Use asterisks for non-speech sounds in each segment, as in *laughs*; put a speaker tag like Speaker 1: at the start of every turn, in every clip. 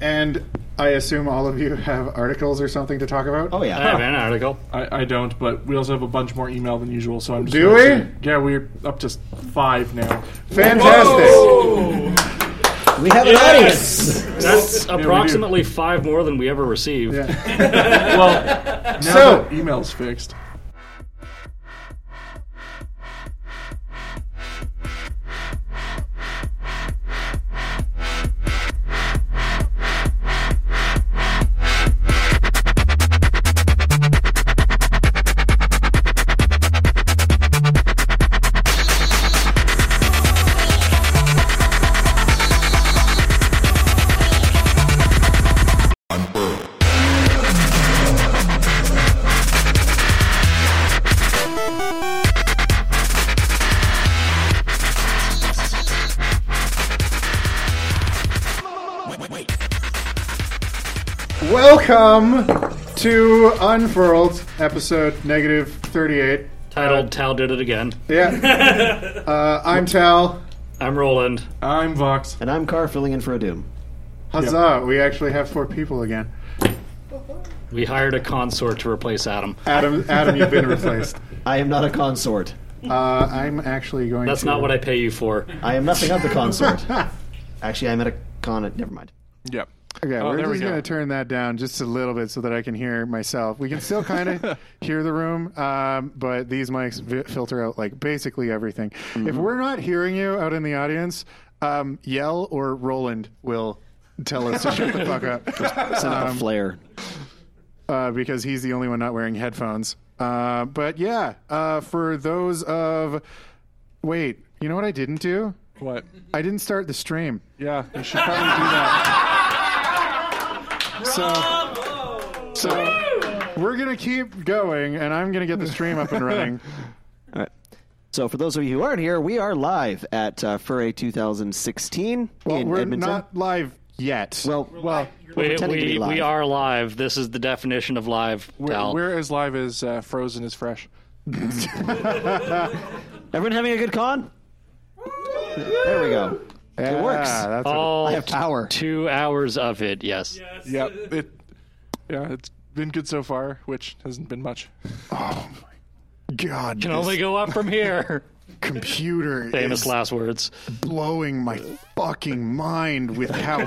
Speaker 1: And I assume all of you have articles or something to talk about.
Speaker 2: Oh
Speaker 3: I
Speaker 2: yeah.
Speaker 3: have an article.
Speaker 4: I, I don't, but we also have a bunch more email than usual, so I'm just.
Speaker 1: Do
Speaker 4: gonna
Speaker 1: we?
Speaker 4: say- Yeah, we're up to five now.
Speaker 1: Fantastic!
Speaker 2: We have an
Speaker 3: Yes! That's
Speaker 4: do.
Speaker 3: approximately five more than we ever received.
Speaker 1: Yeah.
Speaker 4: Well, now
Speaker 1: So-
Speaker 4: that email's fixed.
Speaker 1: Welcome to Unfurled, episode negative 38.
Speaker 3: Titled Tal Did It Again.
Speaker 1: Yeah.
Speaker 3: *laughs*
Speaker 1: uh, I'm Tal.
Speaker 3: I'm Roland.
Speaker 4: I'm Vox.
Speaker 2: And I'm Car filling in for a Doom.
Speaker 1: Huzzah, we actually have four people again.
Speaker 3: We hired a consort to replace Adam.
Speaker 1: Adam, Adam, you've been replaced.
Speaker 2: I am not a consort.
Speaker 1: Uh, I'm actually going
Speaker 3: That's
Speaker 1: to.
Speaker 3: not what I pay you for.
Speaker 2: I am nothing of
Speaker 1: *laughs*
Speaker 2: the consort. Actually, I'm at a con. Never mind.
Speaker 4: Yep.
Speaker 1: Okay,
Speaker 4: Oh,
Speaker 1: we're
Speaker 4: there
Speaker 1: just
Speaker 4: we go.
Speaker 1: going to turn that down just a little bit so that I can hear myself. We can still kind
Speaker 4: *laughs*
Speaker 1: of hear the room, um, but these mics vi- filter out like basically everything. If
Speaker 4: Mm-hmm.
Speaker 1: we're not hearing you out in the audience, um, yell or Roland will tell us to shut the fuck
Speaker 2: *laughs*
Speaker 1: up Um,
Speaker 2: Send up a flare.
Speaker 1: uh, because he's the only one not wearing headphones. Uh, but yeah, uh, for those of wait, you know what I didn't do?
Speaker 4: What?
Speaker 1: I didn't start the stream.
Speaker 4: Yeah, you should probably do that.
Speaker 2: *laughs*
Speaker 1: So, so we're gonna keep going, and I'm gonna get the stream up and
Speaker 4: *laughs*
Speaker 1: running.
Speaker 2: All right. So, for those of you who aren't here, we are live at uh, Furry 2016
Speaker 1: Well,
Speaker 2: in
Speaker 1: we're
Speaker 2: Edmonton.
Speaker 1: not live yet.
Speaker 2: well,
Speaker 4: Well,
Speaker 3: We,
Speaker 2: pretending to
Speaker 3: we,
Speaker 2: be live.
Speaker 3: we are live. This is the definition of live,
Speaker 4: we're,
Speaker 3: Tal.
Speaker 4: we're as live as uh, Frozen is fresh.
Speaker 2: everyone having a good con? There we go.
Speaker 1: Yeah,
Speaker 2: it works.
Speaker 1: Ah, That's what-
Speaker 3: All
Speaker 2: I have power.
Speaker 3: two hours of it, yes.
Speaker 4: Yep. It, yeah, it's been good so far, which hasn't been much.
Speaker 1: God, this
Speaker 3: Can only go up from
Speaker 2: *laughs*
Speaker 3: here.
Speaker 1: computer
Speaker 3: *laughs* Famous
Speaker 1: is
Speaker 3: last words.
Speaker 1: blowing my fucking mind with how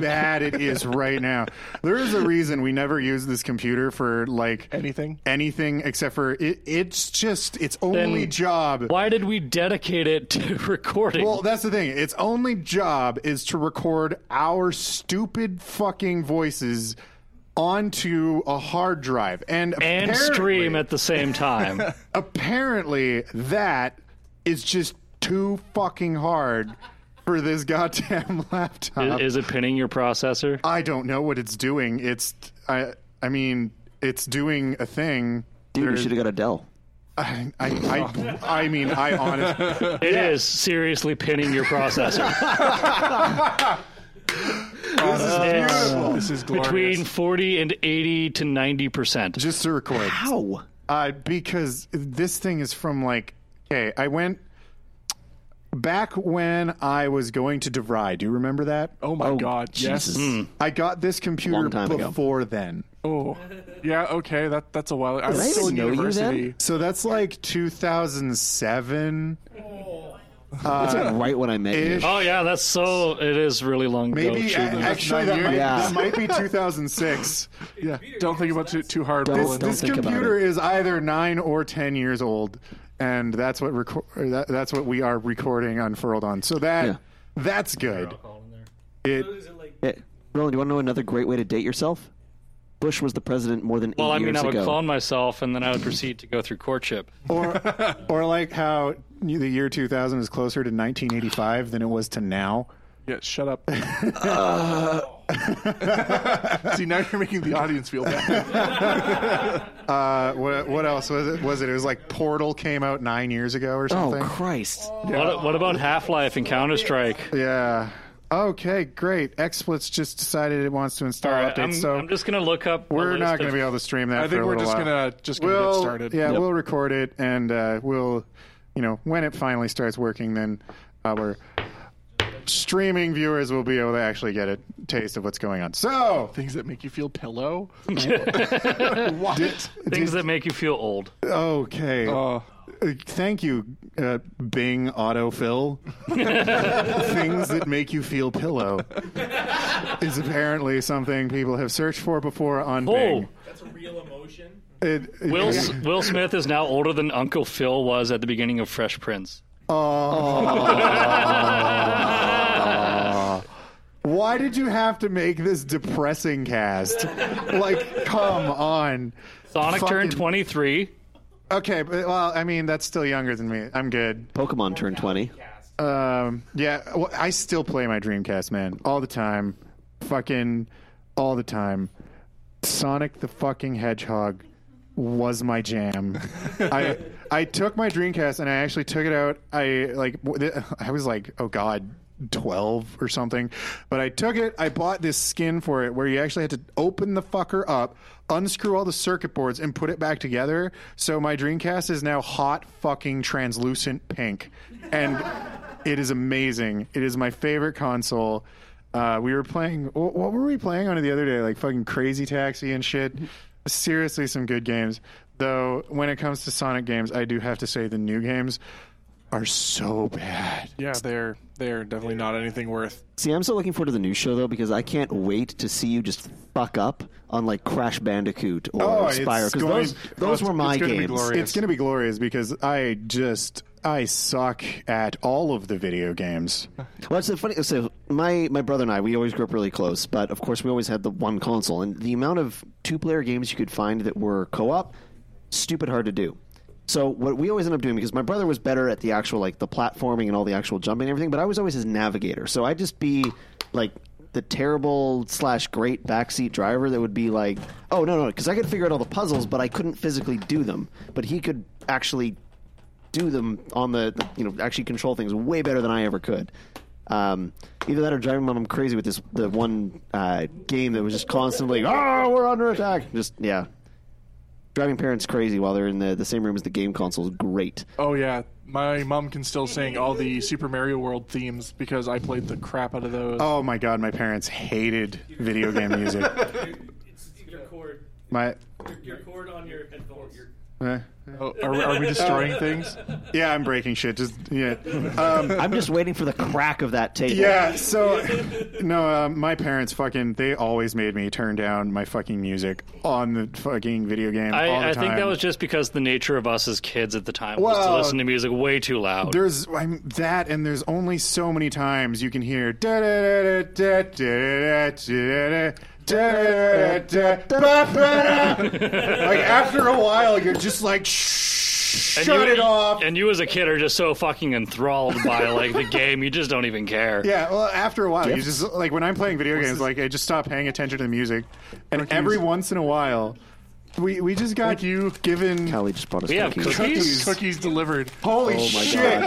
Speaker 1: bad it is right now. There is a reason we never use this computer for like
Speaker 4: Anything?
Speaker 1: anything except for it, it's just its only
Speaker 3: Then
Speaker 1: job.
Speaker 3: Why did we dedicate it to *laughs* recording?
Speaker 1: Well, that's the thing. Its only job is to record our stupid fucking voices onto a hard drive and
Speaker 3: and
Speaker 1: apparently-
Speaker 3: stream at the
Speaker 2: *laughs*
Speaker 3: same time.
Speaker 1: Apparently, that is just too fucking hard for this *laughs* goddamn
Speaker 3: is,
Speaker 1: laptop.
Speaker 3: is it pinning your processor?
Speaker 1: I don't know what it's doing. It's I. I mean, it's doing a thing.
Speaker 2: Dude, you
Speaker 1: There's-
Speaker 2: should have got a Dell.
Speaker 1: I, I, I, I mean, I honestly.
Speaker 3: It is seriously pinning
Speaker 1: *laughs*
Speaker 3: your processor.
Speaker 1: beautiful.
Speaker 4: This is glorious.
Speaker 3: Between 40 and 80 to 90%.
Speaker 1: Just to record.
Speaker 2: Ow.
Speaker 1: Uh, because this thing is from like, okay, I went back when I was going to DeVry. Do you remember that?
Speaker 4: oh my God!
Speaker 2: Jesus.
Speaker 4: Yes.
Speaker 1: I got this computer
Speaker 2: Long time ago.
Speaker 1: before then.
Speaker 4: Oh. Yeah. Okay. That that's a while. I was
Speaker 2: I
Speaker 4: still
Speaker 2: even
Speaker 4: in
Speaker 2: know you
Speaker 4: university.
Speaker 1: So that's like 2007
Speaker 2: That's like right when I met you.
Speaker 1: ish.
Speaker 3: Oh, yeah, that's so. It is really long ago.
Speaker 1: Maybe
Speaker 3: Shoot.
Speaker 1: a- actually that
Speaker 4: years.
Speaker 1: might,
Speaker 2: Yeah.
Speaker 1: that might be
Speaker 2: *laughs*
Speaker 1: 2006.
Speaker 4: Yeah. Don't think about it too hard.
Speaker 2: Don't-
Speaker 4: Roland.
Speaker 2: don't
Speaker 1: this
Speaker 2: think about
Speaker 1: computer
Speaker 2: it.
Speaker 1: is either nine or 10 years old, and that's what reco- or that, that's what we are recording unfurled on. So that
Speaker 2: Yeah.
Speaker 1: that's good. It,
Speaker 2: Hey, Eh, Roland, do you want to know another great way to date yourself? Bush was the president more than eight
Speaker 3: well, I mean,
Speaker 2: years
Speaker 3: I would
Speaker 2: ago.
Speaker 3: clone myself and then I would proceed to go through courtship.
Speaker 1: *laughs* or or like how the year 2000 is closer to 1985 than it was to now. *laughs*
Speaker 4: Yeah, shut up. *laughs* See, now you're making the audience feel *laughs* bad.
Speaker 1: Uh, what what else was it? Was it? It was like Portal came out nine years ago or
Speaker 2: oh,
Speaker 1: something.
Speaker 2: Christ.
Speaker 3: What, what about Half Life and Counter Strike?
Speaker 1: Yeah. Okay, great. XSplit's just decided it wants to install
Speaker 3: All right,
Speaker 1: updates,
Speaker 3: I'm,
Speaker 1: so
Speaker 3: I'm just going to look up. a
Speaker 1: we're
Speaker 3: list
Speaker 1: not going to
Speaker 3: of-
Speaker 1: be able to stream that.
Speaker 4: I think
Speaker 1: for a
Speaker 4: we're
Speaker 1: little
Speaker 4: just
Speaker 1: while.
Speaker 4: gonna just gonna
Speaker 1: we'll,
Speaker 4: get started.
Speaker 1: Yeah, we'll record it and uh, we'll, you know, when it finally starts working, then our streaming viewers will be able to actually get a taste of what's going on. So,
Speaker 4: Things that make you feel *laughs* pillow.
Speaker 1: what?
Speaker 3: Things that make you feel old.
Speaker 1: okay.
Speaker 4: Oh,
Speaker 1: Uh, Thank you, uh, Bing
Speaker 3: *laughs*
Speaker 1: autofill. Things that make you feel pillow is apparently something people have searched for before on
Speaker 3: Oh,
Speaker 1: Bing.
Speaker 5: That's a real *laughs* emotion.
Speaker 1: It, it-
Speaker 3: Will, S- Will Smith is now older than Uncle Phil was at the beginning of Fresh Prince.
Speaker 4: Oh. *laughs*
Speaker 1: *laughs* Why did you have to make this depressing cast? like, come on.
Speaker 3: Sonic
Speaker 1: Fucking-
Speaker 3: turned 23.
Speaker 1: Okay, but well, I mean that's still younger than me. I'm good.
Speaker 2: Pokemon turned 20.
Speaker 5: Cast.
Speaker 1: Um, yeah, well, I still play my Dreamcast, man, all the time, fucking, all the time. Sonic the fucking Hedgehog was my jam. I I took my Dreamcast and I actually took it out. I like w- th- I was like, oh god. 12 or something, but I took it. I bought this skin for it where you actually had to open the fucker up, unscrew all the circuit boards, and put it back together. So my Dreamcast is now hot, fucking translucent pink. And it is amazing. It is my favorite console. Uh, we were playing. wh- What were we playing on it the other day? Like fucking Crazy Taxi and shit. Seriously, some good games. Though when it comes to Sonic games, I do have to say the new games are so bad.
Speaker 4: yeah, they're they're definitely not anything worth.
Speaker 2: See, I'm so looking forward to the new show though because I can't wait to see you just fuck up on like Crash Bandicoot or
Speaker 1: Oh, it's
Speaker 2: Spyro because
Speaker 1: going-
Speaker 2: those, those
Speaker 1: it's-
Speaker 2: were my
Speaker 4: it's gonna be
Speaker 2: games.
Speaker 4: glorious.
Speaker 1: It's going to be glorious because I just I suck at all of the video
Speaker 4: *laughs*
Speaker 1: games.
Speaker 2: Well, it's the funny. So my my brother and I, we always grew up really close, but of course we always had the one console, and the amount of two player games you could find that were co op, stupid hard to do. So what we always end up doing because my brother was better at the actual like the platforming and all the actual jumping and everything, but I was always his navigator. So I'd just be like the terrible slash great backseat driver that would be like, oh no no, because I could figure out all the puzzles, but I couldn't physically do them. But he could actually do them on the, the- you know actually control things way better than I ever could. Um, either that or driving my mom crazy with this the one uh, game that was just constantly oh we're under attack just yeah driving parents crazy while they're in the, the same room as the game console is great.
Speaker 4: Oh yeah, my mom can still sing all the Super Mario World themes because I played the crap out of those.
Speaker 1: Oh my god, my parents hated video game
Speaker 4: *laughs*
Speaker 1: music.
Speaker 5: It's your chord.
Speaker 1: My
Speaker 5: Your chord on your headphones.
Speaker 1: eh.
Speaker 4: Oh, are, are we *laughs* destroying things?
Speaker 1: yeah, I'm breaking shit. Just yeah. Um,
Speaker 2: I'm just waiting for the crack of that table.
Speaker 1: Yeah, so no, uh, my parents fucking they always made me turn down my fucking music on the fucking video game all the
Speaker 3: I, I
Speaker 1: time.
Speaker 3: think that was just because the nature of us as kids at the time was to
Speaker 1: Well,
Speaker 3: listen to music way too loud.
Speaker 1: there's I mean, that, and there's only so many times you can hear da da da da da da da da da. da, da, da, da, ba, ba, da. Like after a while, you're just like, "Shh,
Speaker 3: And
Speaker 1: shut
Speaker 3: you-
Speaker 1: it off.
Speaker 3: And you as a kid are just so fucking enthralled by like the game, you just don't even care.
Speaker 1: Yeah, well, after a while, you just like when I'm playing video games, like I just stop paying attention to the music, and every once in a while, we we just got you given.
Speaker 2: Callie just brought us
Speaker 3: We have
Speaker 2: cookies. Oh
Speaker 3: cookies.
Speaker 4: Cookies delivered. Oh
Speaker 1: Holy
Speaker 2: my
Speaker 1: shit!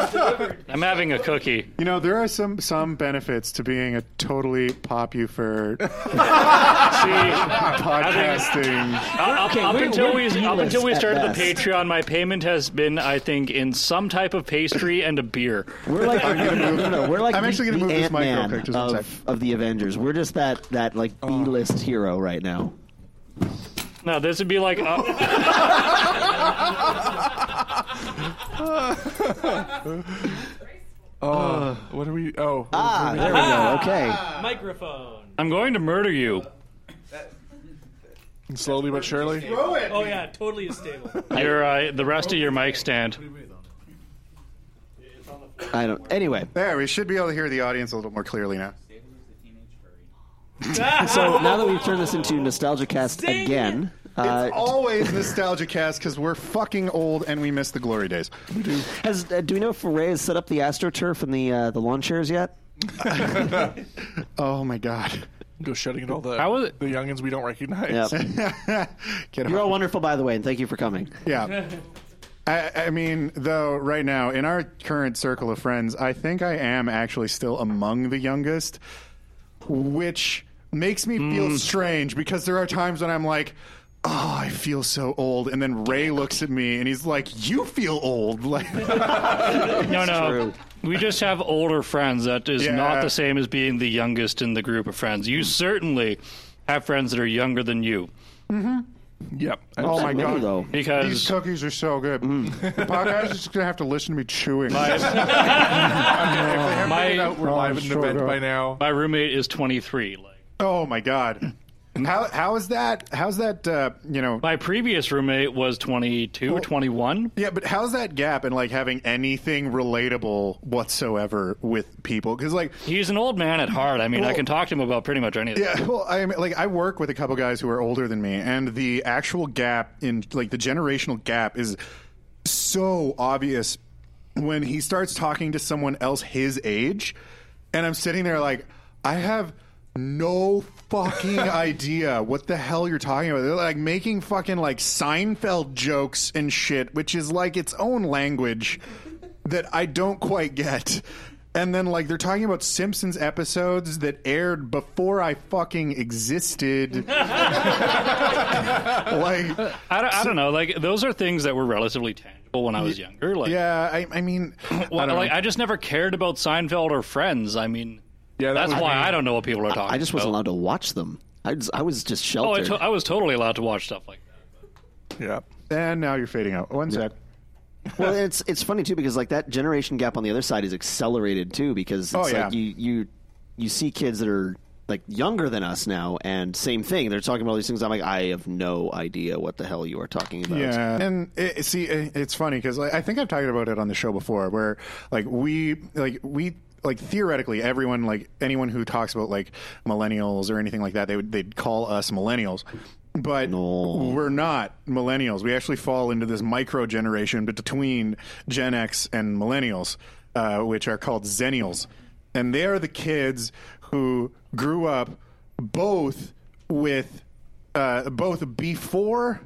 Speaker 3: I'm having a cookie.
Speaker 1: You know there are some some benefits to being a totally pop you for
Speaker 3: See,
Speaker 1: podcasting.
Speaker 3: up,
Speaker 2: Okay,
Speaker 3: up
Speaker 2: we're-
Speaker 3: until
Speaker 2: we're
Speaker 3: we up until we
Speaker 2: peeless at
Speaker 3: started the
Speaker 2: best.
Speaker 3: Patreon, my payment has been, I think, in some type of pastry and a beer.
Speaker 2: We're like, no, no, we're like
Speaker 1: I'm actually gonna
Speaker 2: the
Speaker 1: move this mic real
Speaker 2: Ant-Man
Speaker 1: quick, just one
Speaker 2: of,
Speaker 1: sec. Oh.
Speaker 2: of the Avengers. We're just that that like B list hero right now.
Speaker 3: No, this would be like uh, up,
Speaker 4: Oh, what are we? Oh,
Speaker 2: Ah, there we go. Okay,
Speaker 5: Ah. Microphone.
Speaker 3: I'm going to murder you.
Speaker 4: slowly but surely.
Speaker 5: Oh yeah, totally is *laughs* stable.
Speaker 3: Your uh, the rest of your mic stand.
Speaker 2: I don't. Anyway,
Speaker 1: There, we should be able to hear the audience a little more clearly now.
Speaker 2: so now that we've turned this into Nostalgia Cast
Speaker 5: Zing!
Speaker 2: again, uh,
Speaker 1: Always nostalgia cast because we're fucking old and we miss the glory days.
Speaker 2: has uh, do we know if Ray has set up the AstroTurf and the uh, the lawn chairs yet?
Speaker 4: *laughs*
Speaker 1: Oh my god. *laughs*
Speaker 4: Go shutting at all the
Speaker 3: How was it-
Speaker 4: the youngins we don't recognize.
Speaker 1: Get
Speaker 2: *laughs* You're
Speaker 1: off.
Speaker 2: all wonderful, by the way, and thank you for coming.
Speaker 1: Yeah. I, I mean, though, right now, in our current circle of friends, I think I am actually still among the youngest, which makes me feel strange because there are times when I'm like, oh, I feel so old. And then Ray looks at me and he's like, you feel old. *laughs* Like,
Speaker 3: No, no. We just have older friends. That is
Speaker 1: Yeah. Hmm.
Speaker 3: not the same as being the youngest in the group of friends. You certainly have friends that are younger than you.
Speaker 4: *laughs* Yep.
Speaker 1: oh my
Speaker 2: Many,
Speaker 1: God. Hmm.
Speaker 2: though.
Speaker 1: These
Speaker 3: Because
Speaker 1: cookies are so good. The podcast is going to have to listen to me chewing.
Speaker 4: If they haven't
Speaker 3: my-
Speaker 4: figured out we're
Speaker 1: Oh,
Speaker 4: live at an
Speaker 1: sure,
Speaker 4: event
Speaker 1: bro.
Speaker 4: by now.
Speaker 3: *laughs* my roommate is 23. Like
Speaker 1: oh my God. How, how is that? How's that, uh, you know?
Speaker 3: my previous roommate was 22
Speaker 1: Oh.
Speaker 3: or 21.
Speaker 1: Yeah, but how's that gap in like having anything relatable whatsoever with people? Because like,
Speaker 3: He's an old man at heart. I mean, I
Speaker 1: Well-
Speaker 3: can talk to him about pretty much anything.
Speaker 1: Oh. yeah, *laughs* well, I mean, like I work with a couple guys who are older than me, and the actual gap in like the generational gap is so obvious when he starts talking to someone else his age, and I'm sitting there like, I have no fucking idea what the hell you're talking about. They're like making fucking like Seinfeld jokes and shit, which is like its own language that I don't quite get. And then like they're talking about Simpsons episodes that aired before I fucking existed. like
Speaker 3: I, don't, I don't know. Like those are things that were relatively tangible when I was younger. Like
Speaker 1: yeah, I, I mean, I
Speaker 3: Well,
Speaker 1: don't
Speaker 3: like
Speaker 1: know.
Speaker 3: I just never cared about Seinfeld or Friends. I mean,
Speaker 4: Yeah, that
Speaker 3: that's
Speaker 4: was
Speaker 3: why
Speaker 4: me.
Speaker 3: I don't know what people are talking.
Speaker 2: I just wasn't allowed to watch them. I, just, I was just
Speaker 3: Oh, I,
Speaker 2: sheltered.
Speaker 3: to- I was totally allowed to watch stuff like that.
Speaker 4: Yeah.
Speaker 1: and now you're fading out. One sec.
Speaker 2: well, and it's it's funny too because like that generation gap on the other side is accelerated too because it's
Speaker 1: Oh,
Speaker 2: like
Speaker 1: yeah.
Speaker 2: you you you see kids that are like younger than us now and same thing they're talking about all these things I'm like I have no idea what the hell you are talking about.
Speaker 1: Yeah, and it, see, it, it's funny because like, I think I've talked about it on the show before, where like we like we like theoretically everyone like anyone who talks about like millennials or anything like that, they would they'd call us millennials. But
Speaker 2: No.
Speaker 1: we're not millennials. We actually fall into this micro generation between Gen X and millennials, uh, which are called Zennials. And they are the kids who grew up both with uh, both before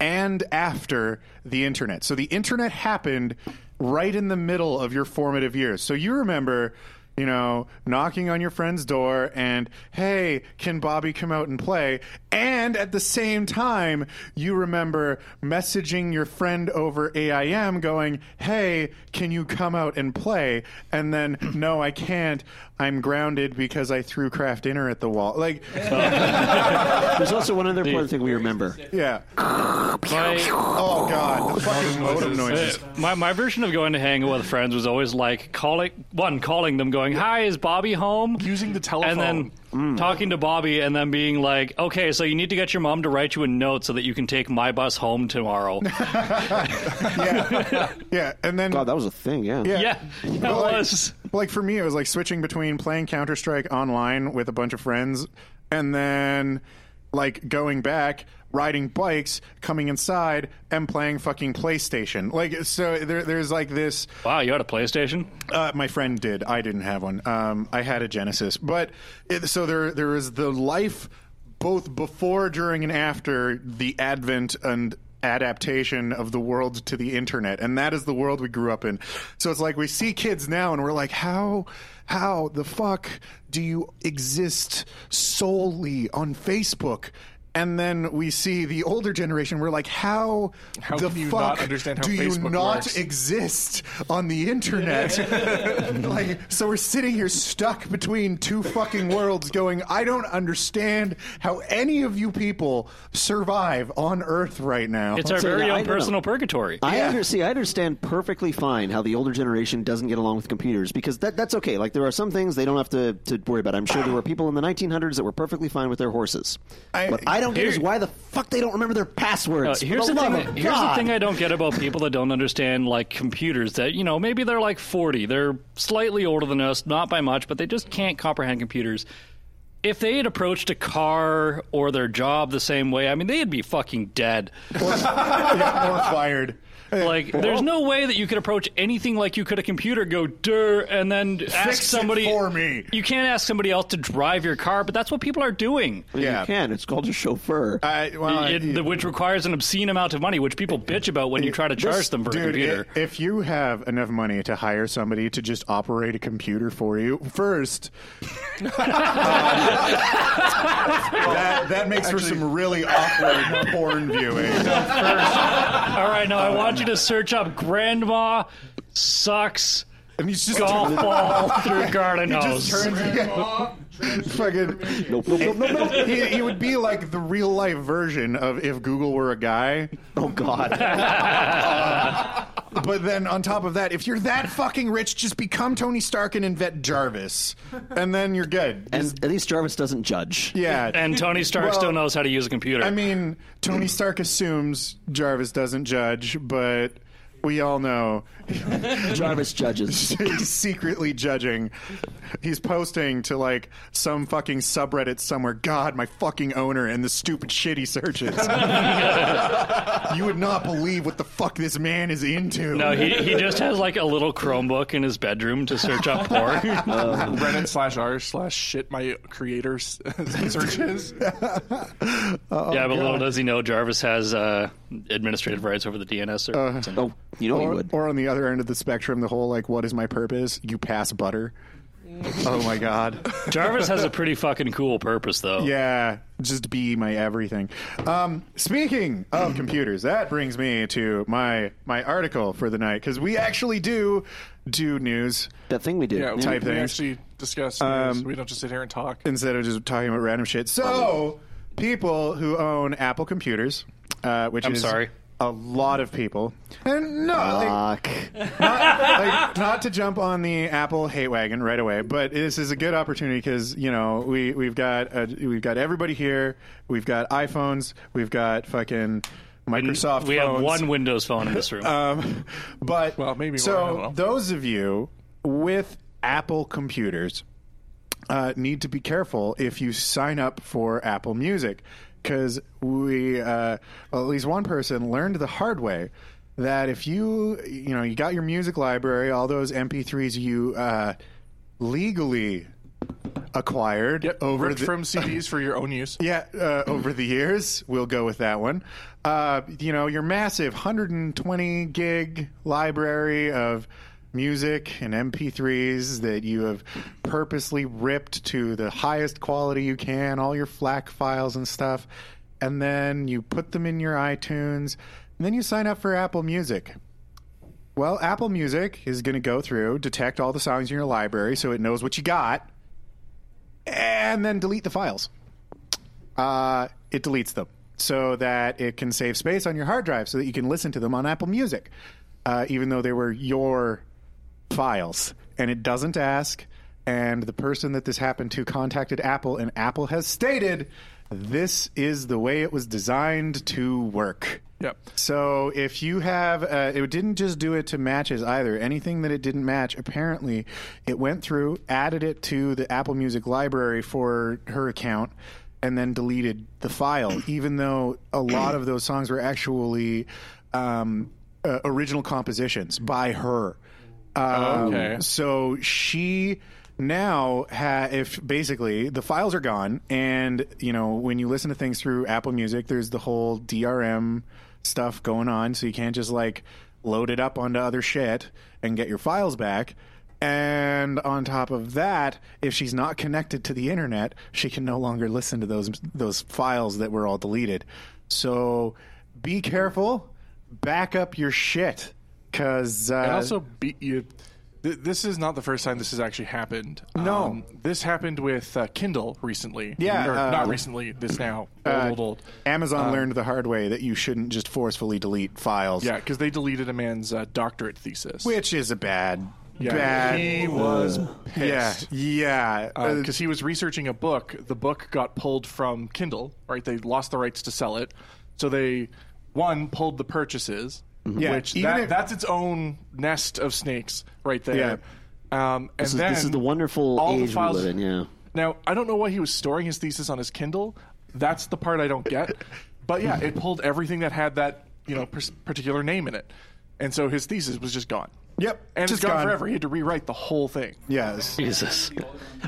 Speaker 1: and after the internet. So the internet happened right in the middle of your formative years. So you remember, you know, knocking on your friend's door and, hey, can Bobby come out and play? And at the same time, you remember messaging your friend over AIM going, hey, can you come out and play? And then, no, I can't. I'm grounded because I threw craft dinner at the wall. Like,
Speaker 2: There's also one other important thing we remember.
Speaker 1: yeah.
Speaker 2: *laughs*
Speaker 3: My,
Speaker 1: Oh, God. The fucking modem noises.
Speaker 3: Uh, my my version of going to hang out with friends was always like calling one calling them, going, "Hi, is Bobby home?"
Speaker 4: Using the
Speaker 3: and then
Speaker 2: Mm.
Speaker 3: talking to Bobby, and then being like, "Okay, so you need to get your mom to write you a note so that you can take my bus home
Speaker 4: *laughs*
Speaker 3: tomorrow."
Speaker 1: Yeah. yeah. And then
Speaker 2: God, that was a thing. Yeah.
Speaker 3: yeah, that
Speaker 1: But, like-
Speaker 3: was.
Speaker 1: but, like for me, it was like switching between playing Counter Strike online with a bunch of friends, and then like going back, riding bikes, coming inside, and playing fucking PlayStation. Like so, there, there's like this.
Speaker 3: Wow, you had a PlayStation?
Speaker 1: Uh, my friend did. I didn't have one. Um, I had a Genesis, but it, so there there is the life both before, during, and after the advent and adaptation of the world to the internet, and that is the world we grew up in. So it's like we see kids now, and we're like, how how the fuck do you exist solely on Facebook? And then we see the older generation. We're like, how,
Speaker 4: How
Speaker 1: the
Speaker 4: can you
Speaker 1: fuck
Speaker 4: not understand how
Speaker 1: do you
Speaker 4: Facebook
Speaker 1: not
Speaker 4: works?
Speaker 1: exist on the internet. *laughs* like, so we're sitting here stuck between two fucking worlds going, I don't understand how any of you people survive on Earth right now.
Speaker 3: It's our
Speaker 2: So, yeah,
Speaker 3: very
Speaker 2: I
Speaker 3: own
Speaker 2: don't know.
Speaker 3: personal purgatory.
Speaker 2: I
Speaker 1: Yeah.
Speaker 2: under, see. I understand perfectly fine how the older generation doesn't get along with computers because that, that's okay. Like there are some things they don't have to, to worry about. I'm sure there were people in the 1900s that were perfectly fine with their horses.
Speaker 1: I-
Speaker 2: what I don't get is
Speaker 3: here-
Speaker 2: why the fuck they don't remember their
Speaker 3: Uh,
Speaker 2: passwords. for
Speaker 3: here's
Speaker 2: the
Speaker 3: the,
Speaker 2: love
Speaker 3: thing,
Speaker 2: of
Speaker 3: here's the
Speaker 2: God.
Speaker 3: thing I don't get about people that don't understand like computers that you know maybe they're like 40 they're slightly older than us not by much but they just can't comprehend computers if they had approached a car
Speaker 1: *laughs*
Speaker 3: or their job the same way I mean they'd be fucking dead
Speaker 1: yeah, or fired.
Speaker 3: Like, there's no way that you could approach anything like you could a computer, go der, and then ask
Speaker 1: it
Speaker 3: somebody
Speaker 1: for me.
Speaker 3: You can't ask somebody else to drive your car, but that's what people are doing.
Speaker 1: Yeah.
Speaker 2: You can. It's called a chauffeur.
Speaker 1: I, well,
Speaker 3: It-
Speaker 1: I-
Speaker 3: the- which requires an obscene amount of money, which people bitch about when you try to charge
Speaker 1: This-
Speaker 3: them for
Speaker 1: dude,
Speaker 3: a computer.
Speaker 1: i- if you have enough money to hire somebody to just operate a computer for you, first, *laughs* um, that, that makes for some really awkward porn viewing.
Speaker 3: All right, now I want you to search up "grandma sucks
Speaker 1: And he's just *laughs*
Speaker 3: golf ball through garden hose.
Speaker 1: just turns *laughs* fucking.
Speaker 2: nope, nope, nope, nope, nope.
Speaker 1: He, he would be like the real life version of if Google were a guy. *laughs*
Speaker 2: Oh, God.
Speaker 1: But then on top of that, if you're that fucking rich, just become Tony Stark and invent Jarvis, and then you're good.
Speaker 2: and at least Jarvis doesn't judge.
Speaker 1: yeah,
Speaker 3: and Tony Stark
Speaker 1: Well,
Speaker 3: still knows how to use a computer.
Speaker 1: I mean, Tony Stark assumes Jarvis doesn't judge, but we all know *laughs*
Speaker 2: Jarvis judges.
Speaker 1: he's secretly judging. He's posting to like some fucking subreddit somewhere. God, my fucking owner and the stupid shit he
Speaker 3: *laughs*
Speaker 1: searches. you would not believe what the fuck this man is into. *laughs*
Speaker 3: no, he, he just has like a little Chromebook in his bedroom to search up porn.
Speaker 1: Uh,
Speaker 4: *laughs* Reddit slash r slash shit my creators *laughs* searches.
Speaker 1: Uh,
Speaker 3: yeah, but little does he know Jarvis has uh, administrative rights over the DNS server. So-
Speaker 2: Oh, you know he
Speaker 1: or,
Speaker 2: would.
Speaker 1: or on the other end of the spectrum, the whole like, what is my purpose? You pass butter. oh my
Speaker 3: *laughs*
Speaker 1: god.
Speaker 3: Jarvis has a pretty fucking cool purpose, though.
Speaker 1: Yeah, just be my everything. Um, speaking
Speaker 3: *clears throat*
Speaker 1: of computers, that brings me to my my article for the night because we actually do do news
Speaker 2: that thing we do.
Speaker 4: Yeah, we,
Speaker 1: Type
Speaker 4: we
Speaker 1: things. Um,
Speaker 4: actually discuss. news. we don't just sit here and talk.
Speaker 1: instead of just talking about random shit. So, people who own Apple computers, uh, which
Speaker 3: I'm
Speaker 1: is
Speaker 3: sorry.
Speaker 1: a lot of people, and no, like,
Speaker 2: Fuck.
Speaker 1: like, not to jump on the Apple hate wagon right away, but this is a good opportunity because you know we we've got uh we've got everybody here. We've got iPhones. We've got fucking Microsoft.
Speaker 3: We have
Speaker 1: phones.
Speaker 3: one Windows phone in this room.
Speaker 1: Um, but
Speaker 4: Well, maybe one, I don't
Speaker 1: so
Speaker 4: know.
Speaker 1: those of you with Apple computers uh, need to be careful if you sign up for Apple Music because we uh, well, at least one person learned the hard way that if you you know you got your music library all those MP3s you uh, legally acquired
Speaker 4: Yep,
Speaker 1: over
Speaker 4: ripped
Speaker 1: the,
Speaker 4: from CDs for your own
Speaker 1: *laughs*
Speaker 4: use.
Speaker 1: yeah, uh, over the years, we'll go with that one. Uh, you know, your massive 120 gig library of music and MP3s that you have purposely ripped to the highest quality you can, all your FLAC files and stuff. And then you put them in your iTunes, and then you sign up for Apple Music. Well, Apple Music is going to go through, detect all the songs in your library so it knows what you got, and then delete the files uh, it deletes them so that it can save space on your hard drive so that you can listen to them on Apple Music, uh, even though they were your files. And it doesn't ask. And the person that this happened to contacted Apple, and Apple has stated this is the way it was designed to work.
Speaker 4: Yep.
Speaker 1: So if you have, uh, it didn't just do it to matches either. Anything that it didn't match, apparently, it went through, added it to the Apple Music library for her account, and then deleted the file, even though a lot of those songs were actually um, uh, original compositions by her. Um,
Speaker 4: Okay.
Speaker 1: So she now ha- if basically the files are gone and you know when you listen to things through Apple Music there's the whole DRM stuff going on so you can't just like load it up onto other shit and get your files back and on top of that if she's not connected to the internet she can no longer listen to those those files that were all deleted so be careful back up your shit cuz uh,
Speaker 4: And also beat you. Th- this is not the first time this has actually happened. Um,
Speaker 1: No.
Speaker 4: this happened with uh, Kindle recently.
Speaker 1: Yeah,
Speaker 4: or
Speaker 1: uh,
Speaker 4: not recently. This now
Speaker 1: uh,
Speaker 4: old, old, old.
Speaker 1: Amazon
Speaker 4: Um,
Speaker 1: learned the hard way that you shouldn't just forcefully delete files.
Speaker 4: Yeah, because they deleted a man's uh, doctorate thesis.
Speaker 1: Which is a bad,
Speaker 4: yeah,
Speaker 1: bad.
Speaker 4: he was
Speaker 1: yeah,
Speaker 4: pissed.
Speaker 1: yeah. Uh,
Speaker 4: because he was researching a book. The book got pulled from Kindle, right? They lost the rights to sell it, so they one pulled the purchases,
Speaker 2: Mm-hmm.
Speaker 1: Yeah,
Speaker 4: which
Speaker 1: even
Speaker 4: that,
Speaker 1: if-
Speaker 4: that's its own nest of snakes right there. Um, and
Speaker 2: This is, this is the wonderful
Speaker 4: all the
Speaker 2: age
Speaker 4: files-
Speaker 2: we live in, yeah.
Speaker 4: Now I don't know why he was storing his thesis on his Kindle. That's the part I don't get. but yeah, it pulled everything that had that you know pers- particular name in it. and so his thesis was just gone.
Speaker 1: Yep,
Speaker 4: and
Speaker 1: just
Speaker 4: it's gone,
Speaker 1: gone.
Speaker 4: forever. He had to rewrite the whole thing.
Speaker 1: Yes.
Speaker 3: Jesus.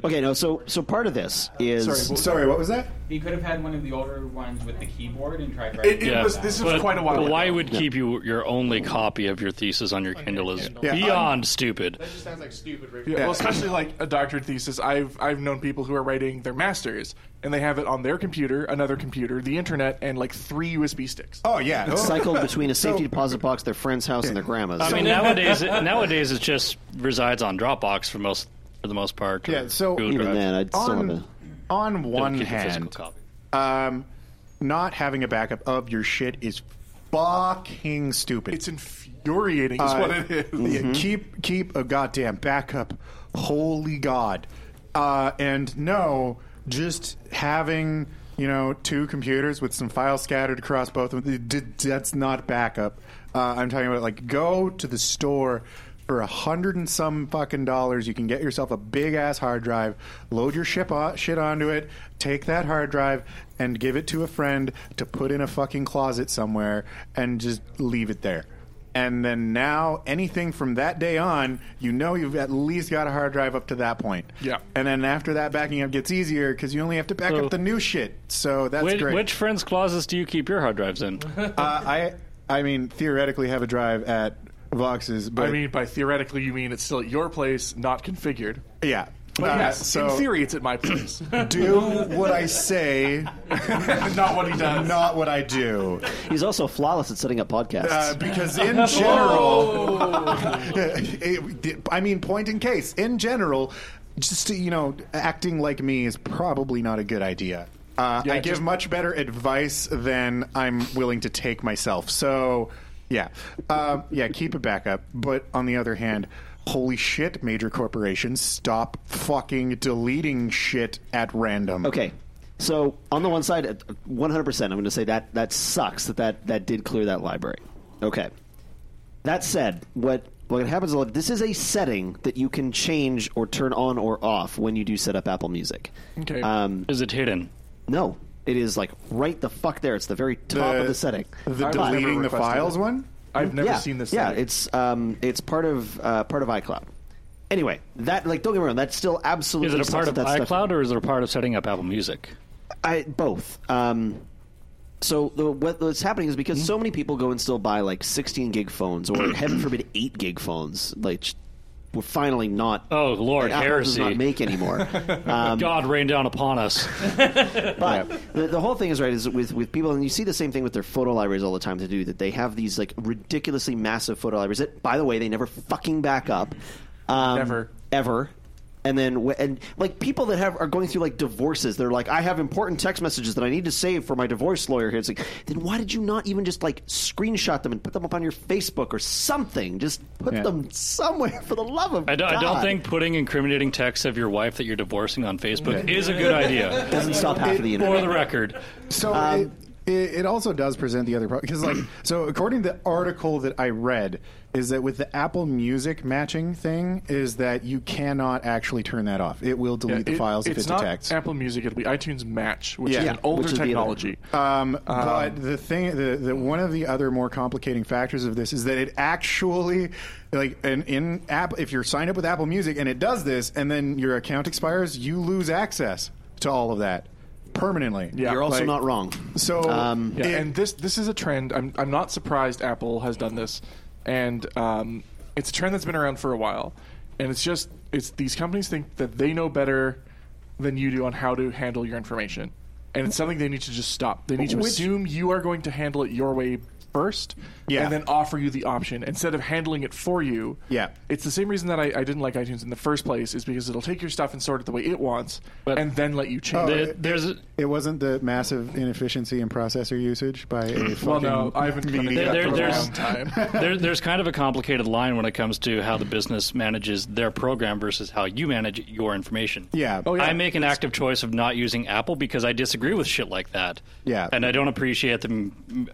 Speaker 2: Okay, no. So so part of this is
Speaker 4: Sorry,
Speaker 1: Sorry, what was that?
Speaker 6: He could have had one of the older ones with the keyboard and tried writing.
Speaker 4: It, it
Speaker 3: Yeah.
Speaker 4: was. This was
Speaker 3: But
Speaker 4: quite a while. ago.
Speaker 3: Why would keep you your only copy of your thesis on your Kindle is
Speaker 1: Yeah, I'm-
Speaker 3: beyond stupid.
Speaker 7: That just sounds like stupid. Right?
Speaker 4: Yeah, well, especially like a doctorate thesis. I've I've known people who are writing their masters, and they have it on their computer, another computer, the internet, and like three USB sticks.
Speaker 1: Oh yeah. Oh.
Speaker 2: cycled between a safety deposit box, their friend's house, and their grandma's.
Speaker 3: I mean, nowadays it, nowadays it just resides on Dropbox for most for the most part. or
Speaker 1: Yeah, so-
Speaker 3: Google
Speaker 2: even
Speaker 3: Drive.
Speaker 2: then, I'd still have
Speaker 1: on,
Speaker 2: a.
Speaker 1: on
Speaker 3: Don't
Speaker 1: one
Speaker 3: keep a physical
Speaker 1: hand,
Speaker 3: copy.
Speaker 1: um, not having a backup of your shit is fucking stupid.
Speaker 4: It's infuriating, is
Speaker 1: Uh,
Speaker 4: what it is.
Speaker 1: yeah, keep keep a goddamn backup. Holy God! Uh, and no, just having you know two computers with some files scattered across both of them. d- d- That's not backup. Uh, I'm talking about like go to the store. For a hundred and some fucking dollars, you can get yourself a big ass hard drive. Load your ship o- shit onto it. Take that hard drive and give it to a friend to put in a fucking closet somewhere, and just leave it there. And then now, anything from that day on, you know you've at least got a hard drive up to that point.
Speaker 4: Yeah.
Speaker 1: And then after that, backing up gets easier because you only have to back
Speaker 3: So-
Speaker 1: up the new shit. So that's
Speaker 3: Which,
Speaker 1: great.
Speaker 3: which friends' closets do you keep your hard drives
Speaker 1: *laughs*
Speaker 3: in?
Speaker 1: Uh, I, I mean, theoretically have a drive at Vox's, but
Speaker 4: I mean, by theoretically, you mean it's still at your place, not configured.
Speaker 1: yeah.
Speaker 4: But
Speaker 1: Uh,
Speaker 4: yes,
Speaker 1: so
Speaker 4: in theory, it's at my *coughs* place.
Speaker 1: do what I say,
Speaker 4: *laughs* not what he does.
Speaker 1: not what I do.
Speaker 2: He's also flawless at setting up podcasts.
Speaker 1: Uh,
Speaker 4: *laughs*
Speaker 1: because in general, *laughs* It- I mean, point in case, in general, just you know, acting like me is probably not a good idea. Uh,
Speaker 4: Yeah,
Speaker 1: I give
Speaker 4: just-
Speaker 1: much better advice than I'm willing to take myself. So, yeah, uh, yeah, keep it back up. But on the other hand, holy shit, major corporations, stop fucking deleting shit at random.
Speaker 2: Okay. So on the one side, uh, 100%, I'm going to say that that sucks that, that that did clear that library. Okay. That said, what what happens a lot, this is a setting that you can change or turn on or off when you do set up Apple Music.
Speaker 4: Okay.
Speaker 2: Um,
Speaker 3: Is it hidden?
Speaker 2: no, it is like right the fuck there. It's the very top of the setting.
Speaker 1: The
Speaker 4: I've
Speaker 1: deleting
Speaker 4: never
Speaker 1: the
Speaker 4: requested
Speaker 1: files
Speaker 4: it.
Speaker 1: one.
Speaker 4: I've never
Speaker 2: yeah,
Speaker 4: seen this.
Speaker 2: Yeah,
Speaker 4: thing.
Speaker 2: it's um, it's part of uh, part of iCloud. Anyway, that like don't get me wrong, that's still absolutely
Speaker 3: Is it a
Speaker 2: sucks
Speaker 3: part of
Speaker 2: that that stuff-
Speaker 3: iCloud or is it a part of setting up Apple Music?
Speaker 2: I both. Um, so the, what, what's happening is
Speaker 3: Hmm.
Speaker 2: because so many people go and still buy like 16 gig phones
Speaker 3: *clears throat*
Speaker 2: or heaven forbid 8 gig phones. Like we're finally not.
Speaker 3: Oh Lord,
Speaker 2: Apple does
Speaker 3: heresy!
Speaker 2: not make
Speaker 3: *laughs*
Speaker 2: anymore. Um,
Speaker 3: God rained down upon us.
Speaker 2: but the, the whole thing is right is with with people, and you see the same thing with their photo libraries all the time. To do that, they have these like ridiculously massive photo libraries. That, by the way, they never fucking back up. Um,
Speaker 4: Ever.
Speaker 2: ever. And then, wh- and like people that have are going through like divorces, they're like, I have important text messages that I need to save for my divorce lawyer. Here, it's like, then why did you not even just like screenshot them and put them up on your Facebook or something? Just put
Speaker 1: Yeah.
Speaker 2: them somewhere for the love of
Speaker 3: I don't, I don't
Speaker 2: God.
Speaker 3: think putting incriminating texts of your wife that you're divorcing on Facebook is a good idea.
Speaker 2: doesn't stop half of the internet.
Speaker 3: For the record,
Speaker 1: So
Speaker 4: Um,
Speaker 1: it, it, it also does present the other problem because,
Speaker 4: *clears throat*
Speaker 1: like, so according to the article that I read, is that with the Apple Music matching thing, is that you cannot actually turn that off. It will delete
Speaker 4: Yeah,
Speaker 1: the
Speaker 4: it-
Speaker 1: files if
Speaker 4: it's
Speaker 1: it
Speaker 4: not
Speaker 1: detects.
Speaker 4: Apple Music. It'll be iTunes Match, which
Speaker 1: Yeah.
Speaker 4: is
Speaker 1: Yeah,
Speaker 4: an older
Speaker 2: which is the other-
Speaker 4: technology.
Speaker 1: Um, but the thing, the, the one of the other more complicating factors of this is that it actually, like, an in app, if you're signed up with Apple Music and it does this, and then your account expires, you lose access to all of that permanently.
Speaker 4: Yeah.
Speaker 2: You're also
Speaker 1: Like,
Speaker 2: not wrong.
Speaker 1: So,
Speaker 2: Um,
Speaker 4: Yeah,
Speaker 1: it-
Speaker 4: and this this is a trend. I'm I'm not surprised Apple has done this, and um, it's a trend that's been around for a while, and it's just it's these companies think that they know better than you do on how to handle your information, and it's something they need to just stop. They need to
Speaker 1: Which-
Speaker 4: assume you are going to handle it your way first,
Speaker 1: Yeah.
Speaker 4: and then offer you the option instead of handling it for you.
Speaker 1: Yeah.
Speaker 4: it's the same reason that I, I didn't like iTunes in the first place is because it'll take your stuff and sort it the way it wants,
Speaker 3: But-
Speaker 4: and then let you change. it.
Speaker 3: there- there's a-
Speaker 1: It wasn't the massive inefficiency in processor usage by a fucking
Speaker 4: Well, no, I haven't been
Speaker 1: media.
Speaker 4: there,
Speaker 3: There-
Speaker 4: for a
Speaker 3: there's-
Speaker 4: long time.
Speaker 3: there, *laughs* there's kind of a complicated line when it comes to how the business manages their program versus how you manage your information.
Speaker 1: Yeah. Oh,
Speaker 4: yeah.
Speaker 3: I make an active choice of not using Apple because I disagree with shit like that.
Speaker 1: Yeah.
Speaker 3: And I don't appreciate them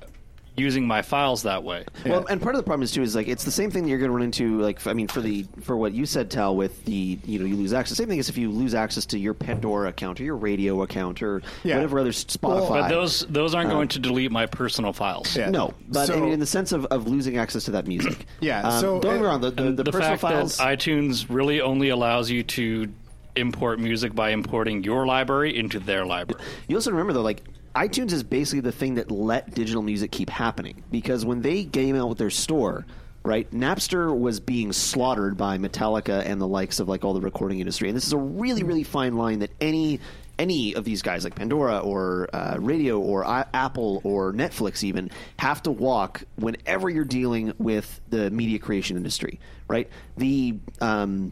Speaker 3: using my files that way.
Speaker 2: Well, and part of the problem is too is like it's the same thing that you're going to run into. Like, f- I mean, for the for what you said, Tal, with the you know you lose access. Same thing is if you lose access to your Pandora account or your radio account or
Speaker 1: Yeah.
Speaker 2: whatever other s- Spotify.
Speaker 3: But those those aren't going to delete my personal files.
Speaker 1: Uh-huh. Yeah.
Speaker 2: No, but I
Speaker 1: So-
Speaker 2: mean, in the sense of, of losing access to that music.
Speaker 1: Yeah,
Speaker 2: Um,
Speaker 1: so-
Speaker 2: don't get me wrong. The, the,
Speaker 3: And
Speaker 2: the,
Speaker 3: the,
Speaker 2: personal
Speaker 3: fact
Speaker 2: files.
Speaker 3: that iTunes really only allows you to import music by importing your library into their library.
Speaker 2: You also remember though, like iTunes is basically the thing that let digital music keep happening because when they came out with their store, right, Napster was being slaughtered by Metallica and the likes of like all the recording industry, and this is a really really fine line that any any of these guys like Pandora or uh, radio or I- Apple or Netflix even have to walk whenever you're dealing with the media creation industry, right? The um,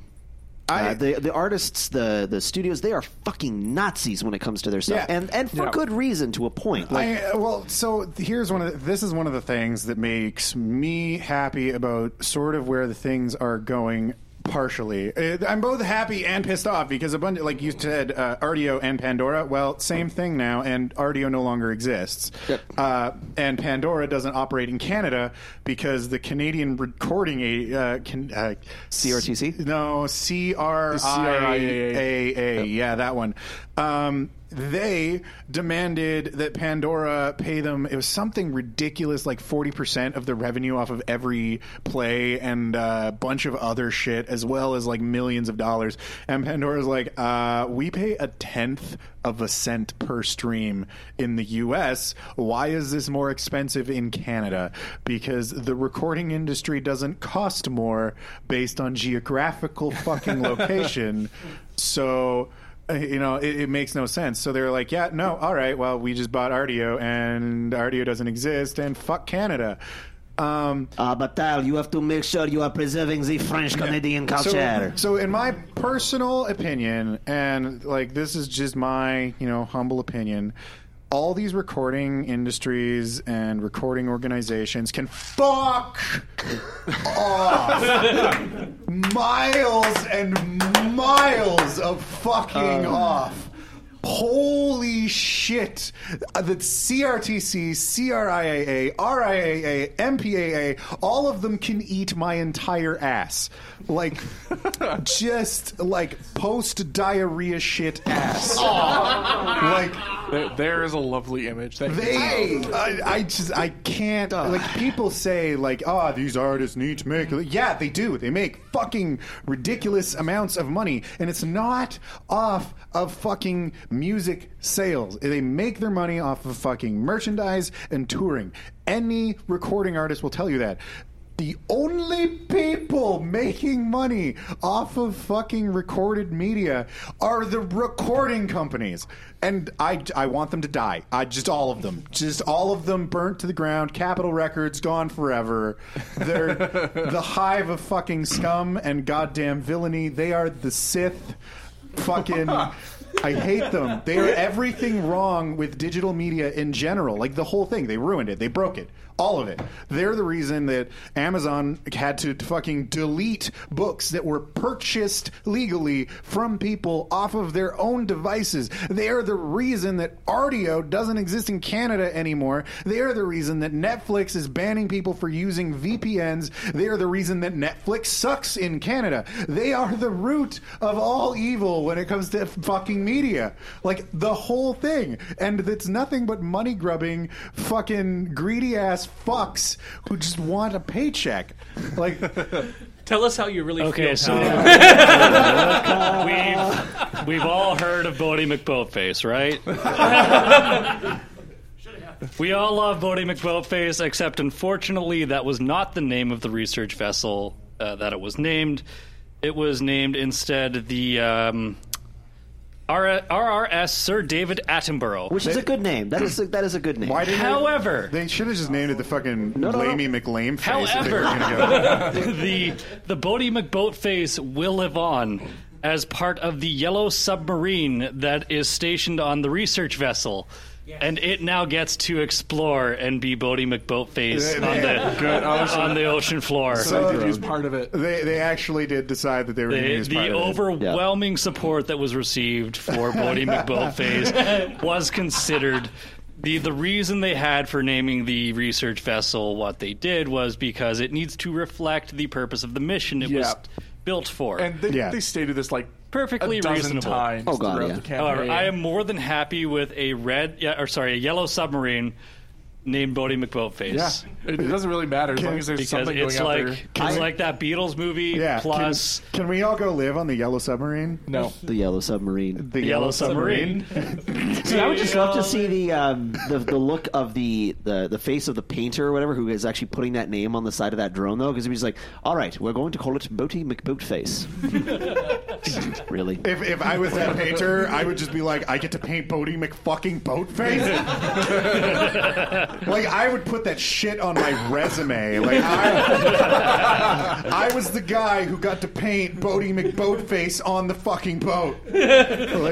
Speaker 1: I-
Speaker 2: uh, the the artists, the the studios, they are fucking Nazis when it comes to their stuff,
Speaker 1: Yeah.
Speaker 2: and and for
Speaker 4: Yeah.
Speaker 2: good reason to a point. Like,
Speaker 1: I, uh, well, so here's one of the, this is one of the things that makes me happy about sort of where the things are going. Partially, Uh, I'm both happy and pissed off because abundant, like you said, uh, RDO and Pandora. Well, same thing now, and RDO no longer exists. Uh, and Pandora doesn't operate in Canada because the Canadian recording a uh, can, uh,
Speaker 2: CRTC?
Speaker 1: no CRIAA.
Speaker 4: CRIAA.
Speaker 1: AA, yeah, that one. Um, they demanded that Pandora pay them. It was something ridiculous, like forty percent of the revenue off of every play and a bunch of other shit, as well as like millions of dollars. And Pandora's like, uh, we pay a tenth of a cent per stream in the U.S. Why is this more expensive in Canada? Because the recording industry doesn't cost more based on geographical fucking location. So uh, you know it, it makes no sense. So they're like, yeah, no, all right, well, we just bought RDO and RDO doesn't exist, and fuck Canada. Um,
Speaker 2: uh, but Tal, you have to make sure you are preserving the French Canadian
Speaker 1: so, so in my personal opinion, and like this is just my you know humble opinion. All these recording industries and recording organizations can fuck off. miles and miles of fucking off. Holy shit. Uh, The CRTC, CRIAA, RIAA, MPAA, all of them can eat my entire ass. Like, just like post diarrhea shit ass. like,
Speaker 4: There, there is a lovely image. Thank you.
Speaker 1: they, I, I just, I can't. Like people say, like, oh, these artists need to make. Yeah, they do. They make fucking ridiculous amounts of money, and it's not off of fucking music sales. They make their money off of fucking merchandise and touring. Any recording artist will tell you that. The only people making money off of fucking recorded media are the recording companies. And I, I want them to die. I just all of them. Just all of them burnt to the ground. Capitol Records gone forever. They're the hive of fucking scum and goddamn villainy. They are the Sith fucking I hate them. They are everything wrong with digital media in general. Like the whole thing. They ruined it. They broke it. All of it. They're the reason that Amazon had to fucking delete books that were purchased legally from people off of their own devices. They are the reason that RDO doesn't exist in Canada anymore. They are the reason that Netflix is banning people for using VPNs. They are the reason that Netflix sucks in Canada. They are the root of all evil when it comes to fucking media. Like the whole thing. And it's nothing but money grubbing, fucking greedy ass fucks who just want a paycheck. Like,
Speaker 5: Tell us how you really
Speaker 3: Okay,
Speaker 5: feel. *laughs*
Speaker 3: so
Speaker 5: pal.
Speaker 3: *laughs* we've we've all heard of Bodie McBoatface, *laughs* right? we all love Bodie McBoatface, except unfortunately, that was not the name of the research vessel uh, that it was named. It was named instead the um, R- RRS Sir David Attenborough.
Speaker 2: which is a good name. That is a, that is a good name.
Speaker 1: why didn't
Speaker 3: However,
Speaker 1: they, they should have just named it the fucking
Speaker 2: No, no, no.
Speaker 1: Lamey McLame face. if they were
Speaker 3: However.
Speaker 1: gonna go.
Speaker 3: *laughs* the the Bodie McBoatface will live on as part of the yellow submarine that is stationed on the research vessel. And it now gets to explore and be Bodie McBoatface on the
Speaker 4: Good. Oh, so
Speaker 3: on the ocean floor.
Speaker 4: I did use part of it.
Speaker 1: They, they actually did decide that they were going to
Speaker 3: the,
Speaker 1: use
Speaker 3: the
Speaker 1: part of it.
Speaker 3: overwhelming support that was received for Bodie McBoatface was considered the the reason they had for naming the research vessel what they did was because it needs to reflect the purpose of the mission it was
Speaker 4: Yeah.
Speaker 3: built for.
Speaker 4: And they,
Speaker 1: Yeah.
Speaker 4: they stated this like
Speaker 3: Perfectly
Speaker 4: a dozen
Speaker 3: reasonable.
Speaker 4: times
Speaker 2: Oh, God,
Speaker 4: throughout
Speaker 2: yeah.
Speaker 4: the campaign.
Speaker 3: However, I am more than happy with a red, yeah, or sorry, a yellow submarine named Bodie McBoatface.
Speaker 4: Yeah, it, it doesn't really matter as
Speaker 1: Can-
Speaker 4: long as there's
Speaker 3: Because
Speaker 4: something going
Speaker 3: it's
Speaker 4: out
Speaker 3: like
Speaker 4: there.
Speaker 3: it's like that Beatles movie
Speaker 1: Yeah. can-
Speaker 3: plus
Speaker 1: can, we all go live on the yellow submarine?
Speaker 4: No,
Speaker 2: The
Speaker 1: *laughs*
Speaker 2: Yellow Submarine.
Speaker 1: The
Speaker 3: Yellow Submarine.
Speaker 2: See, I would just love to see the um, the, the look of the, the the face of the painter or whatever who is actually putting that name on the side of that drone though, because he's like, "All right, we're going to call it Boaty McBoatface." *laughs* really?
Speaker 1: If, if I was that painter, I would just be like, I get to paint Bodie McFucking Boatface. like I would put that shit on my resume. Like I, I was the guy who got to paint Bodie McBoatface on the fucking boat.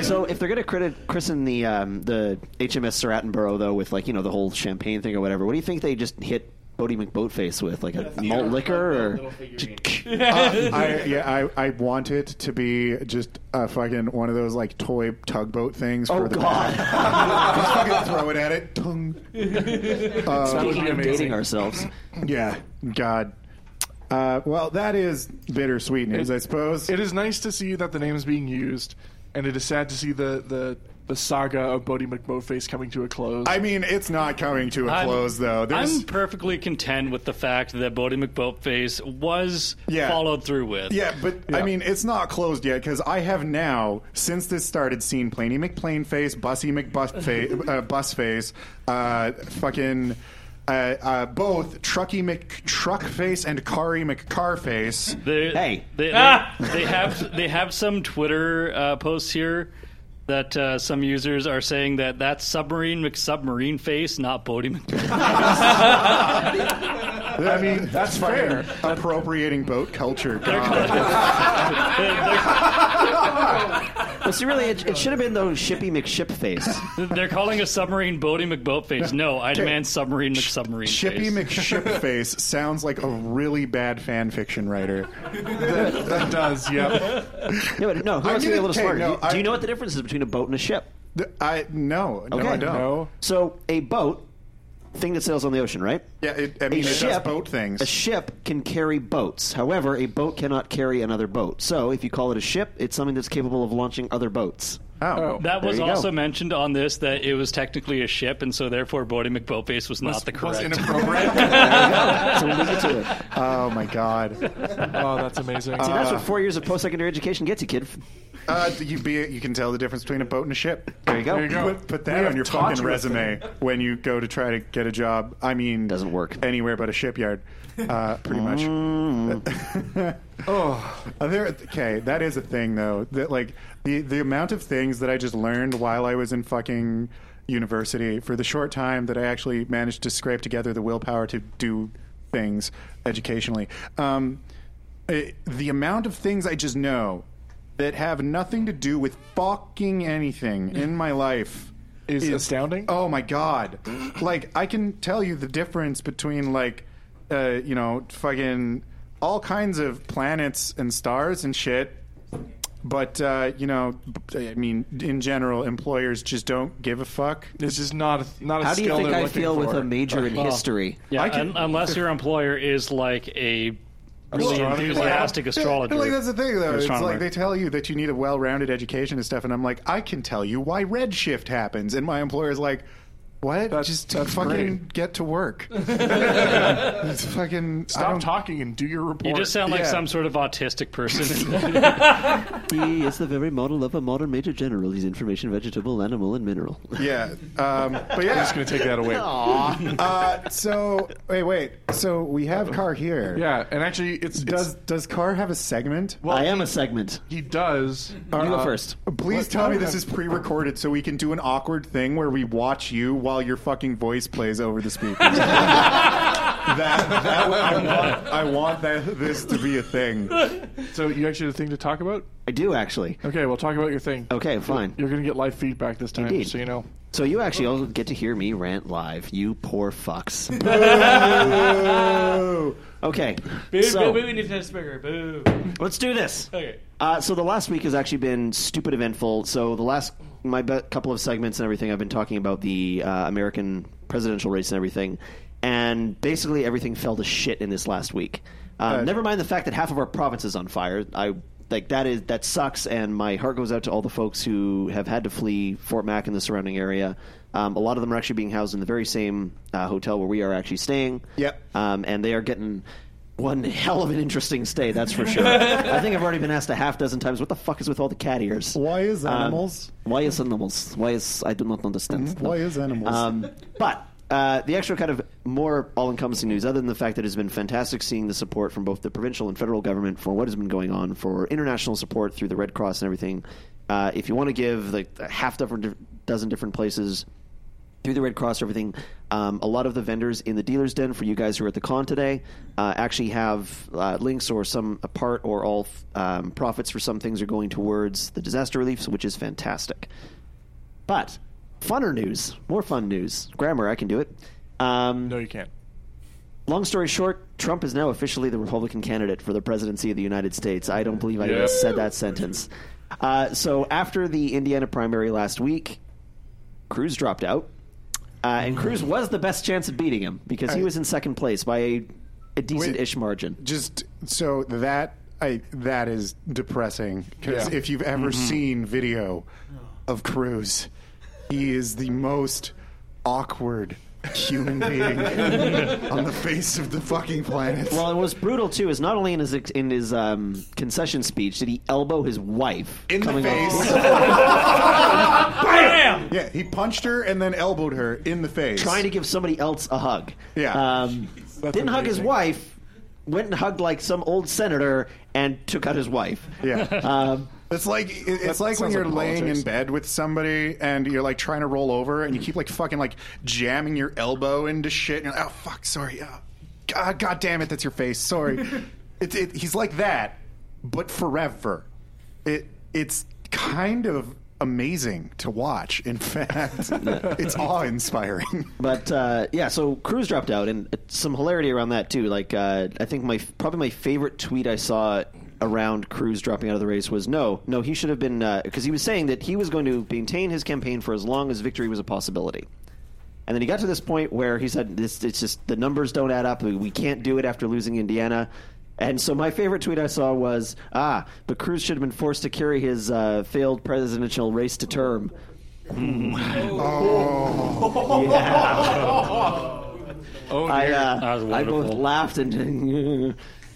Speaker 2: So if they're going to credit christen the um, the HMS Seratonborough though with like you know the whole champagne thing or whatever, what do you think they just hit Bodie McBoatface with like a malt liquor or?
Speaker 6: Little figurine.
Speaker 1: Uh, I, yeah, I, I want it to be just a fucking one of those like toy tugboat things for
Speaker 2: Oh,
Speaker 1: the
Speaker 2: God.
Speaker 1: back. just fucking throw it at it. Tung.
Speaker 4: that would be
Speaker 2: Speaking of
Speaker 4: amazing.
Speaker 2: dating
Speaker 6: *laughs*
Speaker 2: ourselves,
Speaker 1: Yeah, God. Uh, well, that is bittersweet news,
Speaker 4: It-
Speaker 1: I suppose.
Speaker 4: It is nice to see that the name is being used, and it is sad to see the the, the saga of Bodie McBoatface coming to a close.
Speaker 1: I mean, it's not coming to a
Speaker 3: I'm-
Speaker 1: close though. There's
Speaker 3: I'm perfectly content with the fact that Bodie McBoatface was
Speaker 1: Yeah.
Speaker 3: followed through with.
Speaker 1: yeah, but I mean, it's not closed yet because I have now, since this started, seen Planey McPlainface, Bussy *laughs* McBusface, uh, Busface, uh, fucking. Uh, uh, both Trucky McTruckface and Kari McCarface.
Speaker 3: They,
Speaker 2: Hey.
Speaker 3: they, they,
Speaker 5: Ah!
Speaker 3: they have they have some Twitter uh, posts here that uh, some users are saying that that's submarine McSubmarine face, not
Speaker 1: *laughs*
Speaker 3: Bodie Mc.
Speaker 1: I mean, that's fair. Appropriating boat culture. God.
Speaker 2: well, see, really, it, it should have been though Shippy McShipface.
Speaker 6: *laughs*
Speaker 3: They're calling a submarine Bodie McBoatface. No, I demand submarine McSubmarine
Speaker 1: *laughs* Shippy
Speaker 3: face.
Speaker 1: McShipface sounds like a really bad fan fiction *laughs* writer.
Speaker 4: that, that does, yeah.
Speaker 2: No, but no. Who
Speaker 1: I
Speaker 2: wants to
Speaker 1: get
Speaker 2: be a
Speaker 1: it,
Speaker 2: little
Speaker 1: Kate,
Speaker 2: smarter?
Speaker 1: no,
Speaker 2: do, do
Speaker 1: I-
Speaker 2: you know what the difference is between a boat and a ship?
Speaker 1: Th- I no, no,
Speaker 2: Okay.
Speaker 1: I don't.
Speaker 4: No.
Speaker 2: So a boat, thing that sails on the ocean, right?
Speaker 1: Yeah, it, I mean, it does boat things.
Speaker 2: A ship can carry boats. However, a boat cannot carry another boat. So if you call it a ship, it's something that's capable of launching other boats.
Speaker 1: oh.
Speaker 3: That
Speaker 2: There
Speaker 3: was
Speaker 2: you go.
Speaker 3: also mentioned on this that it was technically a ship, and so therefore Bodie McBoatface was not the
Speaker 4: Was
Speaker 3: correct. *laughs*
Speaker 4: inappropriate.
Speaker 2: So we leave it to it.
Speaker 1: oh my god!
Speaker 4: oh, that's amazing.
Speaker 2: See, that's what four years of post-secondary education gets you, kid.
Speaker 1: Uh, you be you can tell the difference between a boat and a ship.
Speaker 2: There you go.
Speaker 4: There you go.
Speaker 1: Put, put
Speaker 4: We
Speaker 1: that
Speaker 4: have
Speaker 1: on your
Speaker 4: taught
Speaker 1: fucking
Speaker 4: you a
Speaker 1: resume when you go to try to get a job. I mean,
Speaker 2: Doesn't work.
Speaker 1: anywhere but a shipyard, uh, pretty much.
Speaker 2: Mm.
Speaker 1: *laughs*
Speaker 4: oh,
Speaker 1: Uh, there, okay, that is a thing though. That like the the amount of things that I just learned while I was in fucking university for the short time that I actually managed to scrape together the willpower to do things educationally. Um, eh, the amount of things I just know that have nothing to do with fucking anything in my life
Speaker 4: Is astounding?
Speaker 1: Oh my god! Like I can tell you the difference between like, uh, you know, fucking all kinds of planets and stars and shit. But uh, you know, I mean, in general, employers just don't give a fuck.
Speaker 4: this is not a, not a
Speaker 2: How do you
Speaker 4: skill
Speaker 2: think
Speaker 4: they're
Speaker 2: I
Speaker 4: looking
Speaker 2: feel with
Speaker 4: for.
Speaker 2: a
Speaker 4: *laughs*
Speaker 2: major in history?
Speaker 3: Yeah,
Speaker 1: I can-
Speaker 3: un- unless your employer is like a really
Speaker 4: Astronomer?
Speaker 3: enthusiastic astrologer.
Speaker 1: And, *laughs* like that's the thing, though. It's
Speaker 3: Astronomer.
Speaker 1: like they tell you that you need a well-rounded education and stuff, and I'm like, I can tell you why redshift happens, and my employer's like, "What?
Speaker 4: That's-
Speaker 1: Just
Speaker 4: that's
Speaker 1: fucking
Speaker 4: great.
Speaker 1: get to
Speaker 4: *laughs*
Speaker 1: work." it's fucking. I
Speaker 4: Stop
Speaker 1: don't,
Speaker 4: talking and do your report.
Speaker 3: You just sound like
Speaker 1: Yeah.
Speaker 3: some sort of autistic person.
Speaker 1: *laughs*
Speaker 3: *laughs*
Speaker 2: He is the very model of a modern major general. He's information, vegetable, animal, and mineral.
Speaker 1: Yeah, um, but yeah.
Speaker 4: I'm just going to take that away.
Speaker 1: Uh, so wait, wait. So we have Carr here.
Speaker 4: Yeah, and actually, it's,
Speaker 1: Does
Speaker 4: does
Speaker 1: does Carr have a segment?
Speaker 2: *laughs* I am a segment.
Speaker 4: he does.
Speaker 2: You go
Speaker 4: uh,
Speaker 2: first.
Speaker 1: Please
Speaker 4: What?
Speaker 1: tell me this is pre-recorded so we can do an awkward thing where we watch you while your fucking voice plays over the
Speaker 4: *laughs*
Speaker 1: speakers. that, that I want, I want that, this to be a thing.
Speaker 4: *laughs* So you actually have a thing to talk about?
Speaker 2: I do actually.
Speaker 4: Okay, well, talk about your thing.
Speaker 2: Okay, fine.
Speaker 4: You're going to get live feedback this time,
Speaker 2: Indeed.
Speaker 4: so you know.
Speaker 2: So you actually all get to hear me rant live. You poor
Speaker 4: *laughs*
Speaker 2: fucks.
Speaker 1: Oh,
Speaker 2: Okay,
Speaker 5: Boo,
Speaker 2: so
Speaker 5: boo, boo, we need to test bigger. Boo.
Speaker 2: let's do this.
Speaker 5: Okay.
Speaker 2: *laughs* Uh, so the last week has actually been stupid eventful. So the last my be- couple of segments and everything, I've been talking about the uh, American presidential race and everything, and basically everything fell to shit in this last week. Um,
Speaker 1: Uh,
Speaker 2: never mind the fact that half of our province is on fire. I like that is that sucks, and my heart goes out to all the folks who have had to flee Fort Mac and the surrounding area. Um, a lot of them are actually being housed in the very same uh, hotel where we are actually staying.
Speaker 1: Yep.
Speaker 2: Um, and they are getting one hell of an interesting stay, that's
Speaker 1: *laughs*
Speaker 2: for sure. I think I've already been asked a half dozen times, what the fuck is with all the cat ears?
Speaker 1: Why is
Speaker 2: Um,
Speaker 1: animals? Mm-hmm.
Speaker 2: why is animals? Why is I do not understand.
Speaker 1: Why is animals?
Speaker 2: Um, but uh, the actual kind of more all-encompassing news, other than the fact that it's been fantastic seeing the support from both the provincial and federal government for what has been going on for international support through the Red Cross and everything. Uh, if you want to give like a half dozen, dozen different places through the Red Cross, everything. Um, a lot of the vendors in the dealer's den for you guys who are at the con today uh, actually have uh, links or some a part or all um, profits for some things are going towards the disaster relief, which is fantastic. But funner news, more fun news. Grammar, I can do it. Um,
Speaker 4: No, you can't.
Speaker 2: Long story short, Trump is now officially the Republican candidate for the presidency of the United States. I don't believe I
Speaker 4: Yeah.
Speaker 2: even said that sentence. Uh, so after the Indiana primary last week, Cruz dropped out, uh, and Cruz was the best chance of beating him because he
Speaker 1: I-
Speaker 2: was in second place by a, a decent-ish margin.
Speaker 1: just so that I that is depressing because
Speaker 4: Yeah.
Speaker 1: if you've ever seen video of Cruz, he is the most awkward human
Speaker 2: *laughs*
Speaker 1: being on the face of the fucking planet.
Speaker 2: Well, and what's brutal too is not only in his in his um, concession speech did he elbow his wife
Speaker 1: in the
Speaker 2: coming off-
Speaker 1: face. *laughs*
Speaker 5: Bam!
Speaker 1: yeah, he punched her and then elbowed her in the face.
Speaker 2: trying to give somebody else a hug.
Speaker 1: Yeah.
Speaker 2: Um,
Speaker 4: That's
Speaker 2: didn't hug his
Speaker 4: amazing.
Speaker 2: wife. Went and hugged like some old senator and took out his wife.
Speaker 1: Yeah.
Speaker 2: Um,
Speaker 1: It's like it- it's
Speaker 4: That
Speaker 1: like when
Speaker 4: sounds
Speaker 1: you're
Speaker 4: like
Speaker 1: laying in
Speaker 4: politics.
Speaker 1: bed with somebody and you're like trying to roll over and you keep like fucking like jamming your elbow into shit and you're like, oh fuck, sorry, oh, god, god damn it, that's your face,
Speaker 4: *laughs*
Speaker 1: sorry. it's it, he's like that, but forever. It it's kind of amazing to watch. In
Speaker 4: *laughs*
Speaker 1: fact, it's awe inspiring.
Speaker 2: but uh, yeah, so Cruz dropped out, and some hilarity around that too. Like uh, I think my probably my favorite tweet I saw around Cruz dropping out of the race was no, no, he should have been because he was saying that he was going to maintain his campaign for as long as victory was a possibility. And then he got to this point where he said, "This it's just the numbers don't add up. We can't do it after losing Indiana." And so my favorite tweet I saw was, "Ah, but Cruz should have been forced to carry his uh, failed presidential race to term." Oh,
Speaker 4: Oh,
Speaker 2: I, uh,
Speaker 3: That was
Speaker 2: I both
Speaker 3: wonderful.
Speaker 2: laughed and *laughs*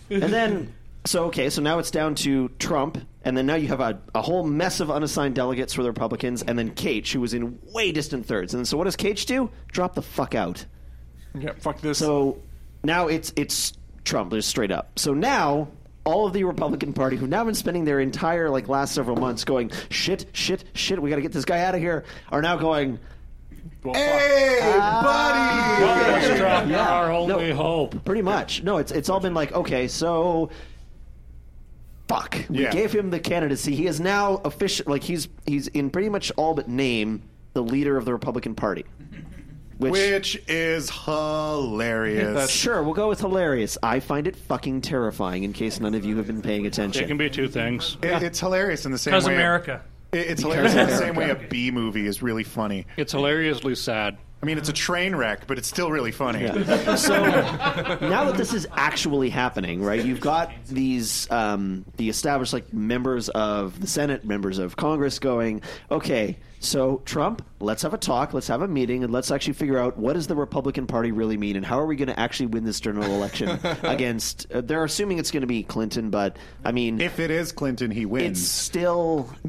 Speaker 2: and then so okay, so now it's down to Trump, and then now you have a, a whole mess of unassigned delegates for the Republicans, and then Cage, who was in way distant thirds. And so what does Cage do? Drop the fuck out.
Speaker 4: yeah, fuck this.
Speaker 2: So now it's it's Trump, just straight up. So now all of the Republican Party, who've now been spending their entire like last several months going shit, shit, shit, we got to get this guy out of here, are now going.
Speaker 1: *laughs*
Speaker 4: well,
Speaker 1: Hey,
Speaker 4: Ah.
Speaker 1: buddy!
Speaker 3: Donald Trump, you're
Speaker 2: Yeah.
Speaker 3: our only
Speaker 2: No.
Speaker 3: hope.
Speaker 2: Pretty much. No, it's it's all been like, okay, so fuck. We
Speaker 1: Yeah.
Speaker 2: gave him the candidacy. He is now official like he's he's in pretty much all but name the leader of the Republican Party. Which,
Speaker 1: Which is hilarious.
Speaker 2: sure, we'll go with hilarious. I find it fucking terrifying in case none of you have been paying attention.
Speaker 3: It can be two things.
Speaker 1: It, it's hilarious in the same
Speaker 5: Because
Speaker 1: way.
Speaker 5: *laughs* America.
Speaker 1: It- it's hilarious in the same way a B movie is really funny.
Speaker 3: It's hilariously sad.
Speaker 1: I mean, it's a train wreck, but it's still really funny. *laughs*
Speaker 2: Yeah. *laughs* So now that this is actually happening, right? You've got these um, the established like members of the Senate, members of Congress, going, okay, so Trump, let's have a talk, let's have a meeting, and let's actually figure out what does the Republican Party really mean, and how are we going to actually win this general
Speaker 1: *laughs*
Speaker 2: election against? Uh, they're assuming it's going to be Clinton, but I mean,
Speaker 1: If it is Clinton, he
Speaker 2: it's
Speaker 1: wins.
Speaker 2: still uh,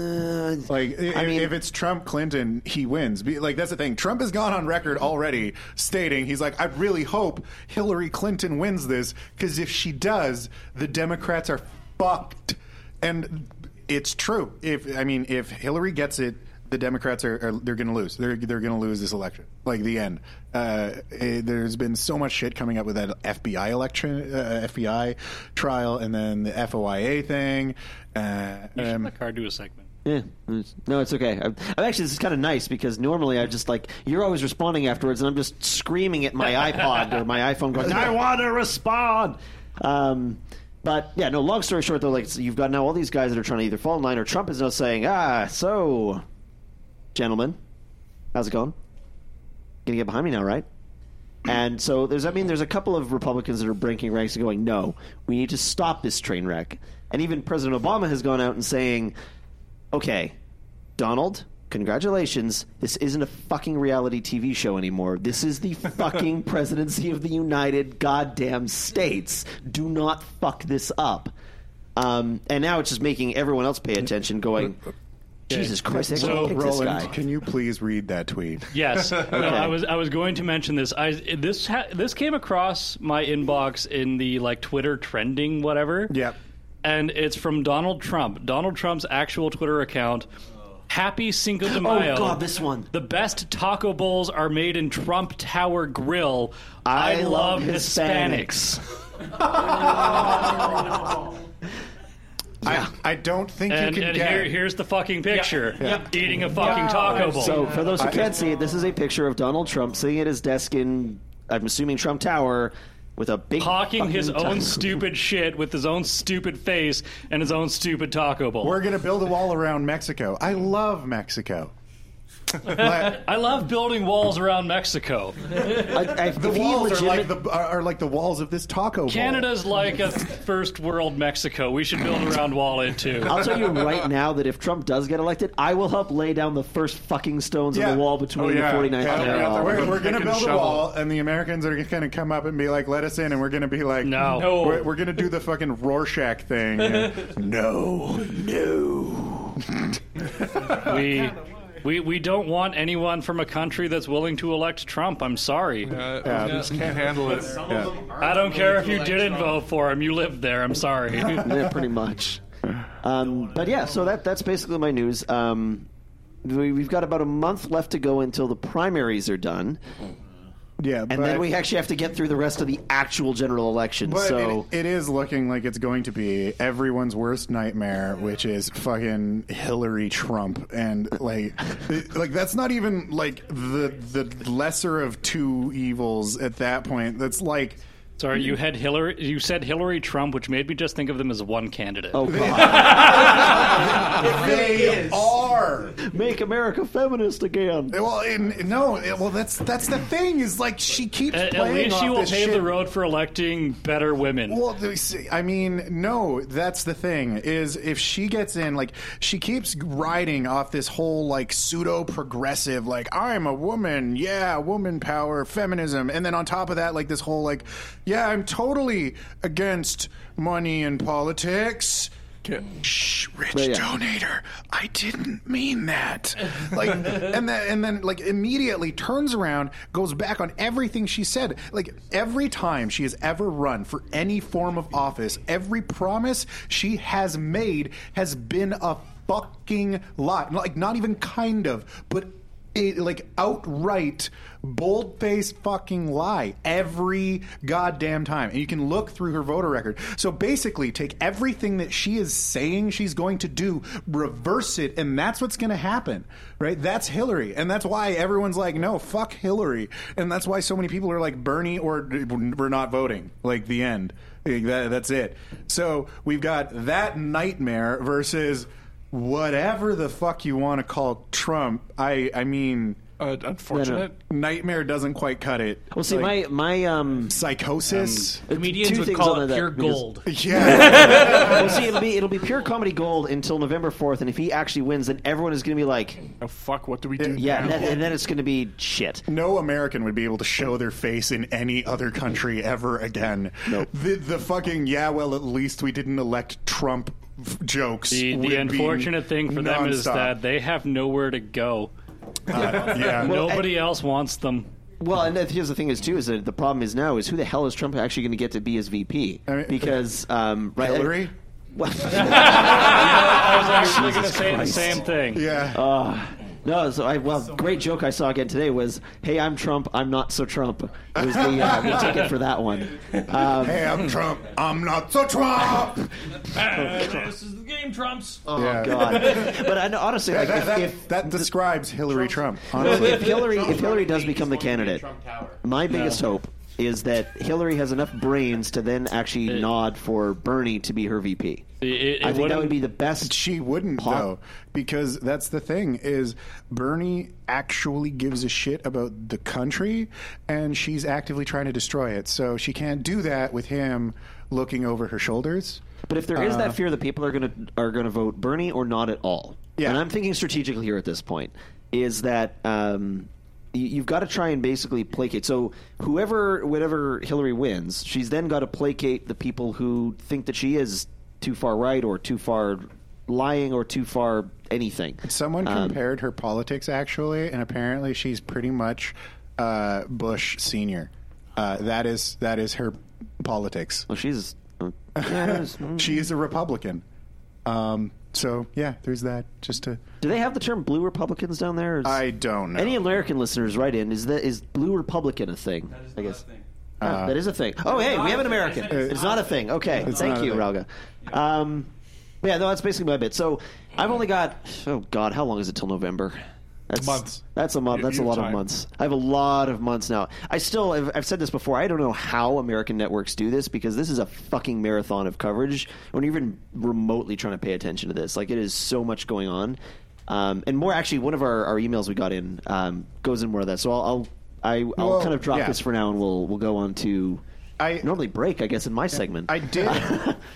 Speaker 1: like, i-
Speaker 2: I
Speaker 1: if,
Speaker 2: mean-
Speaker 1: it's Trump Clinton, he wins. Be- Like, that's the thing. Trump has gone on record already stating he's like, I really hope Hillary Clinton wins this because if she does, the Democrats are fucked. And it's true. If I mean, if Hillary gets it, the Democrats are, are they're going to lose. They're they're going to lose this election. Like the end. Uh, eh, there's been so much shit coming up with that FBI election, uh, FBI trial, and then the FOIA thing. Uh, um,
Speaker 3: Let Carr do a segment.
Speaker 2: Yeah, it's- no, it's okay. I'm, I'm actually this is kind of nice because normally I just like you're always responding afterwards, and I'm just screaming at my iPod or my iPhone, going, "I want to respond." Um, But yeah, no. Long story short, though, like so you've got now all these guys that are trying to either fall in line or Trump is now saying, ah, so, gentlemen, how's it going? Gonna get behind me now, right? And so there's, I mean, there's a couple of Republicans that are breaking ranks and going, no, we need to stop this train wreck. And even President Obama has gone out and saying, okay, Donald, congratulations. This isn't a fucking reality TV show anymore. This
Speaker 1: *laughs*
Speaker 2: is the fucking presidency of the United Goddamn States. Do not fuck this up. Um, and now it's just making everyone else pay attention, going, Jesus Christ, they
Speaker 1: Ro-
Speaker 2: can't pick this guy.
Speaker 1: Roland, can you please read that tweet? *laughs*
Speaker 3: Yes. No, I was I was going to mention this. I this ha- this came across my inbox in the like Twitter trending whatever.
Speaker 1: Yep.
Speaker 3: And it's from Donald Trump. Donald Trump's actual Twitter account. Happy Cinco
Speaker 2: *gasps*
Speaker 3: de Mayo.
Speaker 2: Oh, God, this one.
Speaker 3: The best taco bowls are made in Trump Tower Grill.
Speaker 2: I love
Speaker 3: love
Speaker 2: Hispanics. *laughs*
Speaker 1: I, I don't think
Speaker 3: And,
Speaker 1: you can
Speaker 3: and
Speaker 1: get.
Speaker 3: here, here's the fucking picture.
Speaker 1: Yeah.
Speaker 3: Eating a fucking taco bowl.
Speaker 2: So, for those who can't see it, this is a picture of Donald Trump sitting at his desk in, I'm assuming, Trump Tower with a big.
Speaker 3: Hawking his
Speaker 2: fucking
Speaker 3: own
Speaker 2: taco-
Speaker 3: stupid shit with his own stupid face and his own stupid taco bowl.
Speaker 1: We're gonna build a wall around Mexico. I love Mexico. Like,
Speaker 3: I love building walls around Mexico.
Speaker 2: I, I,
Speaker 1: *laughs* the
Speaker 2: if he
Speaker 1: walls are
Speaker 2: legitimate-
Speaker 1: like the are, are like the walls of this taco. bowl.
Speaker 3: Canada's like a first world Mexico. We should build around wall it too.
Speaker 2: I'll tell you right now that if Trump does get elected, I will help lay down the first fucking stones
Speaker 1: Yeah.
Speaker 2: on the wall between
Speaker 1: Oh, yeah.
Speaker 2: the 49th
Speaker 1: Yeah,
Speaker 2: and
Speaker 1: we're-
Speaker 4: out there.
Speaker 2: the
Speaker 1: We're, we're
Speaker 4: Pick
Speaker 1: gonna
Speaker 4: and
Speaker 1: build a
Speaker 4: shovel.
Speaker 1: wall, and the Americans are gonna come up and be like, "Let us in," and we're gonna be like,
Speaker 3: No.
Speaker 5: No.
Speaker 1: We're, we're gonna do the fucking Rorschach thing. and, no, no.
Speaker 3: We, we we don't want anyone from a country that's willing to elect Trump. I'm sorry.
Speaker 4: Uh,
Speaker 1: Yeah.
Speaker 4: I just can't handle it.
Speaker 1: Yeah.
Speaker 3: I don't care if you didn't vote for him. You lived there.
Speaker 1: *laughs*
Speaker 3: I'm sorry.
Speaker 2: yeah, pretty much. Um, but yeah, so that that's basically my news. Um, we, we've got about a month left to go until the primaries are done,
Speaker 1: *laughs* Yeah,
Speaker 2: and then we actually have to get through the rest of the actual general election.
Speaker 1: But
Speaker 2: so
Speaker 1: it, it is looking like it's going to be everyone's worst nightmare, which is fucking Hillary Trump, and like, it- like that's not even like the the lesser of two evils at that point. That's like.
Speaker 3: sorry, you had Hillary. You said Hillary Trump, which made me just think of them as one candidate.
Speaker 2: oh god,
Speaker 1: They are
Speaker 2: make America feminist again.
Speaker 1: well. In, no, it- well, that's that's the thing. Is like she keeps
Speaker 3: At, at
Speaker 1: playing
Speaker 3: least
Speaker 1: off
Speaker 3: she will
Speaker 1: this
Speaker 3: pave
Speaker 1: shit.
Speaker 3: the road for electing better women.
Speaker 1: Well, they say- I mean, no, that's the thing is if she gets in, like she keeps riding off this whole like pseudo progressive, like I'm a woman, yeah, woman power, feminism, and then on top of that, like this whole like, yeah, I'm totally against money and politics. Shh, rich
Speaker 2: But yeah.
Speaker 1: donator. I didn't mean that. Like, and then and then like immediately turns around, goes back on everything she said. Like every time she has ever run for any form of office, every promise she has made has been a fucking lie. Like not even kind of, but. A, like outright bold-faced fucking lie every goddamn time and you can look through her voter record so basically take everything that she is saying she's going to do reverse it and that's what's going to happen right that's hillary and that's why everyone's like no fuck hillary and that's why so many people are like bernie or we're not voting like the end Like, that, that's it so we've got that nightmare versus whatever the fuck you want to call trump i i mean
Speaker 4: Uh, unfortunate.
Speaker 1: nightmare doesn't quite cut it.
Speaker 2: Well, see,
Speaker 1: Like,
Speaker 2: my my um,
Speaker 1: psychosis.
Speaker 5: Comedians
Speaker 2: two
Speaker 5: would
Speaker 2: things
Speaker 5: call
Speaker 2: on
Speaker 5: it
Speaker 2: that
Speaker 5: pure
Speaker 2: because-
Speaker 5: gold.
Speaker 1: *laughs*
Speaker 2: *laughs*
Speaker 1: yeah,
Speaker 2: well, see, it'll be it'll be pure comedy gold until November fourth, and if he actually wins, then everyone is going to be like,
Speaker 4: Oh, fuck, what do
Speaker 1: Eh,
Speaker 4: we do
Speaker 2: yeah, and
Speaker 4: now?
Speaker 2: then, and then it's going to be shit.
Speaker 1: no American would be able to show their face in any other country ever again.
Speaker 2: Nope.
Speaker 1: The, the fucking yeah. Well, at least we didn't elect Trump f- jokes.
Speaker 3: the
Speaker 1: would
Speaker 3: the
Speaker 1: be
Speaker 3: unfortunate thing for them is
Speaker 1: nonstop.
Speaker 3: that they have nowhere to go.
Speaker 1: Uh,
Speaker 3: *laughs*
Speaker 1: yeah.
Speaker 3: Nobody else wants
Speaker 1: *laughs*
Speaker 3: them.
Speaker 2: Well, and that- here's the thing is too is that the problem is now is who the hell is Trump actually going to get to be his VP?
Speaker 1: I mean-
Speaker 2: because um, right,
Speaker 1: Hillary.
Speaker 2: *laughs* Well,
Speaker 3: *laughs* I was actually going to say
Speaker 2: Christ.
Speaker 3: the same thing.
Speaker 1: Yeah.
Speaker 2: uh, no, so I well, great joke I saw again today was, "Hey, I'm Trump, I'm not so Trump." Was the, uh, the ticket for that *laughs* one? Um,
Speaker 1: hey, I'm Trump. I'm not so Trump.
Speaker 5: Ah, This is the game, Trumps.
Speaker 2: *laughs* oh
Speaker 1: Yeah.
Speaker 2: God! But I know, honestly, like
Speaker 1: that,
Speaker 2: if,
Speaker 1: that,
Speaker 2: if,
Speaker 1: that describes Hillary Trump.
Speaker 2: if
Speaker 1: honestly.
Speaker 2: Hillary if Hillary does become the candidate,
Speaker 6: Trump Tower.
Speaker 2: my biggest hope is that Hillary has enough brains to then actually nod for Bernie to be her VP.
Speaker 3: It- it
Speaker 2: I think that would
Speaker 3: wouldn't-
Speaker 2: be the best.
Speaker 1: She wouldn't
Speaker 2: Pop-
Speaker 1: though, because that's the thing is Bernie actually gives a shit about the country, and she's actively trying to destroy it. So she can't do that with him looking over her shoulders.
Speaker 2: But if there is
Speaker 1: Uh.
Speaker 2: that fear that people are gonna are gonna vote Bernie or not at all,
Speaker 1: Yeah.
Speaker 2: and I'm thinking strategically here at this point, is that um, y- you've got to try and basically placate. So whoever, whatever Hillary wins, she's then got to placate the people who think that she is too far right or too far lying or too far anything.
Speaker 1: Someone
Speaker 2: Um,
Speaker 1: compared her politics actually, and apparently she's pretty much uh, Bush senior. Uh, that is that is her politics.
Speaker 2: Well, she's.
Speaker 1: *laughs*
Speaker 2: uh, yeah, it is. Mm.
Speaker 1: She is a Republican. Um, so yeah, there's that. Just to
Speaker 2: Do they have the term blue Republicans down there? Or is-
Speaker 1: I don't know.
Speaker 2: Any American listeners write in, is that is blue Republican a thing?
Speaker 6: That is
Speaker 2: I
Speaker 6: the
Speaker 2: guess.
Speaker 6: last thing.
Speaker 2: Ah, that is a thing. Oh, hey, we have an
Speaker 6: I
Speaker 2: American.
Speaker 6: said it's
Speaker 2: It's not a thing. Okay,
Speaker 1: It's
Speaker 2: thank
Speaker 1: not a
Speaker 2: you,
Speaker 1: thing.
Speaker 2: Raga. Um, yeah, no, that's basically my bit. So I've only got oh god, how long is it till November? That's,
Speaker 4: Months.
Speaker 2: That's a month.
Speaker 4: You-
Speaker 2: That's a
Speaker 4: you
Speaker 2: lot
Speaker 4: have
Speaker 2: of
Speaker 4: time.
Speaker 2: months. I have a lot of months now. I still, I've, I've said this before. I don't know how American networks do this because this is a fucking marathon of coverage. When you're even remotely trying to pay attention to this, like it is so much going on. Um, and more actually, one of our, our emails we got in um, goes in more of that. So I'll, I'll I, I'll
Speaker 1: Well,
Speaker 2: kind of drop
Speaker 1: yeah.
Speaker 2: this for now, and we'll we'll go on to
Speaker 1: I-
Speaker 2: normally break, I guess, in my segment.
Speaker 1: I did.